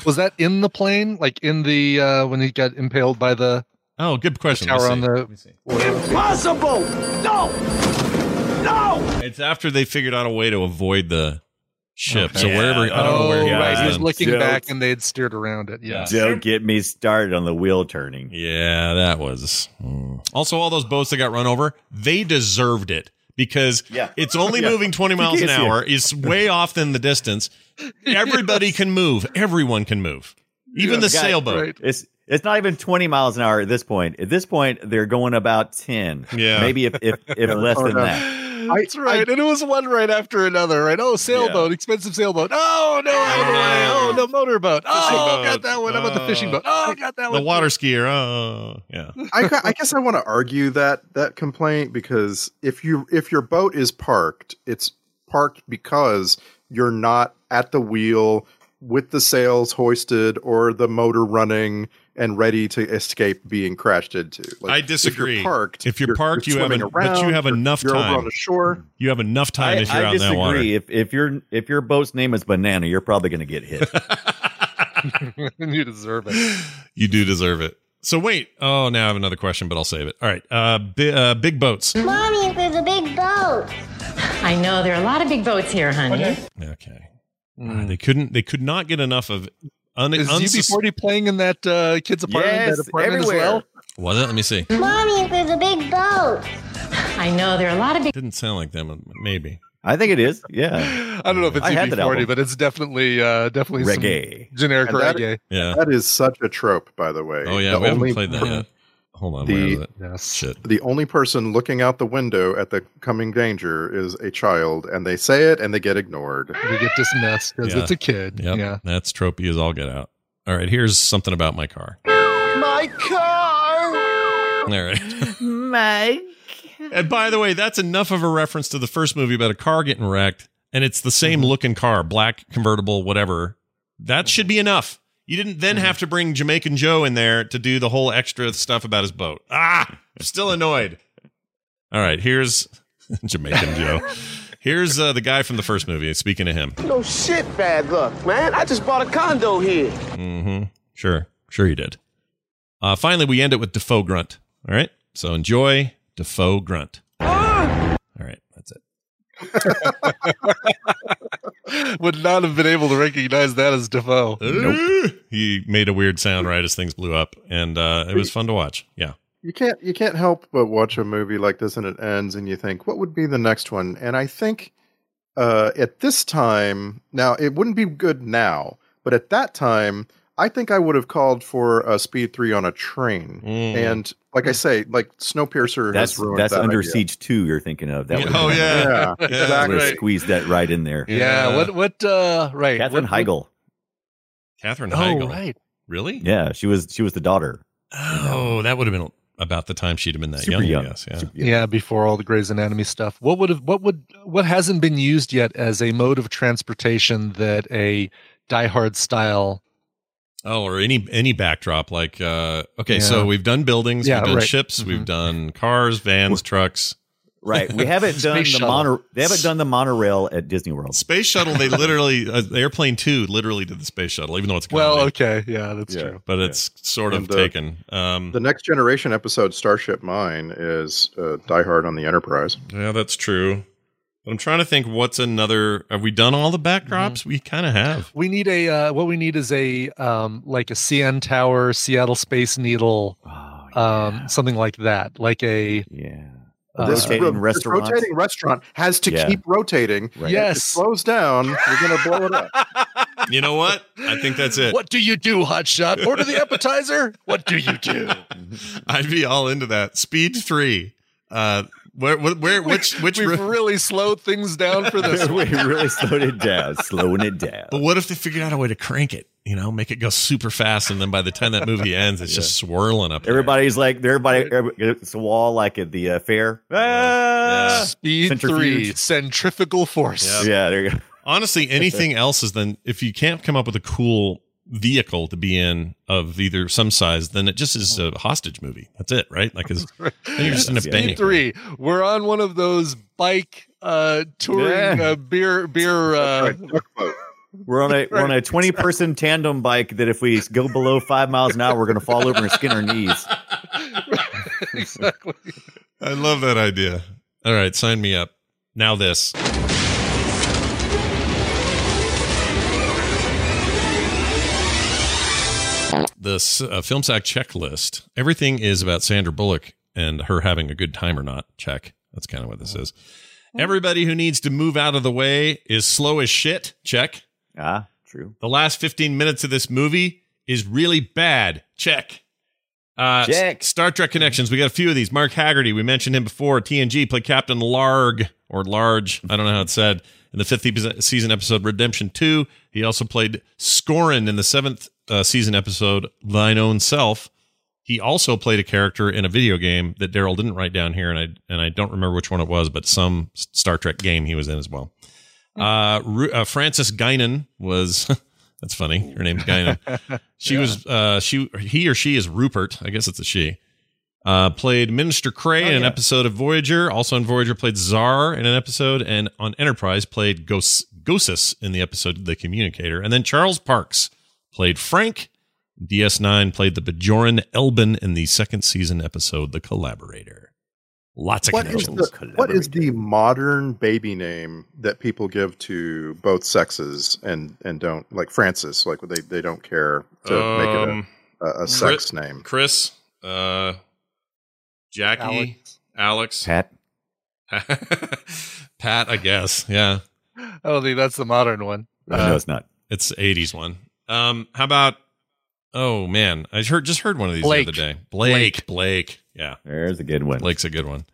Was that in the plane? Like in the uh when he got impaled by the
Oh, good question. Let me
tower on
see.
the
Impossible! No! No!
It's after they figured out a way to avoid the ship. So
Okay.
wherever I don't know where he
Oh,
was
right.
he was
then.
looking
Joe.
back and they had steered around it. Yeah.
Don't get me started on the wheel turning.
Yeah, that was. mm. Also, all those boats that got run over, they deserved it because
Yeah.
it's only
Yeah.
moving 20 miles an
Yes, yeah.
hour. It's way off in the distance. Everybody can move. Everyone can move. Even the
Guy-
sailboat.
It's it's not even twenty miles an hour at this point. At this point, they're going about ten.
Yeah.
maybe if if, if less
Oh,
than
no.
that.
That's right. and it was one right after another, right? Oh, sailboat, expensive sailboat. Oh, no, out of the way. Oh, no, motorboat. Oh,
Fishing boat.
got that one. How about the fishing boat? Oh, got that
The
one.
water skier. Oh, yeah.
I, gu- I guess I want to argue that that complaint because if you if your boat is parked, it's parked because you're not at the wheel with the sails hoisted or the motor running and ready to escape being crashed into. Like,
I
if you're
disagree.
parked,
If you're parked, you have
swimming
an- but you have
you're-
enough
you're
time.
over on the shore.
You have enough time
I,
if you're
I
out in that water.
disagree. If if your if your boat's name is Banana, you're probably going to get hit.
you deserve it.
You do deserve it. So wait. Oh, now I have another question, but I'll save it. All right. Uh, bi- uh big boats.
Mommy, there's a big boat.
I know there are a lot of big boats here, honey.
Okay.
Hmm.
Uh, they couldn't. They could not get enough of. Un-
Is
unsus-
UB40 playing in that uh, kid's apartment,
Yes,
that apartment
everywhere.
as well?
was it? Let me see.
Mommy, there's a big boat.
I know there are a lot of big.
Didn't sound like them. uh, Maybe.
I think it is. Yeah,
I don't know if it's
I had that
UB40,
album.
but it's definitely uh, definitely some
reggae.
generic
And that-
reggae.
Yeah.
That is such a trope, by the way.
Oh yeah.
Uh, The
we haven't
only-
played that yet. Hold on. where
The-
is it?
Yes.
Shit.
the only person looking out the window at the coming danger is a child, and they say it and they get ignored.
You get dismissed because
Yeah.
it's a kid.
Yep.
Yeah.
That's tropey as all get out. All right. Here's something about my car.
My
All
car!
right. And by the way, that's enough of a reference to the first movie about a car getting wrecked, and it's the same
Mm-hmm.
looking car, black convertible, whatever. That should be enough. You didn't
Mm-hmm.
then have to bring Jamaican Joe in there to do the whole extra stuff about his boat. Ah, I'm still annoyed. All right, here's Jamaican Joe. Here's uh, the guy from the first movie. Speaking to him,
No shit, bad luck, man. I just bought a condo here.
mm-hmm. sure, sure you did. Uh, finally, we end it with Defoe grunt. All right, so enjoy Defoe grunt. All right, that's it.
Would not have been able to recognize that as Defoe.
He made a weird sound right as things blew up, and uh, it was fun to watch. Yeah.
You can't you can't help but watch a movie like this and it ends and you think, what would be the next one? And I think uh, at this time, now it wouldn't be good now, but at that time, I think I would have called for a Speed Three on a train.
Mm.
And like I say, like Snowpiercer
That's
has ruined
that's
that
under
idea.
siege two. You're thinking of that.
Oh, yeah.
Yeah,
Yeah,
would
exactly.
squeeze that right in there.
Yeah.
Yeah.
What? What? Uh, right.
Catherine
what,
Heigl.
Catherine
Oh,
Heigl.
right.
Really?
Yeah, she was she was the daughter.
Oh, that would have been about the time she'd have been that
Super
young,
young.
I guess. Yeah.
Super
Yeah. before all the Grey's Anatomy stuff. What would have what would what hasn't been used yet as a mode of transportation that a Die Hard style
Oh, or any any backdrop like uh okay,
Yeah.
so we've done buildings,
Yeah,
we've done
Mm-hmm.
right.
ships,
Mhm.
we've done cars, vans, trucks.
Right. We haven't done
Space
the
shuttle.
mono, they haven't done the monorail at Disney World.
Space shuttle. They literally uh, airplane two literally did the space shuttle, even though it's a
Well,
comedy,
okay, yeah, that's true.
but it's sort of
And, uh,
taken. Um,
the next generation episode, Starship Mine, is uh, Die Hard on the Enterprise.
yeah, that's true. But I'm trying to think what's another. Have we done all the backdrops? We kind of have.
We need a uh, what we need is a um, like a CN Tower, Seattle Space Needle,
Oh,
um, something like that, like a uh,
yeah.
This, ro- this rotating restaurant has to
Yeah.
keep rotating.
Right.
If it
Yes.
slows down. We're gonna blow it up.
You know what? I think that's it.
What do you do, Hotshot? Order the appetizer. What do you do?
I'd be all into that. Speed three. Uh, where, where, where which, which,
We've
ro-
really slowed things down for this.
we
one.
really slowed it down, slowing it down.
but what if they figured out a way to crank it? You know, make it go super fast, and then by the time that movie ends, it's just swirling up. There.
Everybody's like, everybody, every- it's a wall like at the uh, fair. Ah!
Speed three,
Centrifuge.
centrifugal force.
Yeah, there you go.
Honestly, anything else is then if you can't come up with a cool vehicle to be in of either some size, then it just is a hostage movie. That's it, right? Like, is then you're just in a
Speed
bank.
three. We're on one of those bike uh, touring
Yeah.
uh, beer beer. Uh,
We're on a we're on a twenty person tandem bike that if we go below five miles an hour, we're gonna fall over and skin our knees.
exactly.
I love that idea. All right, sign me up. Now this. The s- uh, film sack checklist. Everything is about Sandra Bullock and her having a good time or not. Check. That's kind of what this is. Everybody who needs to move out of the way is slow as shit. Check.
Ah, true.
The last 15 minutes of this movie is really bad. Check. Uh,
Check.
S- Star Trek connections. We got a few of these. Mark Haggerty, we mentioned him before. TNG played Captain Larg or Large. I don't know how it's said. In the fifth epi- season episode Redemption 2, he also played Scorin in the seventh uh, season episode Thine Own Self. He also played a character in a video game that Daryl didn't write down here, and I and I don't remember which one it was, but some S- Star Trek game he was in as well. Uh, Ru- uh, Frances Guinan was that's funny. Her name's Guinan. She was uh, she he or she is Rupert. I guess it's a she. Uh, played Minister Cray in an episode of Voyager. Also on Voyager, played Czar in an episode, and on Enterprise played Gos- Gosis in the episode The Communicator. And then Charles Parks played Frank. DS9 played the Bajoran Elbin in the second season episode The Collaborator. Lots of
What is,
connections.
the, what is the modern baby name that people give to both sexes and and don't like Francis? Like they they don't care to make
Um,
it a, a, a sex name.
Chris, uh, Jackie, Alex,
Pat.
Pat, I guess. Yeah.
I don't think that's the modern one.
Oh,
Uh,
no, it's not.
It's 80s one. Um, how about oh man, I heard just heard one of these
Blake.
the other day. Blake, Blake, Yeah.
There's a good one.
Blake's a good one.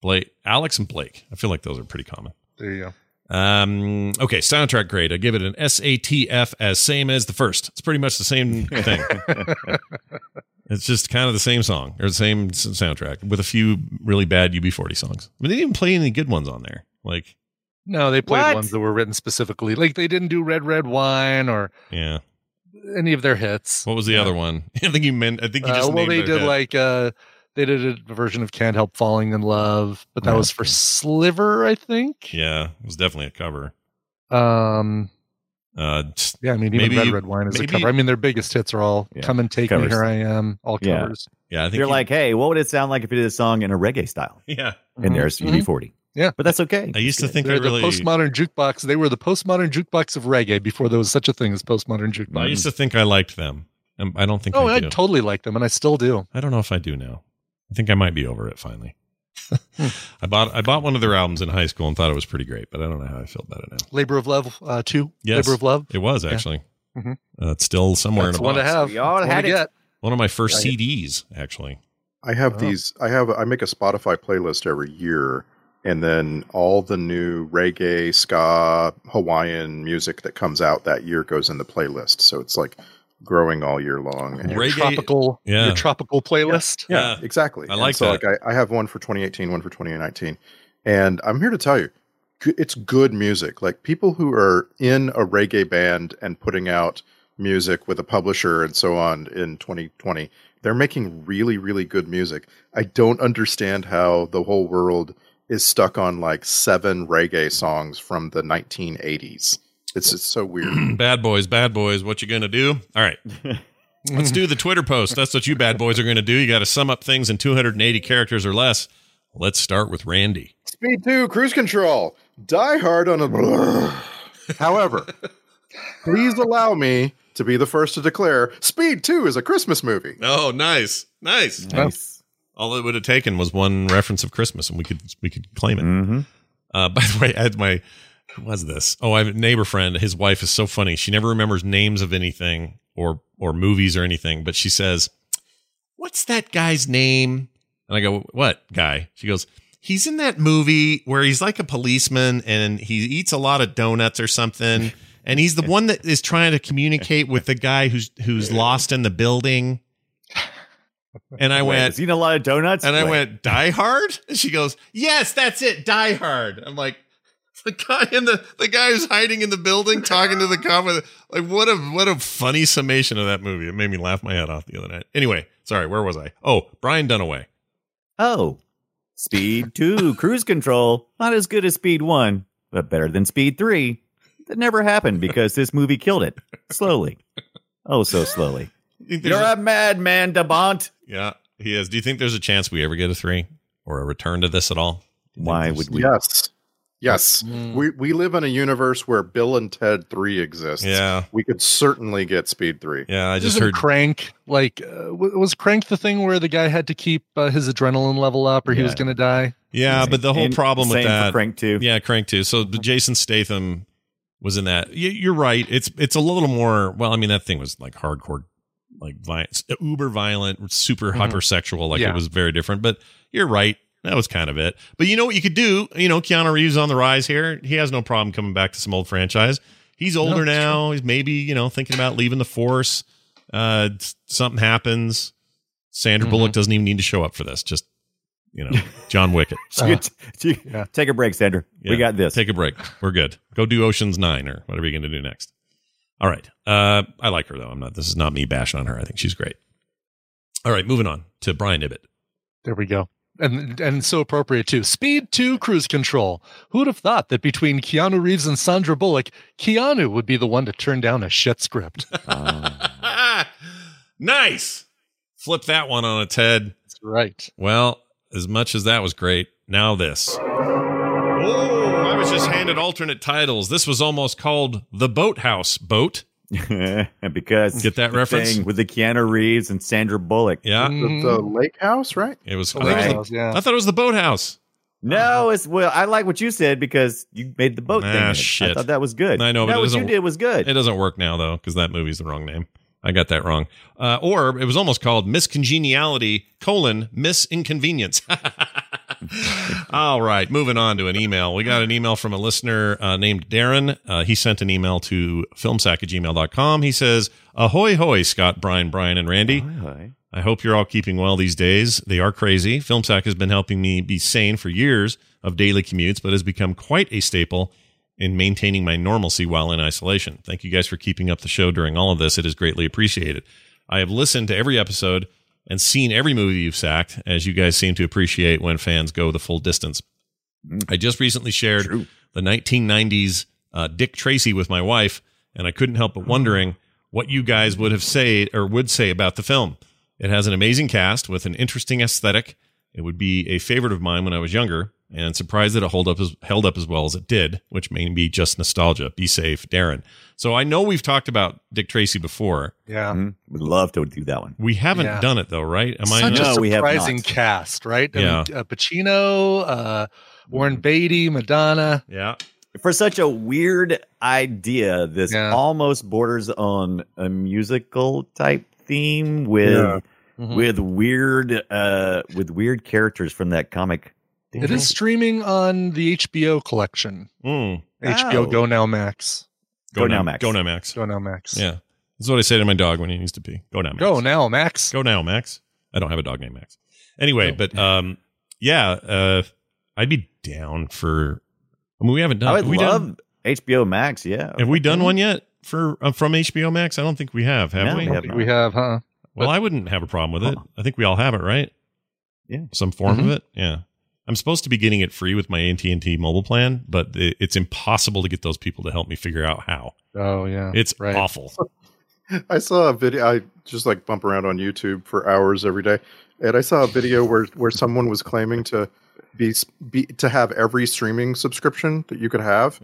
Blake Alex and Blake. I feel like those are pretty common.
There you go.
Um, okay, soundtrack grade. I give it an SATF as same as the first. It's pretty much the same thing. it's just kind of the same song or the same s- soundtrack with a few really bad UB40 songs. I mean, they didn't even play any good ones on there. Like,
No, they played
What?
ones that were written specifically. Like they didn't do Red Red Wine or
yeah.
any of their hits.
What was the other one? I think you meant. I think you
Uh,
just
well,
named
they
their
did
hit.
like uh, they did a version of "Can't Help Falling in Love," but that
Yeah.
was for Sliver, I think.
Yeah, it was definitely a cover.
Um,
Uh,
yeah, I mean, even
Maybe
Red
you-
Red Wine is a
maybe-
cover. I mean, their biggest hits are all
Yeah,
"Come and Take Me,"
covers.
"Here I Am," all
Yeah.
covers.
Yeah, I think
They're
you-
like, hey, what would it sound like if you did a song in a reggae style?
yeah.
And there's UB forty.
Yeah,
but that's okay.
I used to think I
They're
really.
the postmodern jukebox. They were the postmodern jukebox of reggae before there was such a thing as postmodern jukebox.
I used to think I liked them. Um, I don't think.
oh,
I,
I
do.
totally like them, and I still do.
I don't know if I do now. I think I might be over it finally.
Hmm.
I bought I bought one of their albums in high school and thought it was pretty great, but I don't know how I feel about it now.
Labor of Love uh, two.
Yes,
Labor of Love.
It was
Yeah.
actually.
Mhm.
Uh, it's still somewhere
That's
in a
one to
box.
have. That's one to get.
One of my first CDs, actually.
I have these. I have. I make a Spotify playlist every year, and then all the new reggae, ska, Hawaiian music that comes out that year goes in the playlist. So it's like growing all year long. And
Your tropical,
yeah.
your tropical playlist.
yeah, exactly.
I
And
like
so,
that.
Like I, I have one for 2018, one for 2019, and I'm here to tell you, g- it's good music. Like people who are in a reggae band and putting out music with a publisher and so on in 2020, they're making really, really good music. I don't understand how the whole world is stuck on like seven reggae songs from the 1980s. It's, it's so weird.
bad boys, bad boys. What you gonna do? All right, let's do the Twitter post. That's what you bad boys are gonna do. You got to sum up things in 280 characters or less. Let's start with Randy.
Speed 2, cruise control. Die hard on a. However, please allow me to be the first to declare Speed 2 is a Christmas movie.
Oh, nice, nice,
Nice.
All it would have taken was one reference of Christmas, and we could we could claim it.
Mm-hmm.
Uh, by the way, I had my who was this? Oh, I have a neighbor friend. His wife is so funny. She never remembers names of anything or or movies or anything, but she says, "What's that guy's name?" And I go, "What guy?" She goes, "He's in that movie where he's like a policeman and he eats a lot of donuts or something." And he's the one that is trying to communicate with the guy who's who's lost in the building. And I
Wait,
went,
Has he eaten a lot of donuts?
and I
Wait.
went, Die Hard? And she goes, Yes, that's it, Die Hard. I'm like, the guy in the the guy who's hiding in the building talking to the cop with like what a what a funny summation of that movie. It made me laugh my head off the other night. Anyway, sorry, where was I? Oh, Brian Dunaway.
Oh, speed two, cruise control, not as good as speed one, but better than speed three. That never happened because this movie killed it slowly. Oh, so slowly. You're a madman, Dabont.
Yeah, he is. Do you think there's a chance we ever get a three or a return to this at all?
Why would we?
Yes. Yes.
Mm.
We, we live in a universe where Bill and Ted 3 exists.
Yeah.
We could certainly get Speed 3.
Yeah, I just
Isn't
heard
crank like uh, w- was crank the thing where the guy had to keep uh, his adrenaline level up or he was
Yeah.
going to die
Yeah, but the whole
And
problem with
same for
that
Crank too.
Yeah, Crank too. So the Jason Statham was in that. Y- You're right. It's it's a little more. Well, I mean that thing was like hardcore, like violent, uber violent, super
Mhm.
hypersexual. Like
Yeah.
it was very different. But you're right. That was kind of it. But you know what you could do? You know, Keanu Reeves on the rise here. He has no problem coming back to some old franchise. He's older
that's
now. He's maybe you know thinking about leaving the force. Uh, s- something happens. Sandra
Mhm.
Bullock doesn't even need to show up for this. Just you know, John Wick it.
You t- you-
yeah.
Take a break, Sandra.
Yeah.
We got this.
Take a break. We're good. Go do Ocean's Nine or whatever you're going to do next. All right. Uh, I like her though. I'm not. This is not me bashing on her. I think she's great. All right. Moving on to Brian Ibbett.
there we go and and so appropriate too speed 2 cruise control who would have thought that between keanu reeves and sandra bullock keanu would be the one to turn down a shit script
nice. Flip that one on its head.
that's right
Well, as much as that was great, now this. Oh, I was just handed alternate titles. This was almost called the Boathouse Boat.
because
Get that
the
reference?
thing with the Keanu Reeves and Sandra Bullock.
Yeah,
The, the
Mm-hmm.
lake house, right?
it was. I,
Oh, that
thought it was
was- yeah.
the, I thought it was the boathouse. Uh-huh.
No, it's well. I like what you said because you made the boat
Ah,
thing. in it.
shit.
I thought that was good.
I know, but
No,
it
what
doesn't-
you did was good.
It doesn't work now though, because that movie's the wrong name. I got that wrong. Uh, or it was almost called Miscongeniality colon Miss Inconvenience. All right, moving on to an email. We got an email from a listener uh, named Darren. Uh, he sent an email to filmsack at gmail.com. He says, Ahoy, hoy, Scott, Brian, Brian, and Randy.
Aye,
I hope you're all keeping well these days. They are crazy. FilmSack has been helping me be sane for years of daily commutes, but has become quite a staple in maintaining my normalcy while in isolation. Thank you guys for keeping up the show during all of this. It is greatly appreciated. I have listened to every episode and seen every movie you've sacked, as you guys seem to appreciate when fans go the full distance. I just recently shared
True.
the 1990s uh, Dick Tracy with my wife, and I couldn't help but wondering what you guys would have said or would say about the film. It has an amazing cast with an interesting aesthetic. It would be a favorite of mine when I was younger, and surprised that it hold up as, held up as well as it did, which may be just nostalgia. Be safe, Darren. So I know we've talked about Dick Tracy before.
yeah
Mhm. Would love to do that one.
We haven't
Yeah.
done it though, right? Am I?
such
No,
a
we have
surprising
not.
cast right I mean,
Yeah.
uh, pacino uh, warren beatty madonna
yeah.
For such a weird idea, this
Yeah.
almost borders on a musical type theme with
Mm-hmm.
Mhm.
with weird uh with weird characters from that comic.
it
Mm-hmm.
is streaming on the hbo collection
Mm.
Oh.
hbo go now max
Go now, Max.
Go now, Max.
go now max
Yeah. That's what I say to my dog when he needs to pee. Go now, Max.
go now max
Go now, Max. I don't have a dog named Max. Anyway,
No.
but um, yeah, uh, I'd be down for. I mean, we haven't done.
I would
have we
love
Done,
HBO Max. Yeah,
have we done one yet for uh, from HBO Max? I don't think we have. Have
No,
we?
we haven't.
we have huh
well, I wouldn't have a problem with it. I think we all have it, right?
Yeah.
Some form
Mhm.
of it. Yeah. I'm supposed to be getting it free with my AT&T mobile plan, but it- it's impossible to get those people to help me figure out how.
Oh yeah,
It's awful.
I saw a video. I just like bump around on YouTube for hours every day, and I saw a video where where someone was claiming to be, s- be to have every streaming subscription that you could have,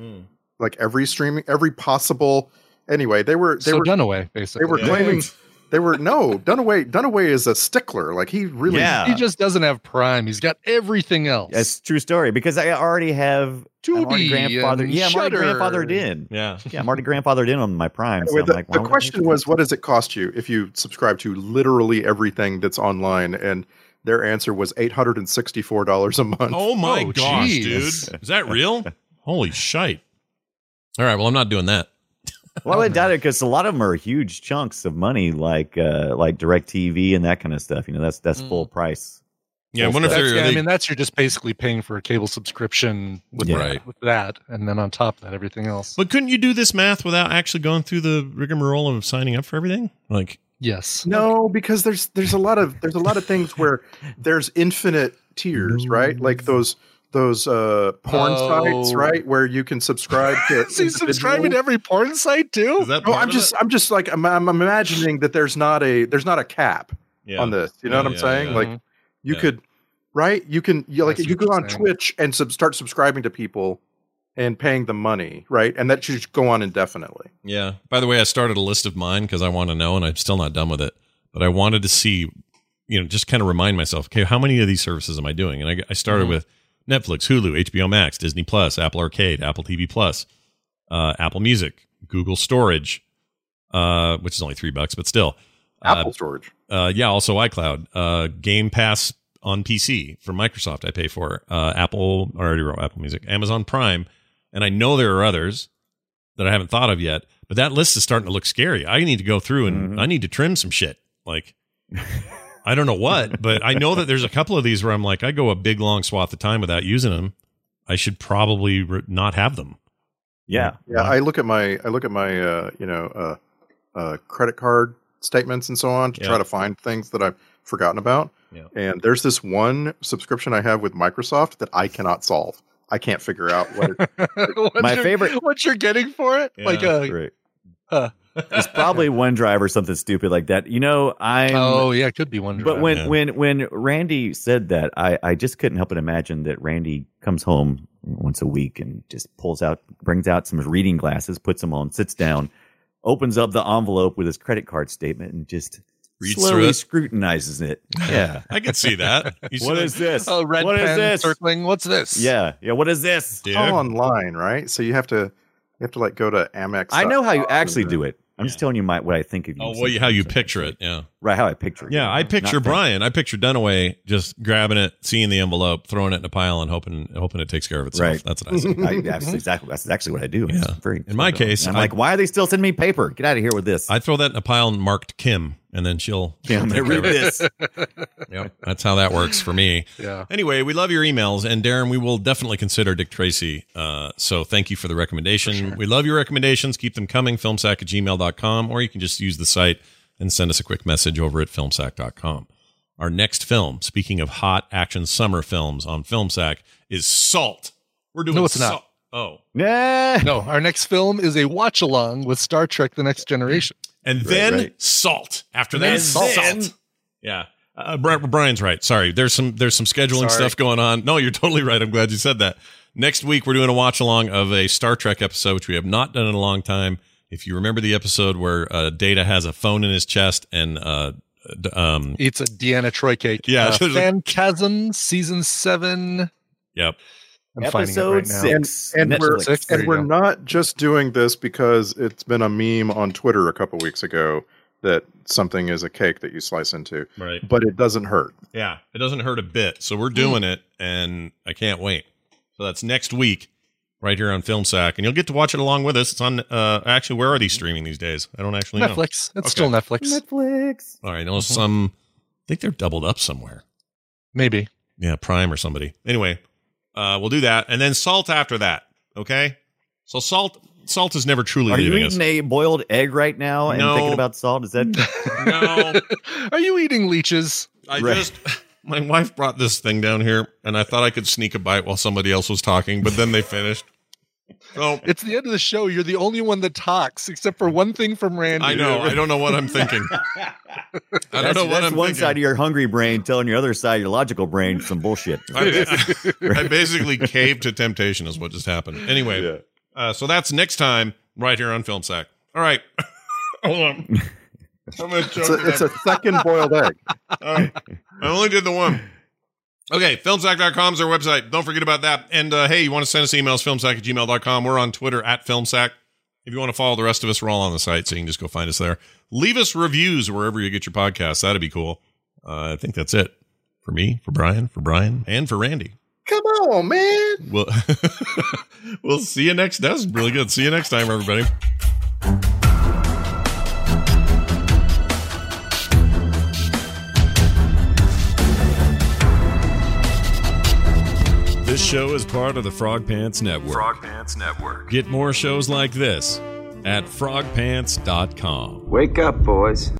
like every streaming, every possible. Anyway, they were they
So
were
Dunaway, basically.
They were
Yeah.
claiming they were no Dunaway. Dunaway is a stickler. Like he really
Uh,
He just doesn't have Prime. He's got everything else.
That's true story because I already have I'm already
Tubi
grandfather.
and
Yeah, I'm already
Shudder.
grandfathered in.
Yeah,
yeah, I'm already grandfathered in on my Prime. So
Anyway,
I'm
the,
like,
the
why would I
question was, what does it cost you if you subscribe to literally everything that's online? And their answer was eight hundred and sixty-four dollars a month.
Oh my gosh, dude. Is that real? Holy shite. All right, well, I'm not doing that.
Well, I would doubt it because a lot of them are huge chunks of money, like uh, like Directv and that kind of stuff. You know, that's that's
Mm.
full price.
Yeah, I
Full
wonder if
stuff.
That's-
they're-
yeah, I
they-
mean, that's you're just basically paying for a cable subscription with,
Yeah.
that,
Right.
with that, and then on top of that, everything else.
But couldn't you do this math without actually going through the rigmarole of signing up for everything? Like,
Yes.
No, because there's there's a lot of there's a lot of things where there's infinite tiers, right? Like those those uh porn
Oh.
sites, right? Where you can subscribe to
Is he subscribing to
individual-
every porn site too? Is
that
No, Oh, I'm just I'm just like I'm, I'm imagining that there's not a there's not a cap
Yeah.
on this. You know
Yeah,
what I'm
yeah,
saying?
yeah.
Like
Mhm.
you
Yeah.
could right? You can you like
I see
you
what
go
you're
on
saying.
Twitch and sub, start subscribing to people and paying them money, right? And that should just go on indefinitely.
Yeah. By the way, I started a list of mine because I want to know, and I'm still not done with it. But I wanted to see, you know, just kind of remind myself, okay, how many of these services am I doing? And I, I started
Mhm.
with Netflix, Hulu, HBO Max, Disney Plus, Apple Arcade, Apple TV Plus, uh, Apple Music, Google Storage, uh, which is only three bucks, but still.
Apple
Uh,
Storage.
Uh, yeah, also iCloud, uh, Game Pass on PC from Microsoft. I pay for uh, Apple. I already wrote Apple Music, Amazon Prime, and I know there are others that I haven't thought of yet. But that list is starting to look scary. I need to go through and
Mm-hmm.
I need to trim some shit. Like I don't know what, but I know that there's a couple of these where I'm like, I go a big long swath of time without using them. I should probably re- not have them.
Yeah.
Yeah, I look at my I look at my uh, you know uh, uh, credit card statements and so on to
Yeah.
try to find things that I've forgotten about.
Yeah.
And there's this one subscription I have with Microsoft that I cannot solve. I can't figure out what it,
What
My
you're-
favorite-
What you're getting for it? like a Oh, huh.
it's probably OneDrive or something stupid like that. You know, I
Oh, yeah, it could be OneDrive.
But when
Yeah.
when when Randy said that, I I just couldn't help but imagine that Randy comes home once a week and just pulls out, brings out some reading glasses, puts them on, sits down, opens up the envelope with his credit card statement, and just
Reads through
slowly
it.
scrutinizes it. Yeah,
I can see that. You see
What
that?
is this?
Oh, red
What is
pen
this?
circling. What's this?
Yeah, yeah. What is this?
it's all online, right? So you have to you have to like go to Amex.
I know how you actually do it. I'm just telling you my what I think of you.
Oh, well, you- how you picture it? Yeah.
right? How I picture it.
Yeah, I picture
Not that.
Brian. I picture Dunaway just grabbing it, seeing the envelope, throwing it in a pile, and hoping hoping it takes care of itself.
Right.
That's what I see.
I- that's exactly that's exactly what I do. It's
Yeah.
free.
In my case,
I'm
I-
like, why are they still sending me paper? Get out of here with this.
I throw that in a pile and marked Kim, and then she'll
Kim,
she'll take
read
care of it.
this.
Yep, that's how that works for me.
Yeah.
Anyway, we love your emails, and Darren, we will definitely consider Dick Tracy. Uh, so thank you for the recommendation. We love your recommendations. Keep them coming. Filmsack at gmail.com, or you can just use the site and send us a quick message over at filmsack.com. Our next film, speaking of hot action summer films on Filmsack, is Salt. We're doing
No, it's not.
Salt. Oh.
Yeah.
No, our next film is a watch along with Star Trek: The Next Generation.
And then Salt. After
And then
that,
Salt.
Salt. Yeah. Uh, Bri- Brian's right. Sorry. There's some there's some scheduling
Sorry.
stuff going on. No, you're totally right. I'm glad you said that. Next week we're doing a watch along of a Star Trek episode which we have not done in a long time. If you remember the episode where uh, Data has a phone in his chest and uh, d- um
It's a Deanna Troy cake.
Yeah,
uh,
there's a-
Phantasm season seven.
yep.
I'm finding it right now.
And, and we're
Netflix. There
and
you
we're
go.
not just doing this because it's been a meme on Twitter a couple weeks ago that something is a cake that you slice into.
Right.
But it doesn't hurt.
Yeah, it doesn't hurt a bit. So we're doing it, and I can't wait. So that's next week, right here on Film Sack, and you'll get to watch it along with us. It's on. Uh, actually, where are these streaming these days? I don't actually know.
Netflix. It's still Netflix.
Netflix.
All right, no, some. I think they're doubled up somewhere.
Maybe.
Yeah, Prime or somebody. Anyway, uh, we'll do that, and then Salt after that. Okay. So Salt, Salt is never truly
Are you
leaving us.
eating a boiled egg right now and
No.
thinking about salt? Is that
no,
Are you eating leeches?
I
Right.
just My wife brought this thing down here, and I thought I could sneak a bite while somebody else was talking, but then they finished. So
it's the end of the show. You're the only one that talks, except for one thing from Randy.
I know. I don't know what I'm thinking. I don't
that's,
know what
that's
I'm
one
thinking.
side of your hungry brain telling your other side, your logical brain, some bullshit.
I, I- I basically caved to temptation, is what just happened. Anyway, uh, so that's next time right here on Film Sack. All right. Hold on. I'm gonna choke
It's a,
it
it's
up.
a second boiled egg.
All right. I only did the one. Okay, filmsack.com is our website. Don't forget about that. And uh, hey, you want to send us emails, filmsack at gmail.com. We're on Twitter at filmsack. If you want to follow the rest of us, we're all on the site, so you can just go find us there. Leave us reviews wherever you get your podcasts. That'd be cool. Uh, I think that's it for me, for Brian, for Brian, and for Randy.
Come on, man.
We'll, we'll see you next. That was really good. See you next time, everybody.
This show is part of the Frog Pants Network.
Frog Pants Network.
Get more shows like this at frogpants.com.
Wake up, boys.